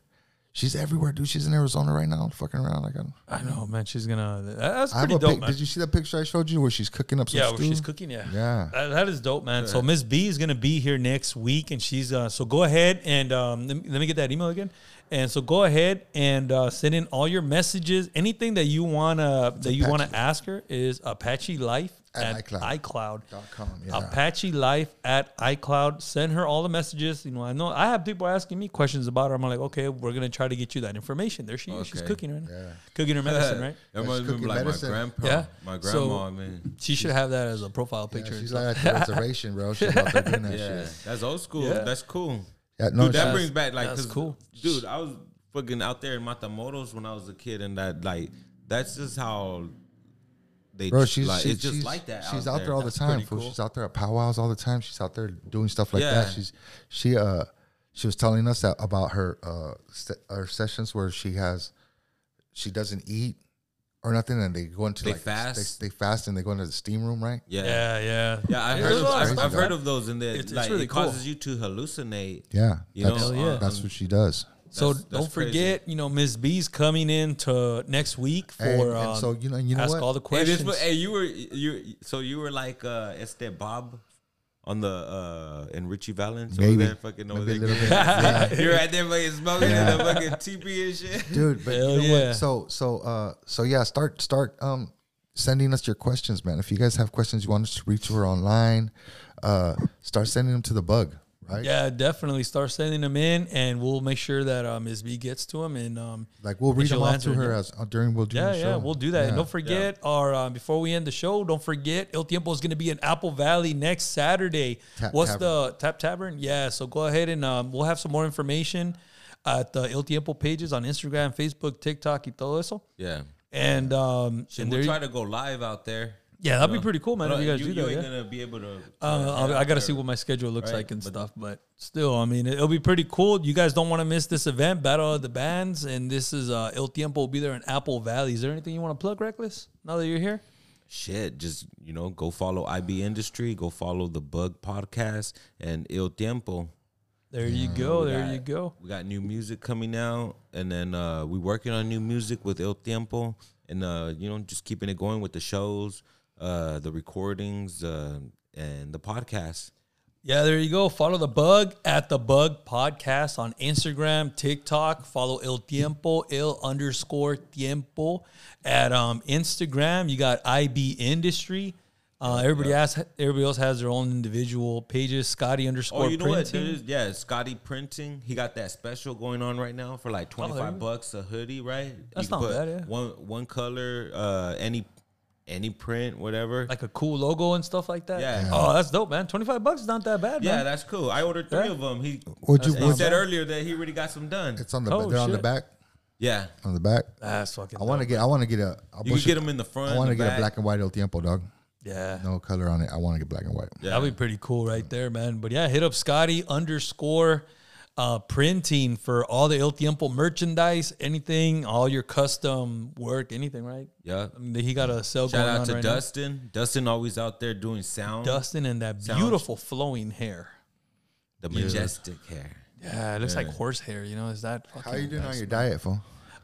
She's everywhere, dude. She's in Arizona right now, fucking around. Like I'm,
I know, man. She's gonna. that- That's
I have
pretty
a
dope,
pic-
man.
Did you see that picture I showed you where she's cooking up some
yeah, well,
stew?
she's cooking. Yeah,
Yeah.
That- that is dope, man. So Miss B is gonna be here next week, and she's uh, so go ahead and um, let, me, let me get that email again. And so go ahead and uh, send in all your messages. Anything that you wanna that you wanna ask her is Apache Life
At
at,
iCloud.
iCloud.
Dot com, yeah.
Apache Life at iCloud. Send her all the messages. You know, I know I have people asking me questions about her. I'm like, okay, we're gonna try to get you that information. There she is. She's
Okay.
cooking right now. Cooking her medicine, right?
That
That's
reminds me of,
cooking
like
medicine.
my grandpa,
Yeah.
my
So-
grandma, man.
She should have that as a profile
Yeah,
picture. and
she's
stuff.
like at the reservation, bro. She's out there doing that
Yeah,
shit.
that's old school. That's cool.
Yeah, no,
dude, that
she's-
brings back like
that's
'cause,
cool.
Dude, I was fucking out there in Matamoros when I was a kid, and that like that's just how they.
Bro, she's
like,
she-
it's just
she's,
like that.
She's out there, all the
That's
time.
pretty
Fool.
cool.
She's out there at powwows all the time. She's out there doing stuff like that.
Yeah.
She's she uh she was telling us that about her uh se- her sessions where she has she doesn't eat or nothing, and they go into
They
like
fast?
They, they fast and they go into the steam room, right?
Yeah. yeah.
Yeah, yeah.
I've,
There's
heard
a
of,
lot
I've,
crazy
I've
stuff.
heard of those, and that
It's- it's
like,
really
it
cool.
causes you to hallucinate.
Yeah,
You know,
that's,
Hell yeah.
that's what she does.
So
That's-
don't
that's crazy.
forget, you know, Miss B's coming in to next week for
And- and
uh,
so, you know- you know
ask
what?
all the
Hey, this
questions.
was- hey, you were you so you were like uh Este Bob on the uh in Richie Valens over
Maybe.
there fucking over
Maybe a
there.
little bit. Yeah.
You're right there fucking smoking in the fucking teepee and shit.
dude. But
Hell
you know
yeah.
what? So so uh so yeah. Start start um sending us your questions, man. If you guys have questions, you want us to reach her online, uh, start sending them to the bug, right?
yeah, definitely start sending them in, and we'll make sure that uh, Miss B gets to them. And um,
Like we'll
and
read
she'll
them off
answer
to her
them.
as uh, during we'll do
Yeah,
the
yeah,
show.
we'll do that. And don't forget, our um, before we end the show, don't forget El Tiempo is going to be in Apple Valley next Saturday.
Tap
What's
Tavern.
the Tap Tavern? Yeah, so go ahead and um, we'll have some more information at the El Tiempo pages on Instagram, Facebook, TikTok, y todo eso.
Yeah.
And um,
Shit,
and
we'll
there-
try to go live out there.
yeah, that'd be pretty cool, man.
But
If you guys do that,
ain't
yeah.
gonna be able to.
Uh, I'll- I got to see what my schedule looks like and stuff, but still, I mean, it'll be pretty cool. You guys don't want to miss this event, Battle of the Bands, and this is uh, El Tiempo will be there in Apple Valley. Is there anything you want to plug, Reckless? Now that you're here,
Shit, just you know, go follow IB Industry, go follow the Bug Podcast and Il Tiempo.
there you go, there
got
you go.
We got new music coming out, and then uh, we working on new music with El Tiempo, and uh, you know, just keeping it going with the shows, uh, the recordings, uh, and the podcast.
Yeah, there you go. Follow the bug at the bug podcast on Instagram, TikTok. Follow El Tiempo, Il underscore Tiempo at um, Instagram. You got IB Industry. Uh, everybody has everybody else has their own individual pages. Scotty underscore
Oh, you know what? There
printing.
is, yeah, Scotty Printing. He got that special going on right now for like twenty
there you
five
go.
bucks a hoodie, right?
That's
can
not
put
bad, yeah.
One one color, uh, any any print, whatever.
like a cool logo and stuff like that.
Yeah.
Oh, that's dope, man. Twenty five bucks is not that bad,
yeah,
man.
that's cool. I ordered three
Yeah.
of them. He,
Would you
he
want?
said earlier that he already got some done.
It's on the.
Oh,
they're on the
shit.
back.
Yeah,
On the back.
That's fucking.
I want to get. I want to get a. I'll
you
push
can get
it-
them in the front.
I want to
the
get a
back.
black and white El Tiempo, dog.
Yeah.
No color on it. I want to get black and white.
Yeah.
That'd be pretty cool right there, man. But yeah, hit up Scotty underscore uh, printing for all the El Tiempo merchandise, anything, all your custom work, anything, right?
Yeah.
I mean, he got a sale
Shout
going
out
on
to
right
Dustin. Dustin always out there doing sound.
now. Dustin and that
Sounds-
beautiful flowing hair.
The majestic hair.
Yeah, it looks like horse hair. You know, is that fucking
How you doing on your diet, fool?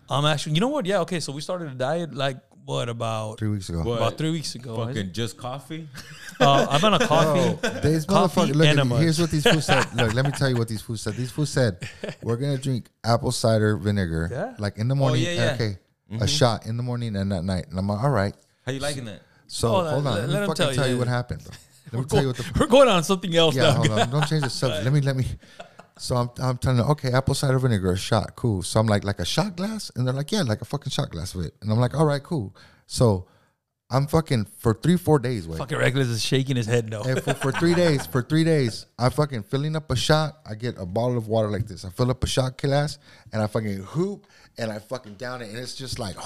I'm actually, you know what? Yeah, okay. So we started a diet like what about
Three weeks ago.
about three weeks ago? right?
Fucking just coffee.
Uh, I'm on a coffee.
These
Coffee
motherfuckers. Look,
enemas.
here's what these fools said. Look, let me tell you what these fools said. These fools said, "We're gonna drink apple cider vinegar,
Yeah. Mm-hmm.
like in the morning.
yeah, yeah.
Okay, a shot in the morning and at night." And I'm like, "All right."
How you liking that?
So
Oh,
hold on.
let-
Let,
let
me
him
fucking
tell
tell,
you.
you what happened. Bro. Let me tell you what the
We're going on something else
Yeah,
now.
hold on. Don't change the subject. Let me let me. So I'm I'm telling them, okay, apple cider vinegar, a shot, cool. So I'm like, like a shot glass, and they're like, yeah, like a fucking shot glass of it. And I'm like, all right, cool. So I'm fucking for three four days, wait.
Fucking Regulus is shaking his head no.
And for, for three days, for three days, I fucking filling up a shot. I get a bottle of water like this. I fill up a shot glass, and I fucking hoop, and I fucking down it, and it's just like,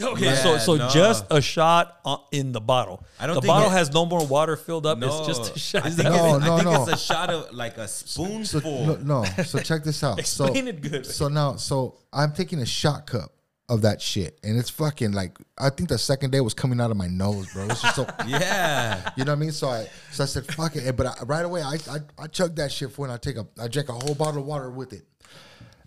Okay,
Yeah,
so so
no.
just a shot uh, in the bottle.
I don't
the
think
bottle
it-
has no more water filled up.
No,
It's just a shot.
I
Is
think,
that-
No,
it's,
no,
I think
no.
it's a shot of like a
So,
spoonful.
no, no, so check this out.
Explain
so,
it good.
So now, so I'm taking a shot cup of that shit, and it's fucking like I think the second day was coming out of my nose, bro. It's just so.
Yeah.
You know what I mean? So I, so I said, "Fuck it!" But I, right away, I, I, I chugged that shit for, and I take a, I drank a whole bottle of water with it,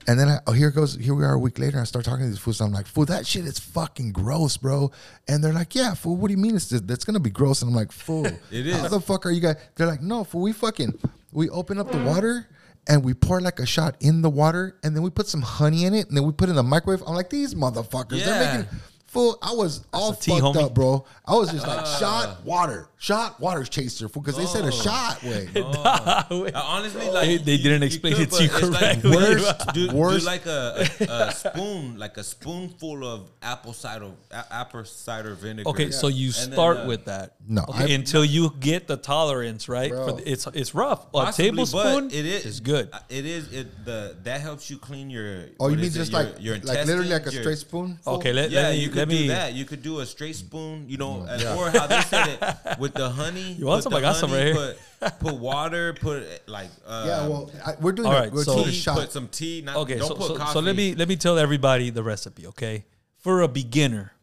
and then I, oh, here goes, here we are a week later. I start talking to these fools. I'm like, "Fool, that shit is fucking gross, bro." And they're like, "Yeah, fool, what do you mean it's that's gonna be gross?" And I'm like, "Fool,
It is.
How the fuck are you guys?" They're like, "No, fool, we fucking, we open up the water." And we pour like a shot in the water, and then we put some honey in it, and then we put it in the microwave. I'm like, these motherfuckers,
Yeah.
they're making fool. I was all
a tea,
fucked
homie. Ah.
up, bro. I was just like, shot, water, shot, water chaser, because they
Oh.
said a shot way. Oh,
Uh, honestly, like
They- they
you-
didn't
you
explain
could,
it to you
but it's like-
correctly.
Worst-
do, do
worst-
like a, a, a spoon, like a spoonful of apple cider, a- apple cider vinegar.
Okay, so you
And then,
start
uh,
with that.
No,
Okay,
I-
until you get the tolerance right. For
Bro.
the, it's it's rough. A
Possibly,
tablespoon.
but it is
good.
It is it the that helps you clean your.
Oh, you
what
mean
is it,
just
your-
like,
your
like literally like a
intestines, your-
straight spoon?
Okay, let,
Yeah,
let me,
you could
let
do
me
that. You could do a straight spoon, you know, uh, or how they said it with the honey.
You want
put
some?
the
I got some
honey,
right here.
Put, put water. Put uh, like uh,
yeah, well, I, we're doing
Um, all
a-
right,
we're
so-
doing a
tea,
shot.
Put some tea. Not,
Okay,
don't
so,
put
so,
coffee.
so let me let me tell everybody the recipe, okay? For a beginner,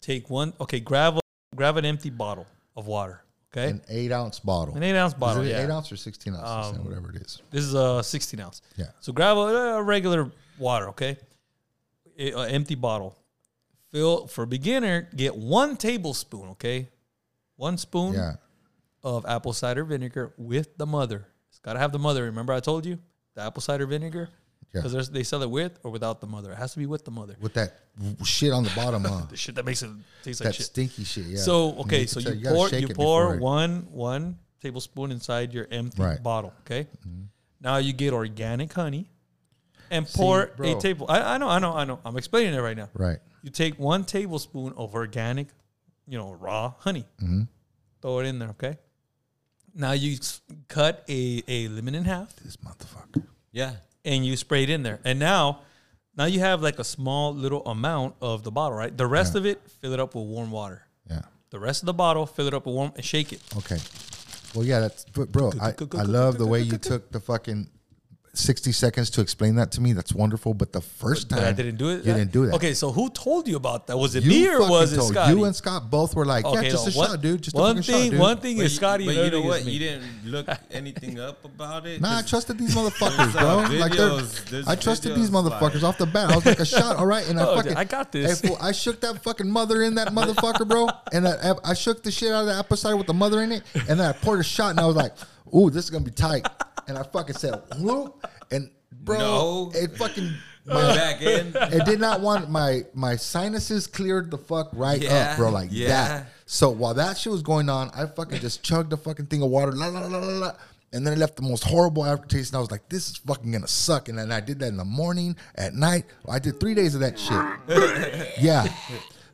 take one. Okay, grab a, grab an empty bottle of water. Okay,
an eight ounce bottle.
an eight ounce
Is
bottle.
it
yeah.
eight ounce or sixteen ounces,
Um,
whatever it is.
This is a 16 ounce.
Yeah.
So grab a, a regular water, okay? A, a empty bottle. Fill for beginner. Get one tablespoon, okay? One spoon
Yeah,
of apple cider vinegar with the mother. It's got to have the mother. Remember I told you the apple cider vinegar
Yeah.
because they sell it with or without the mother. It has to be with the mother.
with that w- shit on the bottom, huh?
The shit that makes it taste
that
like shit.
stinky shit. Yeah.
So okay, so
can tell-
you
gotta
pour
shake
you
it
pour
before it-
one one tablespoon inside your empty
Right. Mm-hmm.
bottle. Okay, now you get organic honey, and pour a
bro.
table. I, I know, I know, I know. I'm explaining it right now.
Right.
You take one tablespoon of organic, you know, raw honey.
Mm-hmm.
Throw it in there. Okay. Now you s- cut a a lemon in half
This motherfucker.
Yeah,
and you spray it in there. And now, now you have like a small little amount of the bottle. Right. The rest of it, fill it up with warm water.
Yeah.
The rest of the bottle, fill it up with warm and shake it.
Okay. Well, yeah, that's but bro. I, I love the way you took the fucking sixty seconds to explain that to me. That's wonderful. But the first time
But I didn't do it.
You didn't do that.
Okay, so who told you about that? Was it
You
me or
fucking
was it
told-
Scotty?
You and Scott both were like,
okay,
yeah, just
no,
a
one-
shot, dude. Just a
one
fucking
thing.
shot, dude.
One thing
But
is
you-
Scotty.
But you know
learning is
what?
me.
You didn't look anything up about it.
Nah, I
'Cause
trusted these motherfuckers, bro.
There's, uh,
like they're,
videos- there's
I trusted these
videos,
motherfuckers
like-
off the bat. I was like a shot, all right, and I
Oh,
fucking
I got this.
Hey, fool, I shook that fucking mother in that motherfucker, bro, and I, I- I shook the shit out of the apple cider with the mother in it, and then I poured a shot, and I was like, "Ooh, this is gonna be tight," and I fucking said, "Whoop," and bro,
No.
it fucking
my
my,
back end.
it did not want my my sinuses cleared the fuck right
Yeah,
up, bro, like
yeah.
that. So while that shit was going on, I fucking just chugged the fucking thing of water, la la la la la, la, and then it left the most horrible aftertaste. And I was like, this is fucking gonna suck. And then I did that in the morning, at night. I did three days of that shit. yeah.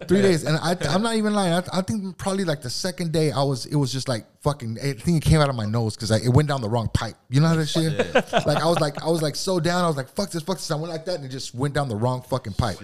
Three days, and I, I'm not even lying. I, I think probably like the second day, I was. It was just like fucking. I think it came out of my nose because it went down the wrong pipe. You know how that shit. Like I was like I was like so down. I was like fuck this, fuck this. I went like that, and it just went down the wrong fucking pipe.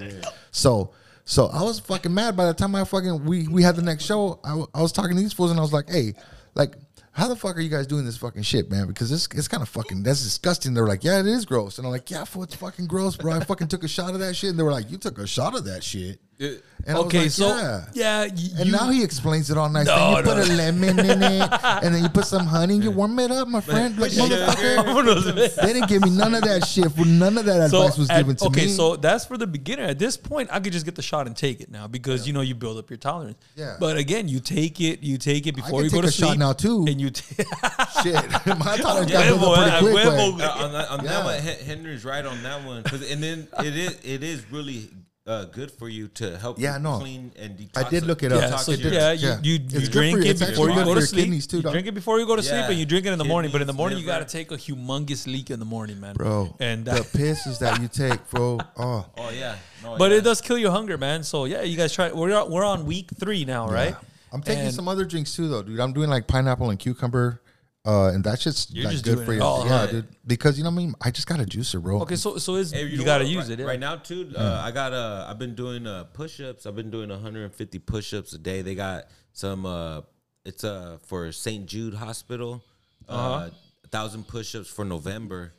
So so I was fucking mad. By the time I fucking we we had the next show, I, w- I was talking to these fools, and I was like, hey, like. How the fuck are you guys doing this fucking shit, man? Because it's it's kind of fucking that's disgusting. They're like, yeah, it is gross, and I'm like, yeah, fool, it's fucking gross, bro. I fucking took a shot of that shit, and they were like, you took a shot of that shit. And I was
okay,
like,
so
yeah.
yeah, y-
And
you-
now he explains it all nice.
No,
and you
no.
put a lemon in it, and then you put some honey, and you warm it up, my friend. Like, motherfucker, they didn't give me none of that shit. fool. None of that
so
advice was
at-
given to
okay,
me.
so that's for the beginner. At this point, I could just get the shot and take it now because you know you build up your tolerance.
Yeah.
But again, you take it, you take it before
can
you go
take
to
a shot
sleep.
now, too.
And you take
shit, my tolerance got built up pretty quick. like,
Uh, on that, on
Yeah.
that one, Hen- Henry's right on that one. 'Cause- and then it is it is really uh, good for you to help.
Yeah,
you
no.
clean and detox.
I did look it up.
yeah,
detox
so
it
your-
did.
yeah, you,
Yeah.
you,
It's
you
good for
drink
you.
it
It's actually
before you
good
go
for
to
your
sleep.
kidneys, too,
you
dog.
drink it before you go to sleep,
Yeah.
and you drink it in the morning. But in the
Kidneys,
morning, you got to
liver.
take a humongous leak in the morning, man,
bro,
And uh, that,
the pisses that you take, bro. Oh,
Oh yeah, no,
but
yeah.
it does kill your hunger, man. So yeah, you guys try. We're on- we're on week three now, right?
I'm taking
And-
some other drinks too, though, dude. I'm doing like pineapple and cucumber, uh, and that shit's
You're
like,
just
good
doing
for
it
you.
all,
yeah,
huh?
dude. Because you know what I mean. I just got a juicer, bro.
Okay, so so is
Hey,
you,
know
got to
what?
use
right,
it yeah. Mm.
right now too. Uh, I got uh, I've been doing uh, push-ups. I've been doing 150 push-ups a day. They got some. Uh, it's uh for St. Jude Hospital. uh
Uh-huh.
thousand push-ups for November,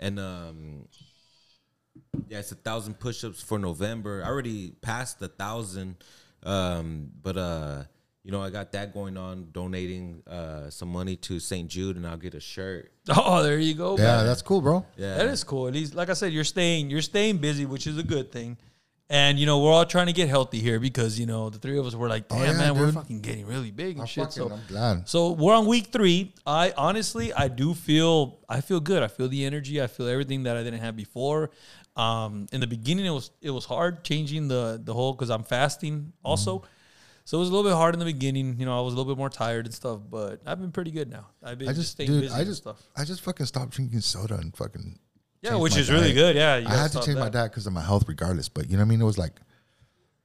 and um, yeah, it's a thousand push-ups for November. I already passed the thousand, um, but uh, you know, I got that going on. Donating uh some money to St. Jude, and I'll get a shirt.
Oh, there you go.
yeah,
man.
that's cool, bro.
Yeah,
That is cool. At least, like I said, you're staying you're staying busy, which is a good thing. And you know, we're all trying to get healthy here because you know the three of us were like, "Damn,
Oh, yeah,
man, we're
dude.
fucking getting really big and
I'm
shit."
fucking-
so,
I'm glad.
so we're on week three. I honestly, I do feel I feel good. I feel the energy. I feel everything that I didn't have before. Um, in the beginning, it was it was hard changing the the whole because I'm fasting also.
Mm-hmm.
So it was a little bit hard in the beginning. You know, I was a little bit more tired and stuff, but I've been pretty good now. I've been
I
just,
just,
staying
dude,
busy
I
and
just,
stuff.
I just fucking stopped drinking soda and fucking.
Yeah,
changed
which
my
is really
diet.
good. Yeah, you
I
gotta
had to
stop
change my
that.
diet because of my health, regardless. But you know what I mean? It was like,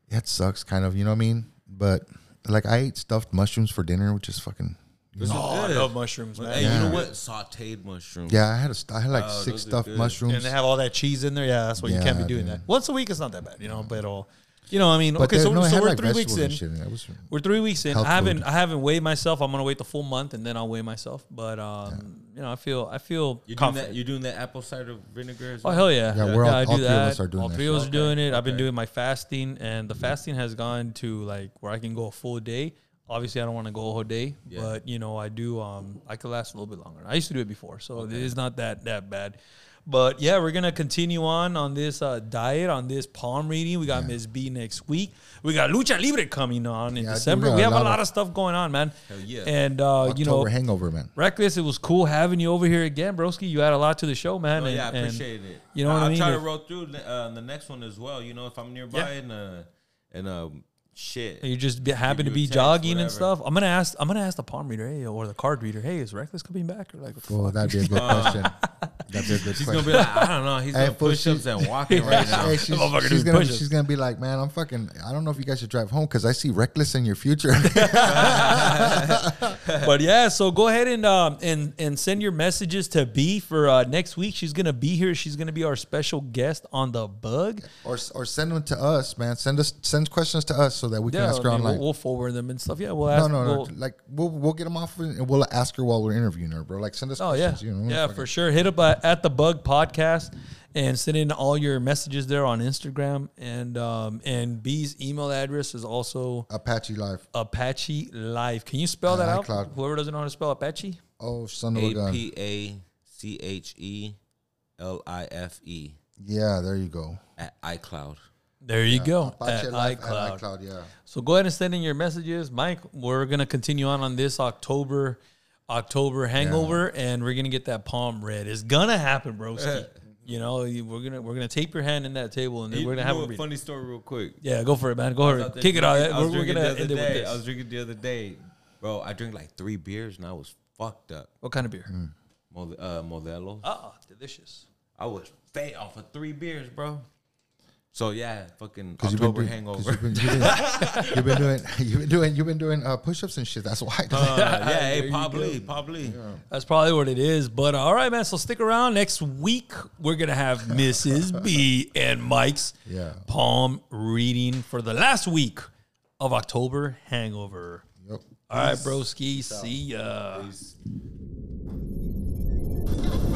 that sucks, kind of. You know what I mean? But like, I ate stuffed mushrooms for dinner, which is fucking.
Those are
Oh, I
good.
love mushrooms, man.
Hey, you know what? Sauteed mushrooms.
Yeah, I had a, st- I had like
Oh,
six
those are
stuffed
good.
mushrooms.
And they have all that cheese in there. Yeah, that's why you
Yeah,
can't be doing
dude.
that. Once a week, it's not that bad, you know. But all, you know, I mean,
but
okay,
they-
so,
no, it
so
had,
we're
like,
three weeks
vegetables
in.
and shit in. It was
We're three weeks in.
Health
I haven't
food.
I haven't weighed myself. I'm gonna wait the full month and then I'll weigh myself. But um, you know, I feel I feel
You doing
confident.
that? You doing that apple cider vinegar? As
Oh
well?
hell yeah!
Yeah, we're all-
I
all three of us are doing
all
that
three
shit.
of us are doing it. I've been doing my fasting, and the fasting has gone to like where I can go a full day. Obviously, I don't want to go a whole day, but you know, I do. Um, I could last a little bit longer. I used to do it before, so it is not that that bad. But yeah, we're gonna continue on on this uh, diet, on this palm reading. We got Ms. B next week. We got Lucha Libre coming on in
Yeah, dude, we
December.
got
We have a lot of, stuff going on, man.
yeah.
And uh,
October
you know,
hangover, man.
Reckless, it was cool having you over here again, broski. You add a lot to the show, man.
Oh,
and-
yeah, I
and-
appreciate it.
you know what I
I'll
mean?
try to
If-
roll through uh, the next one as well. You know, if I'm nearby and uh, and um, shit.
And you just be, happen to
you a
be
text,
jogging and
whatever.
stuff. I'm gonna ask. I'm gonna ask the palm reader, hey, or the card reader, hey, is Reckless coming back? Or like, what the
Oh,
fuck?
that'd be a good question. That'd be a good
She's
question.
gonna be like, I don't know. He's
Hey,
doing
fool,
push ups
she-
and walking right now.
Hey, she's,
Motherfucker
she's
doing
gonna
push-ups.
she's gonna be like, man, I'm fucking. I don't know if you guys should drive home because I see reckless in your future.
but yeah, so go ahead and um and and send your messages to B for uh, next week. She's gonna be here. She's gonna be our special guest on the bug.
or or send them to us, man. Send us send questions to us so that we can
Yeah,
ask her
I mean,
online.
we'll, we'll forward them and stuff. Yeah, we'll
no,
ask.
no,
we'll-
no. Like we'll we'll get them off and we'll ask her while we're interviewing her, bro. Like send us
Oh yeah,
questions. You know,
yeah, for sure. Hit up uh, at the Bug Podcast and send in all your messages there on Instagram and um and B's email address is also
Apache Life.
Apache Life. Can you spell that out?
iCloud.
Whoever doesn't know how to spell Apache.
Oh, son of a
A
gun.
P A C H E L I F E
Yeah, there you go.
at iCloud.
There you go.
Apache
at
Life at
iCloud.
iCloud. Yeah.
So go ahead and send in your messages, Mike. We're gonna continue on on this October October hangover, and we're gonna get that palm red. It's gonna happen, broski. you know, you- we're gonna we're gonna tape your hand in that table, and then we're
You
gonna
know
have a
a
read.
funny story, real quick.
Yeah, go for it, man. Go ahead,
out there
kick it out.
drinking- I was
We're, we're
drinking
gonna
the other
end it with
day.
this.
I was drinking the other day, bro. I drank like three beers and I was fucked up.
what kind of beer?
Mm.
Mod- uh, Modelo.
Ah, delicious.
I was fat off of three beers, bro. So yeah, fucking
you've been
October
doing, 'cause
hangover.
You've been, doing, you've been doing, you've been doing, you've been doing uh, push-ups and shit. That's why.
Uh, yeah, hey, probably, probably.
That's probably what it is. But uh, all right, man. So stick around. Next week, we're going to have Mrs. B and Mike's
Yeah.
palm reading for the last week of October Hangover.
Yep.
All right, broski. See ya.
He's-